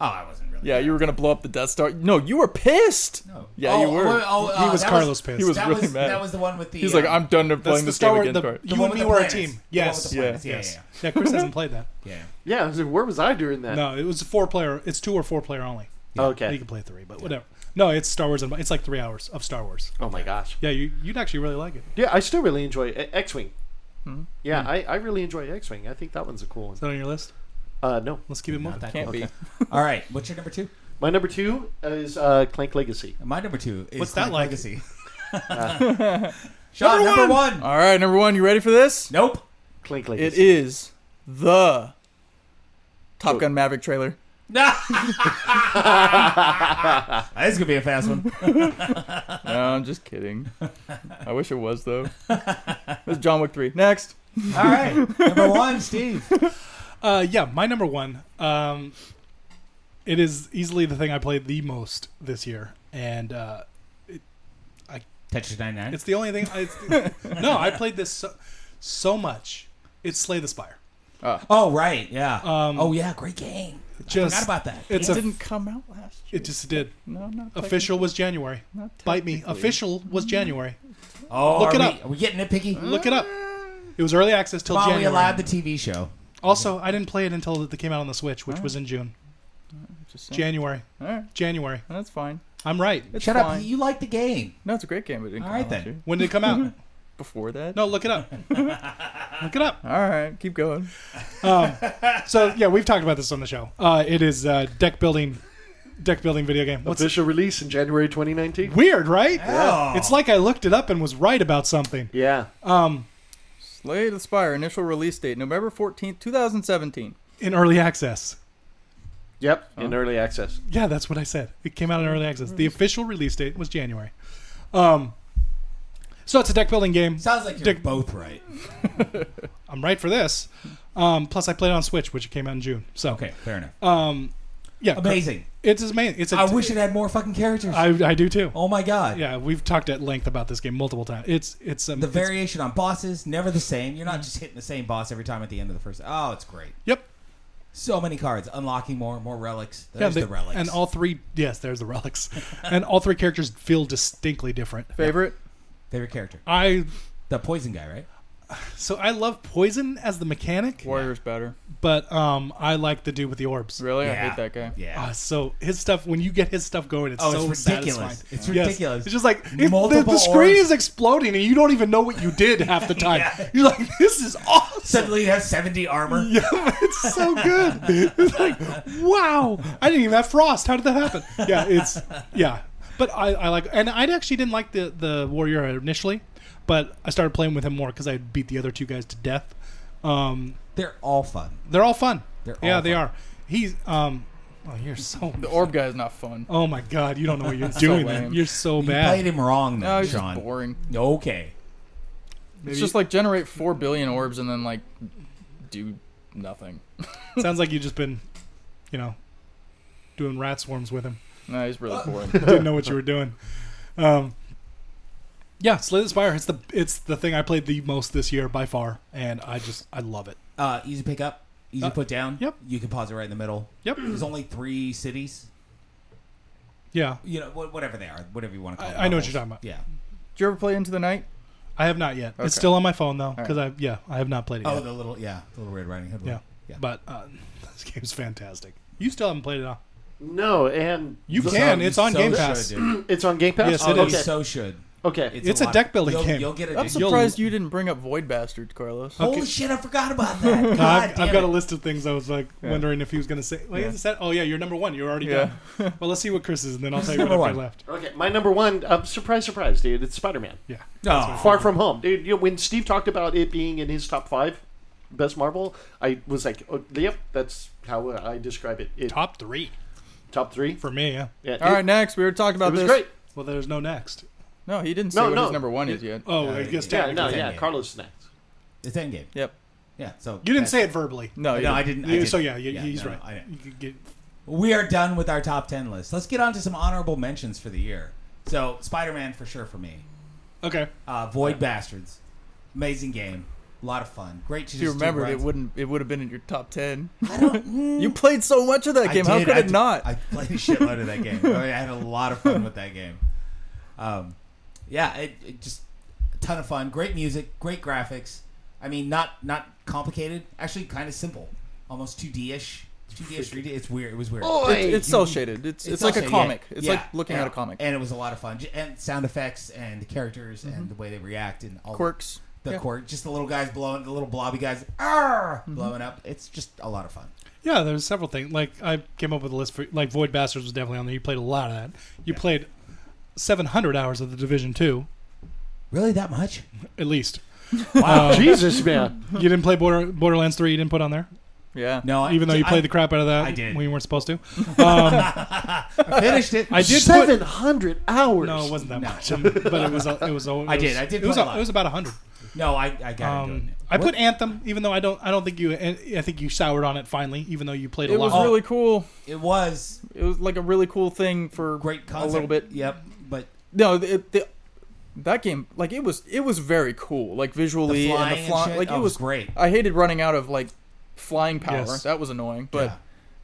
S2: Oh, I wasn't really.
S3: Yeah, you were gonna blow up the Death Star. No, you were pissed.
S2: No.
S3: Yeah,
S2: Oh,
S3: you were.
S2: oh, oh,
S4: He
S2: uh,
S4: was
S2: that
S4: Carlos Pence.
S3: he was
S2: that
S3: really
S2: was,
S3: mad.
S2: That was the one with the.
S3: He's like,
S2: uh,
S3: I'm done
S4: That's
S3: playing
S4: the
S3: this
S4: Star Wars.
S3: game again.
S4: The,
S3: Carl."
S2: the
S4: you and
S2: one with
S4: me
S2: the
S4: were a
S2: planets.
S4: team.
S2: The one with
S4: Yes.
S2: the
S3: Yeah.
S2: planets. Yeah.
S4: Yes. Yeah, Chris hasn't played that.
S2: Yeah. yeah.
S1: Yeah, I was like, where was I doing that?
S4: No, it was a four player. It's two or four player only. You
S1: Okay.
S4: can play three, but whatever. No, it's Star Wars. and It's like three hours of Star Wars.
S1: Oh my gosh.
S4: Yeah, you, you'd actually really like it.
S1: Yeah, I still really enjoy X Wing.
S4: Hmm?
S1: Yeah, I, I really enjoy X Wing. I think that one's a cool one.
S4: Is that on your list?
S1: Uh, no,
S4: Let's keep it
S2: Not
S4: moving.
S2: that
S3: Can't
S2: cool.
S3: be.
S2: All right. What's your number two?
S1: my number two is uh, Clank Legacy.
S2: My number two is
S4: What's that
S2: Clank
S4: like?
S2: Legacy. Sean, number, one.
S3: All right, number one. You ready for this?
S2: Nope.
S1: Clank
S3: It
S1: Legacy.
S3: is the Top Gun Maverick trailer.
S2: No. this is gonna be a fast one.
S3: No, I'm just kidding. I wish it was though. It's John Wick three. Next.
S2: All right, number one, Steve.
S4: Uh, yeah, my number one. Um, it is easily the thing I played the most this year, and uh,
S2: Tetris 99.
S4: it's the only thing. I, no, I played this so, so much. It's Slay the Spire.
S2: Oh right, yeah.
S4: Um,
S2: oh yeah, great game.
S4: Just
S2: Forgot about that.
S4: it's
S3: it
S4: a,
S3: didn't come out last year.
S4: It just did.
S3: no, not technically-
S4: Official was January.
S3: Not
S4: Bite me.
S3: technically. Mm.
S4: Official was January.
S2: Oh,
S4: Look
S2: are
S4: it
S2: we,
S4: up.
S2: Are we getting nitpicky?
S4: Look it up. It was early access till
S2: Come on, we
S4: January.
S2: allowed the TV show.
S4: Also, I didn't play it until it came out on the Switch, which was in June.
S3: Just saying.
S4: January.
S3: All right,
S4: January.
S3: that's fine.
S4: I'm right.
S3: It's
S2: Shut
S3: fine.
S2: up. You like the game.
S3: No, it's a great game. But it didn't
S2: All
S3: come
S2: right
S3: out last
S2: then.
S3: year.
S4: When did it come out?
S3: Before that.
S4: No, look it up. look it up.
S3: All right, keep going.
S4: So yeah, we've talked about this on the show. Uh, it is uh, deck building, deck building video game. What's
S1: Official release in January 2019.
S4: weird, right?
S2: Yeah.
S4: It's like I looked it up and was right about something.
S1: Yeah.
S4: Um,
S3: Slay the Spire initial release date November 14th, 2017.
S4: in early access.
S1: Yep.
S4: Oh.
S1: In early access.
S4: Yeah, that's what I said. It came out in early access. The official release date was January. Um, so it's a deck building game.
S2: Sounds like you're
S4: Dick-
S2: both right.
S4: I'm right for this. Um, plus, I played it on Switch, which came out in June. So
S2: Okay, fair enough.
S4: um, yeah,
S2: Amazing.
S4: It's amazing. It's a
S2: I wish it had more fucking characters.
S4: I, I do too.
S2: oh my god.
S4: Yeah, we've talked at length about this game multiple times. It's it's um,
S2: The
S4: it's-
S2: variation on bosses never the same. You're not just hitting the same boss every time at the end of the first. Oh, it's great.
S4: yep.
S2: So many cards, unlocking more, more relics. There's
S4: Yeah,
S2: the,
S4: they-
S2: relics.
S4: and all three. Yes, there's the relics, and all three characters feel distinctly different.
S3: Favorite?
S2: favorite character,
S4: I
S2: the poison guy, right?
S4: so I love Poison as the mechanic,
S3: Warrior's better.
S4: but um, I like the dude with the orbs.
S3: Really, Oh, I
S2: Yeah.
S3: hate that guy.
S2: Yeah.
S4: Ah, so his stuff when you get his stuff going, it's
S2: Oh,
S4: so
S2: it's ridiculous.
S4: satisfying.
S2: It's
S4: Yes.
S2: ridiculous.
S4: It's just like if the,
S2: Multiple
S4: the screen
S2: orbs.
S4: is exploding and you don't even know what you did half the time. You're like, this is awesome.
S2: Suddenly you have 70 armor.
S4: Yeah, it's so good. It's like, wow, I didn't even have frost. How did that happen? Yeah, it's yeah. But I, I like, and I actually didn't like the the warrior initially, but I started playing with him more because I beat the other two guys to death. Um,
S2: They're all fun.
S4: they're all fun.
S2: They're
S4: yeah,
S2: all
S4: they
S2: fun.
S4: are. He's um, oh, you're so
S3: The orb guy is not fun.
S4: Oh my god, you don't know what you're doing. man.
S3: lame.
S4: You're so
S2: You
S4: bad.
S2: played him wrong,
S3: No,
S2: though,
S3: he's
S2: Sean.
S3: just boring.
S2: Okay.
S3: It's just like generate four billion orbs and then like do nothing.
S4: Sounds like you've just been, you know, doing rat swarms with him.
S3: No, he's
S2: Uh.
S3: really boring.
S4: Didn't know what you were doing. Um, yeah, Slay the Spire. It's the it's the thing I played the most this year by far, and I just I love it.
S2: Uh, easy pick up, easy
S4: Uh,
S2: put down.
S4: yep.
S2: You can pause it right in the middle.
S4: Yep.
S2: There's only three cities.
S4: Yeah,
S2: You know, wh- whatever they are, whatever you want to call
S4: I-
S2: them.
S4: I know what
S2: levels.
S4: you're talking about.
S2: Yeah.
S3: Did you ever play Into the Night?
S4: I have not yet.
S3: Okay.
S4: It's still on my phone though,
S3: right.
S4: because I yeah I have not played it
S2: Oh,
S4: yet.
S2: the little, yeah, the little Red Riding Hood. one.
S4: yeah.
S2: Yeah.
S4: but uh, this game's fantastic. You still haven't played it, huh?
S1: No, and
S4: You
S1: the-
S2: So
S4: can.
S2: you
S4: It's on
S2: so
S4: Game Pass.
S2: should, dude.
S1: It's on Game Pass.
S4: Yes,
S2: oh,
S4: it
S2: you
S4: is.
S2: so should.
S1: Okay.
S4: It's a
S2: lot-
S4: deck building
S2: you'll,
S4: game.
S2: You'll get
S3: I'm
S2: addicted.
S3: surprised you didn't bring up Void Bastard, Carlos.
S2: Holy
S4: Okay.
S2: shit! I forgot about that. God
S4: I've,
S2: damn
S4: I've got
S2: it.
S4: a list of things I was like wondering if he was gonna say. Wait,
S3: Yeah.
S4: is that? Oh yeah, you're number one. You're already
S3: Yeah.
S4: done. Well, let's see what Chris is, and then I'll tell you what
S2: number
S4: I
S2: one?
S4: left.
S1: okay. My number one. I'm surprised, surprised, dude. It's Spider Man.
S4: Yeah.
S2: Oh,
S1: Far from home, dude. You know, when Steve talked about it being in his top five best Marvel, I was like, oh, "Yep, that's how I describe it." it top,
S4: Top three
S1: three.
S4: for me. Yeah.
S1: Yeah, it,
S3: All right, next we were talking
S1: it
S3: about
S1: was
S3: this.
S1: great.
S4: Well, there's no next.
S3: No, he didn't say
S1: No,
S3: what
S1: no.
S3: his number one is yet.
S4: Oh,
S2: Yeah,
S4: I guess
S1: Yeah, no,
S4: technically.
S1: yeah.
S2: yeah.
S1: Carlos is next.
S2: It's Endgame.
S3: Yep.
S2: Yeah. So
S4: You didn't
S2: that-
S4: say it verbally.
S3: No, he
S2: No,
S3: didn't.
S2: I didn't. I
S4: You-
S2: didn't.
S4: so yeah, yeah, he's
S2: no,
S4: right.
S2: I didn't.
S4: You could get-
S2: We are done with our top ten list. Let's get on to some honorable mentions for the year. So Spider-Man for sure for me.
S4: okay.
S2: Uh, Void Bastards, amazing game, a lot of fun. Great to
S3: If you
S2: just do
S3: remembered, it
S2: runs.
S3: wouldn't. It would have been in your top ten. you played so much of that
S2: I
S3: game. How
S2: did.
S3: could
S2: I
S3: it
S2: did-
S3: not?
S2: I played a shitload of that game. I mean, I had a lot of fun with that game. Um, yeah, it, it just a ton of fun. Great music, great graphics. I mean, not not complicated. Actually, kind of simple. Almost 2D ish. 2D ish, 3D. It's weird. It was weird.
S1: Oh,
S3: It's, it's cel shaded. It's, it's like a
S2: also-
S3: comic.
S2: yeah,
S3: It's
S2: yeah,
S3: like looking
S2: yeah.
S3: at a comic.
S2: And it was a lot of fun. J- And sound effects and the characters and the way they react and all
S3: Mm-hmm. Quirks.
S2: The
S3: Yeah. Mm-hmm.
S2: quirk, just the little guys blowing, the little blobby guys, "Arr!" blowing up. It's just a lot of fun.
S4: Yeah, there's several things. Like I came up with a list for like Void Bastards was definitely on there. You played a lot of that. You played 700 hours of the Division Two,
S2: Really, that much?
S4: at least. Um,
S1: Wow, Jesus, man.
S4: You didn't play Border, Borderlands Three. You didn't put on there,
S3: Yeah.
S2: No,
S4: even though you played the
S2: crap.
S4: crap out of that.
S2: Uh, I did.
S4: When you weren't supposed to.
S2: I finished it.
S4: I did. put,
S1: Seven hundred hours.
S4: no, it wasn't that
S2: No.
S4: much, but it was. a- It was. a- It was
S2: I did. I did
S4: It was.
S2: play
S4: a-
S2: a lot.
S4: It was about 100.
S2: No, I, I got into
S4: Um,
S2: it.
S4: I put Anthem, even though I don't. I don't think you. I think you soured on it finally, even though you played a
S3: It
S4: lot.
S3: was really cool.
S2: It was
S3: It was like a really cool thing for
S2: great
S3: a
S2: concept.
S3: little bit.
S2: Yep. But
S3: No, it, the, that game like it was it was very cool. Like visually
S2: The
S3: and
S2: flying
S3: the
S2: and
S3: flying,
S2: shit?
S3: like
S2: Oh,
S3: it
S2: it
S3: was
S2: was great.
S3: I hated running out of like flying power.
S4: Yes.
S3: That was annoying, but.
S2: Yeah.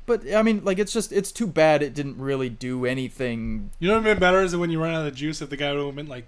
S3: But I mean, like it's just it's too bad it didn't really do anything.
S4: you know what would have been better is when you run out of juice if the guy would have been like,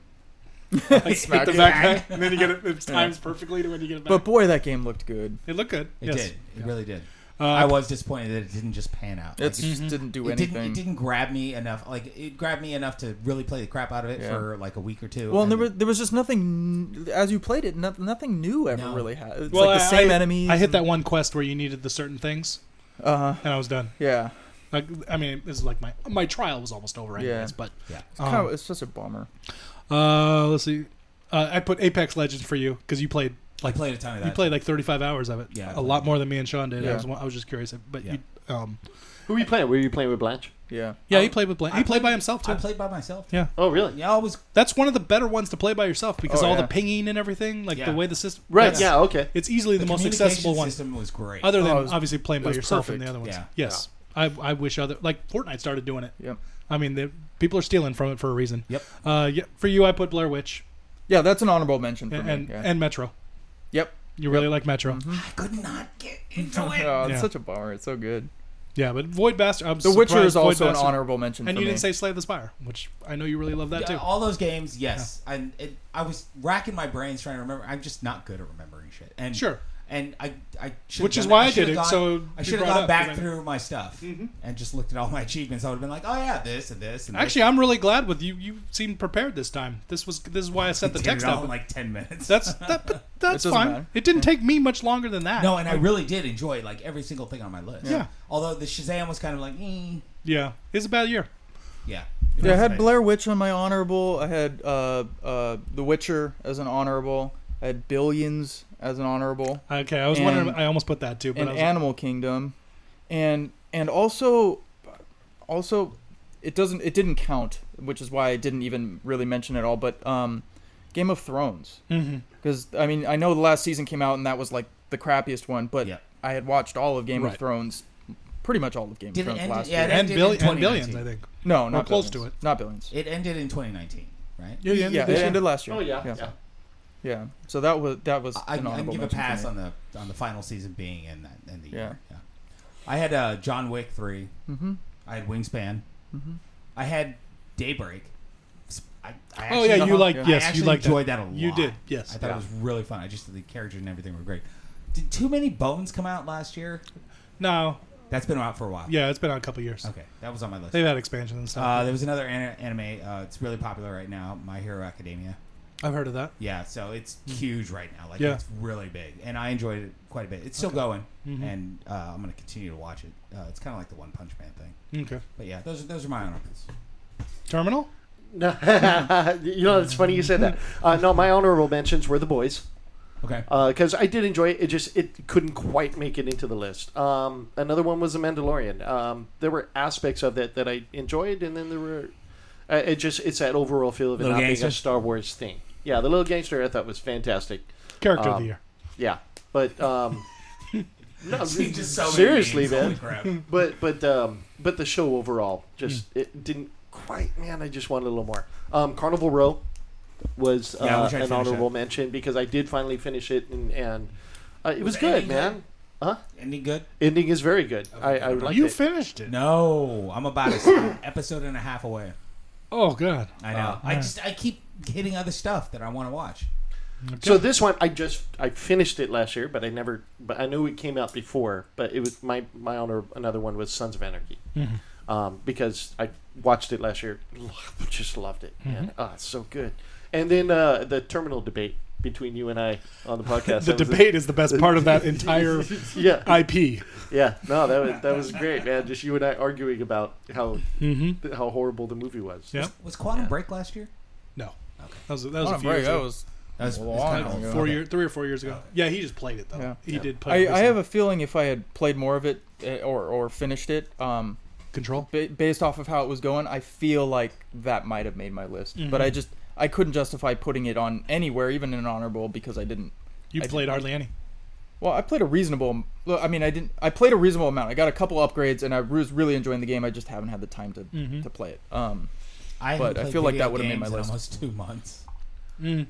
S4: like hit
S3: Smack
S4: the
S3: it.
S4: back guy, and then you get it. It times perfectly to when you get it back.
S3: But boy, that game looked good.
S4: it looked good.
S2: it
S4: yes.
S2: did. It really did.
S4: Uh,
S2: I was disappointed that it didn't just pan out. Like, mm-hmm.
S3: It's just didn't do
S2: it
S3: anything.
S2: didn't. It didn't grab me enough. Like it grabbed me enough to really play the crap out of it
S3: Yeah.
S2: for like a week or two.
S3: Well, and
S2: and
S3: there was
S2: then-
S3: there was just nothing as you played it. Nothing, nothing new ever
S2: No.
S3: really had. It's
S4: Well,
S3: like the
S4: I-
S3: same
S4: I,
S3: enemies.
S4: I hit that one quest where you needed the certain things,
S3: Uh huh.
S4: and I was done.
S3: Yeah.
S4: Like, I mean, this is like my my trial was almost over,
S3: Yeah.
S4: anyways. But um,
S2: yeah.
S3: It's, kind of, it's just a bummer.
S4: uh, let's see. Uh, I put Apex Legends for you because you played
S2: I
S4: like
S2: played a ton of that.
S4: you played like 35 hours of it.
S2: Yeah, I
S4: a
S2: played
S4: lot more than me and Sean did. I
S3: Yeah.
S4: was I was just curious, but
S2: Yeah.
S4: you. Um,
S1: Who were you playing? Were you playing with Blanche?
S3: Yeah.
S4: yeah,
S2: I-
S4: he played with Blank. He played by himself too.
S2: I played by myself.
S4: yeah,
S1: Oh, really?
S2: Yeah, I was.
S4: That's one of the better ones to play by yourself because
S3: Oh,
S4: all the
S3: yeah.
S4: pinging and everything, like the
S2: Yeah.
S4: way the system.
S1: Right.
S4: that's-
S1: Yeah. Okay.
S4: It's easily the,
S2: The,
S4: most
S2: communication
S4: accessible one,
S2: system was great.
S4: other
S3: Oh,
S4: than
S3: it was-
S4: obviously playing
S3: it
S4: by
S3: was
S4: yourself and the
S3: perfect.
S4: other ones.
S2: Yeah.
S4: Yes, I, I wish other like Fortnite started doing it.
S3: Yep.
S4: I mean, the, people are stealing from it for a reason.
S2: Yep.
S4: Uh, yeah, for you, I put Blair Witch
S3: Yeah, that's an honorable mention for
S4: and
S3: me.
S4: and,
S3: yeah.
S4: and Metro.
S3: yep.
S4: You really like Metro?
S2: Mm-hmm. I could not get into it.
S3: Oh, it's
S4: Yeah.
S3: such a bummer. It's so good.
S4: Yeah, but Void Bastard. I'm
S3: The Witcher
S4: surprised
S3: is
S4: Void
S3: also an
S4: Bastard-
S3: honorable mention.
S4: And
S3: for
S4: you
S3: me.
S4: didn't say Slay the Spire, which I know you really love that
S2: Yeah,
S4: too.
S2: oh, all those games, yes. And it, I was racking my brains trying to remember. I'm just not good at remembering shit. And
S4: Sure.
S2: And I, I should've
S4: Which is
S2: done
S4: why I
S2: should've
S4: did it,
S2: Gone,
S4: so you
S2: I should have
S4: brought
S2: gone
S4: up,
S2: back
S4: 'cause I- Mm-hmm.
S2: through my stuff and just looked at all my achievements. I would have been like, oh yeah, this and this and this.
S4: Actually, I'm really glad with you. You seemed prepared this time. This was this is why I set the
S2: Did
S4: text
S2: it all
S4: up.
S2: in like ten minutes.
S4: that's that, but that's
S3: doesn't
S4: fine.
S3: matter.
S4: It didn't take me much longer than that.
S2: no, and I really did enjoy like every single thing on my list.
S4: Yeah.
S2: Although the Shazam was kind of like, eh.
S4: yeah, it's about a year.
S2: yeah.
S3: Yeah, I had Blair Witch on my honorable. I had uh, uh, The Witcher as an honorable. I had Billions as an honorable,
S4: Okay, I was
S3: And-
S4: wondering. I almost put that too, but
S3: and
S4: I was,
S3: Animal Kingdom, and and also, also, it doesn't it didn't count, which is why I didn't even really mention it all. But um, Game of Thrones,
S4: Mhm.
S3: because I mean I know the last season came out and that was like the crappiest one, but
S2: Yeah.
S3: I had watched all of Game
S4: Right.
S3: of Thrones, pretty much all of Game
S2: Did it
S3: of Thrones
S2: end-
S3: last
S2: yeah,
S3: year.
S2: it
S4: and,
S2: ended
S4: Bill-
S2: in
S4: and billions. I
S2: 2019.
S4: think.
S3: No, not
S4: close to
S3: Billions.
S4: it.
S3: Not billions.
S2: It ended in 2019, right?
S4: Yeah, yeah,
S3: yeah, it ended last year.
S1: Oh yeah, yeah.
S3: Yeah. So that was that was
S2: I,
S3: an
S2: I
S3: honorable
S2: give a
S3: mention for
S2: pass
S3: me.
S2: on the on the final season being in that in the
S3: Yeah.
S2: year. Yeah. I had uh, John Wick 3
S3: Mhm.
S2: I had Wingspan.
S4: Mm-hmm.
S2: I had Daybreak. S- I, I
S4: Oh
S2: actually,
S4: yeah, you
S3: Uh-huh.
S4: like
S3: Yeah.
S2: I
S4: yes,
S2: actually
S4: you like
S2: enjoyed that. a lot.
S4: You did, yes.
S2: I thought it was really fun. I just the characters and everything were great. Did too many bones come out last year?
S4: No,
S2: That's been out for a while.
S4: yeah, it's been out a couple years.
S2: Okay, that was on my list.
S4: They've had expansion and stuff.
S2: Uh, there was another an- anime. Uh, it's really popular right now. My Hero Academia.
S4: I've heard of that.
S2: Yeah, so it's huge right now. Like
S4: Hmm. Yeah.
S2: it's really big, and I enjoyed it quite a bit. It's still going,
S4: Mm-hmm.
S2: and uh, I'm going to continue to watch it. Uh, it's kind of like the One Punch Man thing.
S4: Okay,
S2: But yeah, those are those are my honorables.
S4: Terminal.
S1: No, you know it's funny you said that. Uh, no, my honorable mentions were the boys.
S2: Okay.
S1: because I did enjoy it. It just it couldn't quite make it into the list. Um, another one was The Mandalorian. Um, there were aspects of that that I enjoyed, and then there were uh, it just it's that overall feel of it
S2: Little
S1: not being
S2: gangster.
S1: a Star Wars thing. Yeah, the little gangster I thought was fantastic.
S4: Character of
S1: Um,
S4: the year.
S1: Yeah, but um, no,
S2: Just so many
S1: seriously,
S2: names. Oh Holy
S1: man.
S2: crap.
S1: But but um, but the show overall just it didn't quite. Man, I just wanted a little more. Um, Carnival Row was
S2: Yeah, I
S1: uh,
S2: wish I'd
S1: an
S2: finished
S1: honorable
S2: it.
S1: mention because I did finally finish it and, and uh, it was,
S2: Was
S1: good,
S2: Annie
S1: man.
S2: Any good?
S1: Ending is very good. I, I like
S4: you
S1: it.
S4: finished it.
S2: No, I'm about an episode and a half away.
S4: Oh god.
S2: I know. I just I keep hitting other stuff that I want to watch.
S1: so this one, I just I finished it last year, but I never. But I knew it came out before. But it was my my honor. Another one was Sons of Anarchy,
S4: Mm-hmm.
S1: um, because I watched it last year, just loved it,
S4: Mm-hmm.
S1: man. Ah, it's so good. And then uh, the terminal debate between you and I on the podcast.
S4: The
S1: that was a-
S4: debate is the best part of that entire
S1: yeah,
S4: IP.
S1: yeah. No, that was that was great, man. Just you and I arguing about how
S4: Mm-hmm.
S1: how horrible the movie was.
S4: Yeah.
S2: Was Quantum Break last year?
S4: No. That was that was a
S3: Quantum
S4: few
S3: Break,
S4: years
S3: that
S4: ago.
S3: was-
S2: That was,
S3: Well,
S2: it's
S3: I
S2: kinda
S3: don't
S2: old.
S3: know.
S4: four year, three or four years ago. Yeah, he just played it though.
S3: Yeah.
S4: He did play.
S3: I,
S4: it
S3: I have a feeling if I had played more of it eh, or or finished it, um,
S4: control.
S3: ba- based off of how it was going, I feel like that might have made my list. But I just I couldn't justify putting it on anywhere, even an honorable, because I didn't.
S4: You
S3: I
S4: played hardly any.
S3: Well, I played a reasonable. well, I mean, I didn't. I played a reasonable amount. I got a couple upgrades, and I was really enjoying the game. I just haven't had the time to to play it. Um,
S2: I
S3: But
S2: haven't
S3: I
S2: played
S3: feel like
S2: video
S3: that would've made
S2: games
S3: my
S2: in
S3: list.
S2: almost two months.
S1: Well,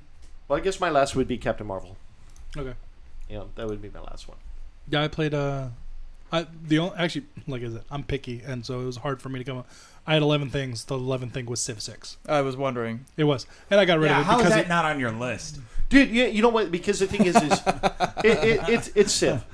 S1: I guess my last would be Captain Marvel.
S4: Okay.
S1: You know, that would be my last one.
S4: Yeah, I played. Uh, I the only actually like I said, I'm picky, and so it was hard for me to come up. I had 11 things. The 11th thing was Civ 6.
S3: I was wondering.
S4: It was, and I got rid
S2: Yeah,
S4: of it
S2: how is
S4: because
S2: that
S4: it,
S2: not on your list?
S1: dude. You, you know what? Because the thing is, is it, it, it's it's Civ.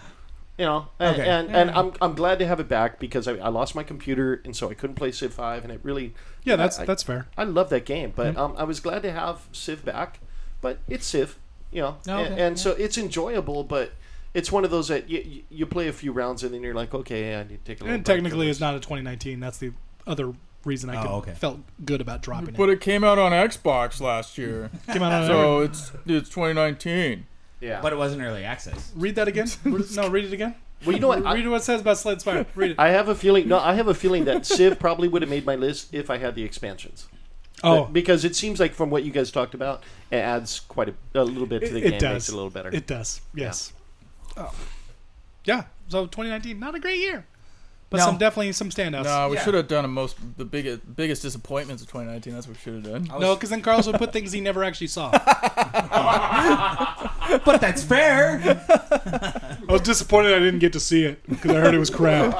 S1: You know, and,
S2: Okay.
S1: and, and I'm, I'm glad to have it back because I, I lost my computer and so I couldn't play Civ Five, and it really
S4: yeah, that's
S1: I,
S4: that's fair.
S1: I love that game, but
S4: Mm-hmm.
S1: um, I was glad to have Civ back, but it's Civ, you know,
S2: Oh, okay.
S1: and, and so it's enjoyable, but it's one of those that you, you, you play a few rounds and then you're like, okay, I need to take a little.
S4: And
S1: break
S4: technically,
S1: from
S4: it's
S1: this.
S4: not a 2019. That's the other reason I
S2: Oh,
S4: could,
S2: okay.
S4: felt good about dropping
S3: But
S4: it.
S3: it came out on Xbox last year,
S4: Came out on
S3: so it's it's 2019.
S1: Yeah,
S2: But it wasn't early access.
S4: read that again. no, read it again.
S1: well, you know what? I,
S4: read what it says about Slade Spire. Read it.
S1: I have a feeling. No, I have a feeling that Civ probably would have made my list if I had the expansions.
S4: oh,
S1: because it seems like from what you guys talked about, it adds quite a, a little bit to the
S4: It- it
S1: game.
S4: does.
S1: Makes it a little better.
S4: It does. Yes. Oh. Yeah. Oh. Yeah. So 2019, not a great year, but
S2: No.
S4: some definitely some standouts.
S3: No, we
S2: Yeah.
S3: should have done a most the biggest biggest disappointments of 2019. That's what we should have done.
S4: No, because then Carlos would put things he never actually saw. I
S2: But that's fair.
S4: was disappointed I didn't get to see it because I heard it was crap.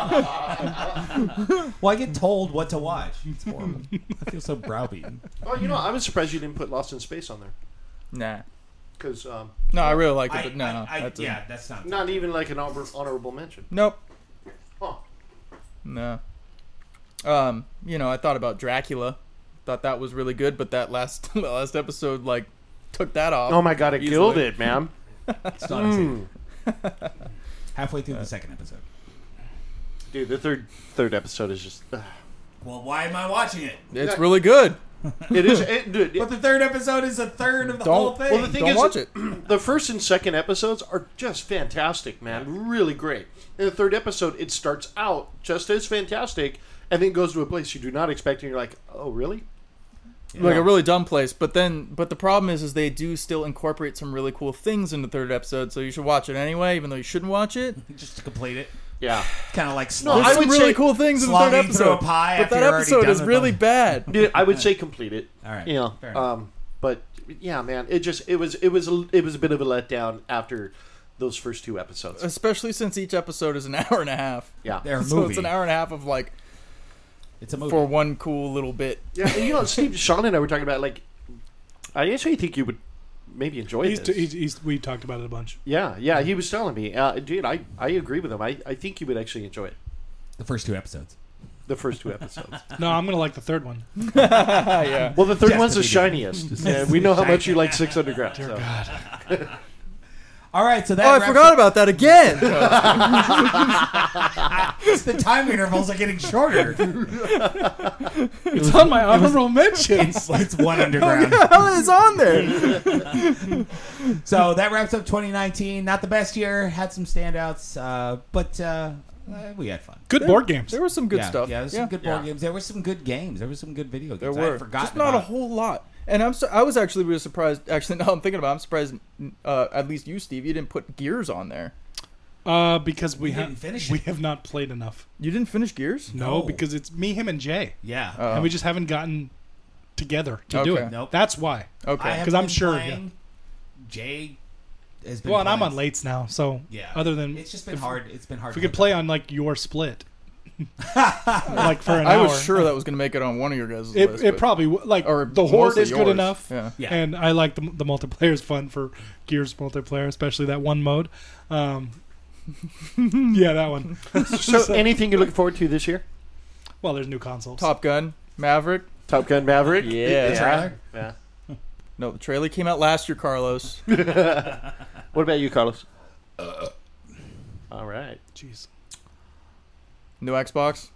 S2: Well, I get told what to watch. It's horrible. I feel so browbeaten.
S1: Oh, you know, I was surprised you didn't put Lost in Space on there
S3: Nah.
S1: because um,
S3: No, I really like it,
S2: I-
S3: but no,
S2: I-
S3: no,
S2: I-
S3: that doesn't-
S2: yeah, that's not.
S1: not even like an honor- honorable mention.
S3: Nope.
S1: Huh.
S3: No. Um, you know, I thought about Dracula. Thought that was really good, but that last last episode like took that off.
S1: Oh my god, it
S3: Easily.
S1: killed it, Hmm. man.
S2: It's not exciting. Halfway through the second episode.
S1: Dude, the third third episode is just. ugh.
S2: Well, why am I watching it?
S3: It's really good.
S1: It is. It, dude,
S2: But the third episode is a third of the
S3: Don't-
S2: whole thing.
S1: Well, the thing
S3: Don't
S1: is-
S3: watch it.
S1: the first and second episodes are just fantastic, man. Really great. In the third episode, it starts out just as fantastic and then goes to a place you do not expect, and you're like, oh, really?
S3: Like
S1: Yeah.
S3: a really dumb place, but then but the problem is is they do still incorporate some really cool things in the third episode, so you should watch it anyway, even though you shouldn't watch it.
S2: Just to complete it,
S1: Yeah.
S2: kind of like
S1: No,
S2: slow.
S3: There's
S1: I
S3: some
S1: would
S3: really
S1: say
S3: cool things in the third
S2: slogging through
S3: episode.
S2: a pie
S3: but
S2: after
S3: that
S2: you're already
S3: episode
S2: done
S3: is
S2: with
S3: really
S2: them.
S3: bad.
S1: Dude, I would say complete it.
S2: All right,
S1: You know,
S2: fair enough.
S1: um, but yeah, man, it just it was it was a- it was a bit of a letdown after those first two
S2: Uh,
S1: episodes.
S3: Especially since each episode is an hour and a half.
S1: Yeah.
S2: They're a
S3: so
S2: movie.
S3: it's an hour and a half of like
S2: It's a movie.
S3: for one cool little bit.
S1: Yeah, and you know, Steve, Sean, and I were talking about like, I actually think you would maybe enjoy
S4: He's,
S1: this.
S4: he's, he's, we talked about it a bunch.
S1: yeah, yeah, he was telling me, uh, dude, I, I agree with him. I, I think you would actually enjoy it.
S2: the first two episodes.
S1: The first two episodes.
S4: No, I'm gonna like the third one.
S3: yeah.
S1: Well, the third
S2: Just
S1: one's
S2: the
S1: the
S2: beginning.
S1: shiniest. and we know how much you like Six Underground. So.
S2: All right, so that.
S3: Oh, I
S2: wraps
S3: forgot
S2: up-
S3: about that again.
S2: the time intervals are getting shorter.
S4: It's on my honorable mentions.
S2: it's one underground.
S3: How is on there?
S2: So that wraps up 2019. Not the best year. Had some standouts, uh, but uh, uh, we had fun.
S4: Good board games.
S3: There was some good
S2: yeah,
S3: stuff.
S2: Yeah, there was some good board
S1: Yeah.
S2: games. There were some good games. There were some good video
S3: There
S2: games. I
S3: were
S2: had forgotten
S3: just not a
S2: about it.
S3: whole lot. And I'm so, I was actually really surprised. Actually, now I'm thinking about. It, I'm surprised. Uh, at least you, Steve, you didn't put Gears on there.
S4: Uh, because we,
S2: We
S4: have
S2: didn't finish
S4: we
S2: it.
S4: have not played enough.
S3: You didn't finish Gears.
S4: No,
S2: No.
S4: because it's me, him, and Jay,
S2: Yeah.
S4: and
S1: Oh.
S4: we just haven't gotten together to do
S3: Okay.
S4: it.
S2: Nope.
S4: That's why.
S3: Okay.
S2: I have
S4: 'Cause I'm
S2: been
S4: sure, yeah.
S2: playing. Jay has been.
S4: Well, and I'm
S2: playing.
S4: on lates now, so
S2: Yeah.
S4: Other than
S2: it's just been
S4: if-
S2: hard. It's been hard.
S4: if we
S2: to
S4: could
S2: hook
S4: play on like your split, like for an
S3: I
S4: hour.
S3: was sure that was going to make it on one of your guys'
S4: It,
S3: lists.
S4: it
S3: but-
S4: probably w- like
S3: or
S4: the horde
S3: mostly
S4: is good
S3: yours.
S4: enough,
S3: Yeah.
S2: Yeah.
S4: and I like the, the multiplayer is fun for Gears multiplayer, especially that one mode. Um, yeah, that one.
S1: So, anything you're looking forward to this year?
S4: Well, there's new consoles.
S3: Top Gun, Maverick.
S1: Top Gun Maverick.
S3: Yeah. The
S2: trailer?
S1: Yeah.
S3: No, the trailer came out last year, Carlos.
S1: What about you, Carlos? All right.
S4: Jeez,
S3: New Xbox.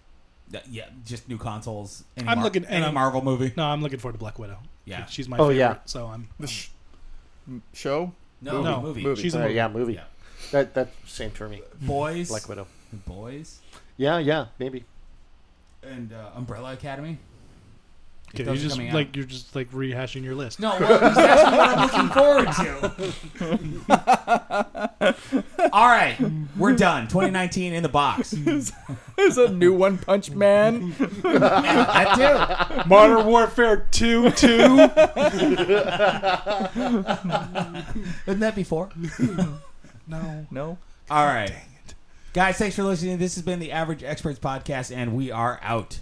S2: it. Yeah, just new consoles. Any
S4: I'm
S2: Mar-
S4: looking- and
S2: any
S4: I'm-
S2: Marvel movie.
S4: no, I'm looking forward to Black Widow.
S2: Yeah.
S4: she's my.
S1: Oh,
S4: favorite,
S1: yeah.
S4: so I'm.
S3: Show.
S2: No,
S4: No,
S2: movie.
S3: movie.
S4: She's a
S1: Uh,
S4: movie.
S1: yeah, movie.
S2: Yeah.
S1: That that same for me.
S2: Boys.
S1: Black Widow.
S2: Boys.
S1: Yeah, yeah, maybe.
S2: And uh, Umbrella Academy. It
S4: Okay, you
S2: doesn't
S4: just
S2: coming out.
S4: like you're just like rehashing your list.
S2: No, well, he's asking what I'm looking forward to. All right, we're done. 2019 in the box.
S3: There's a new One Punch Man.
S2: That too.
S4: Modern Warfare Two Two.
S2: Isn't that before?
S4: no,
S3: No.
S2: All right, guys. Thanks for listening. This has been the Average Experts podcast, and we are out.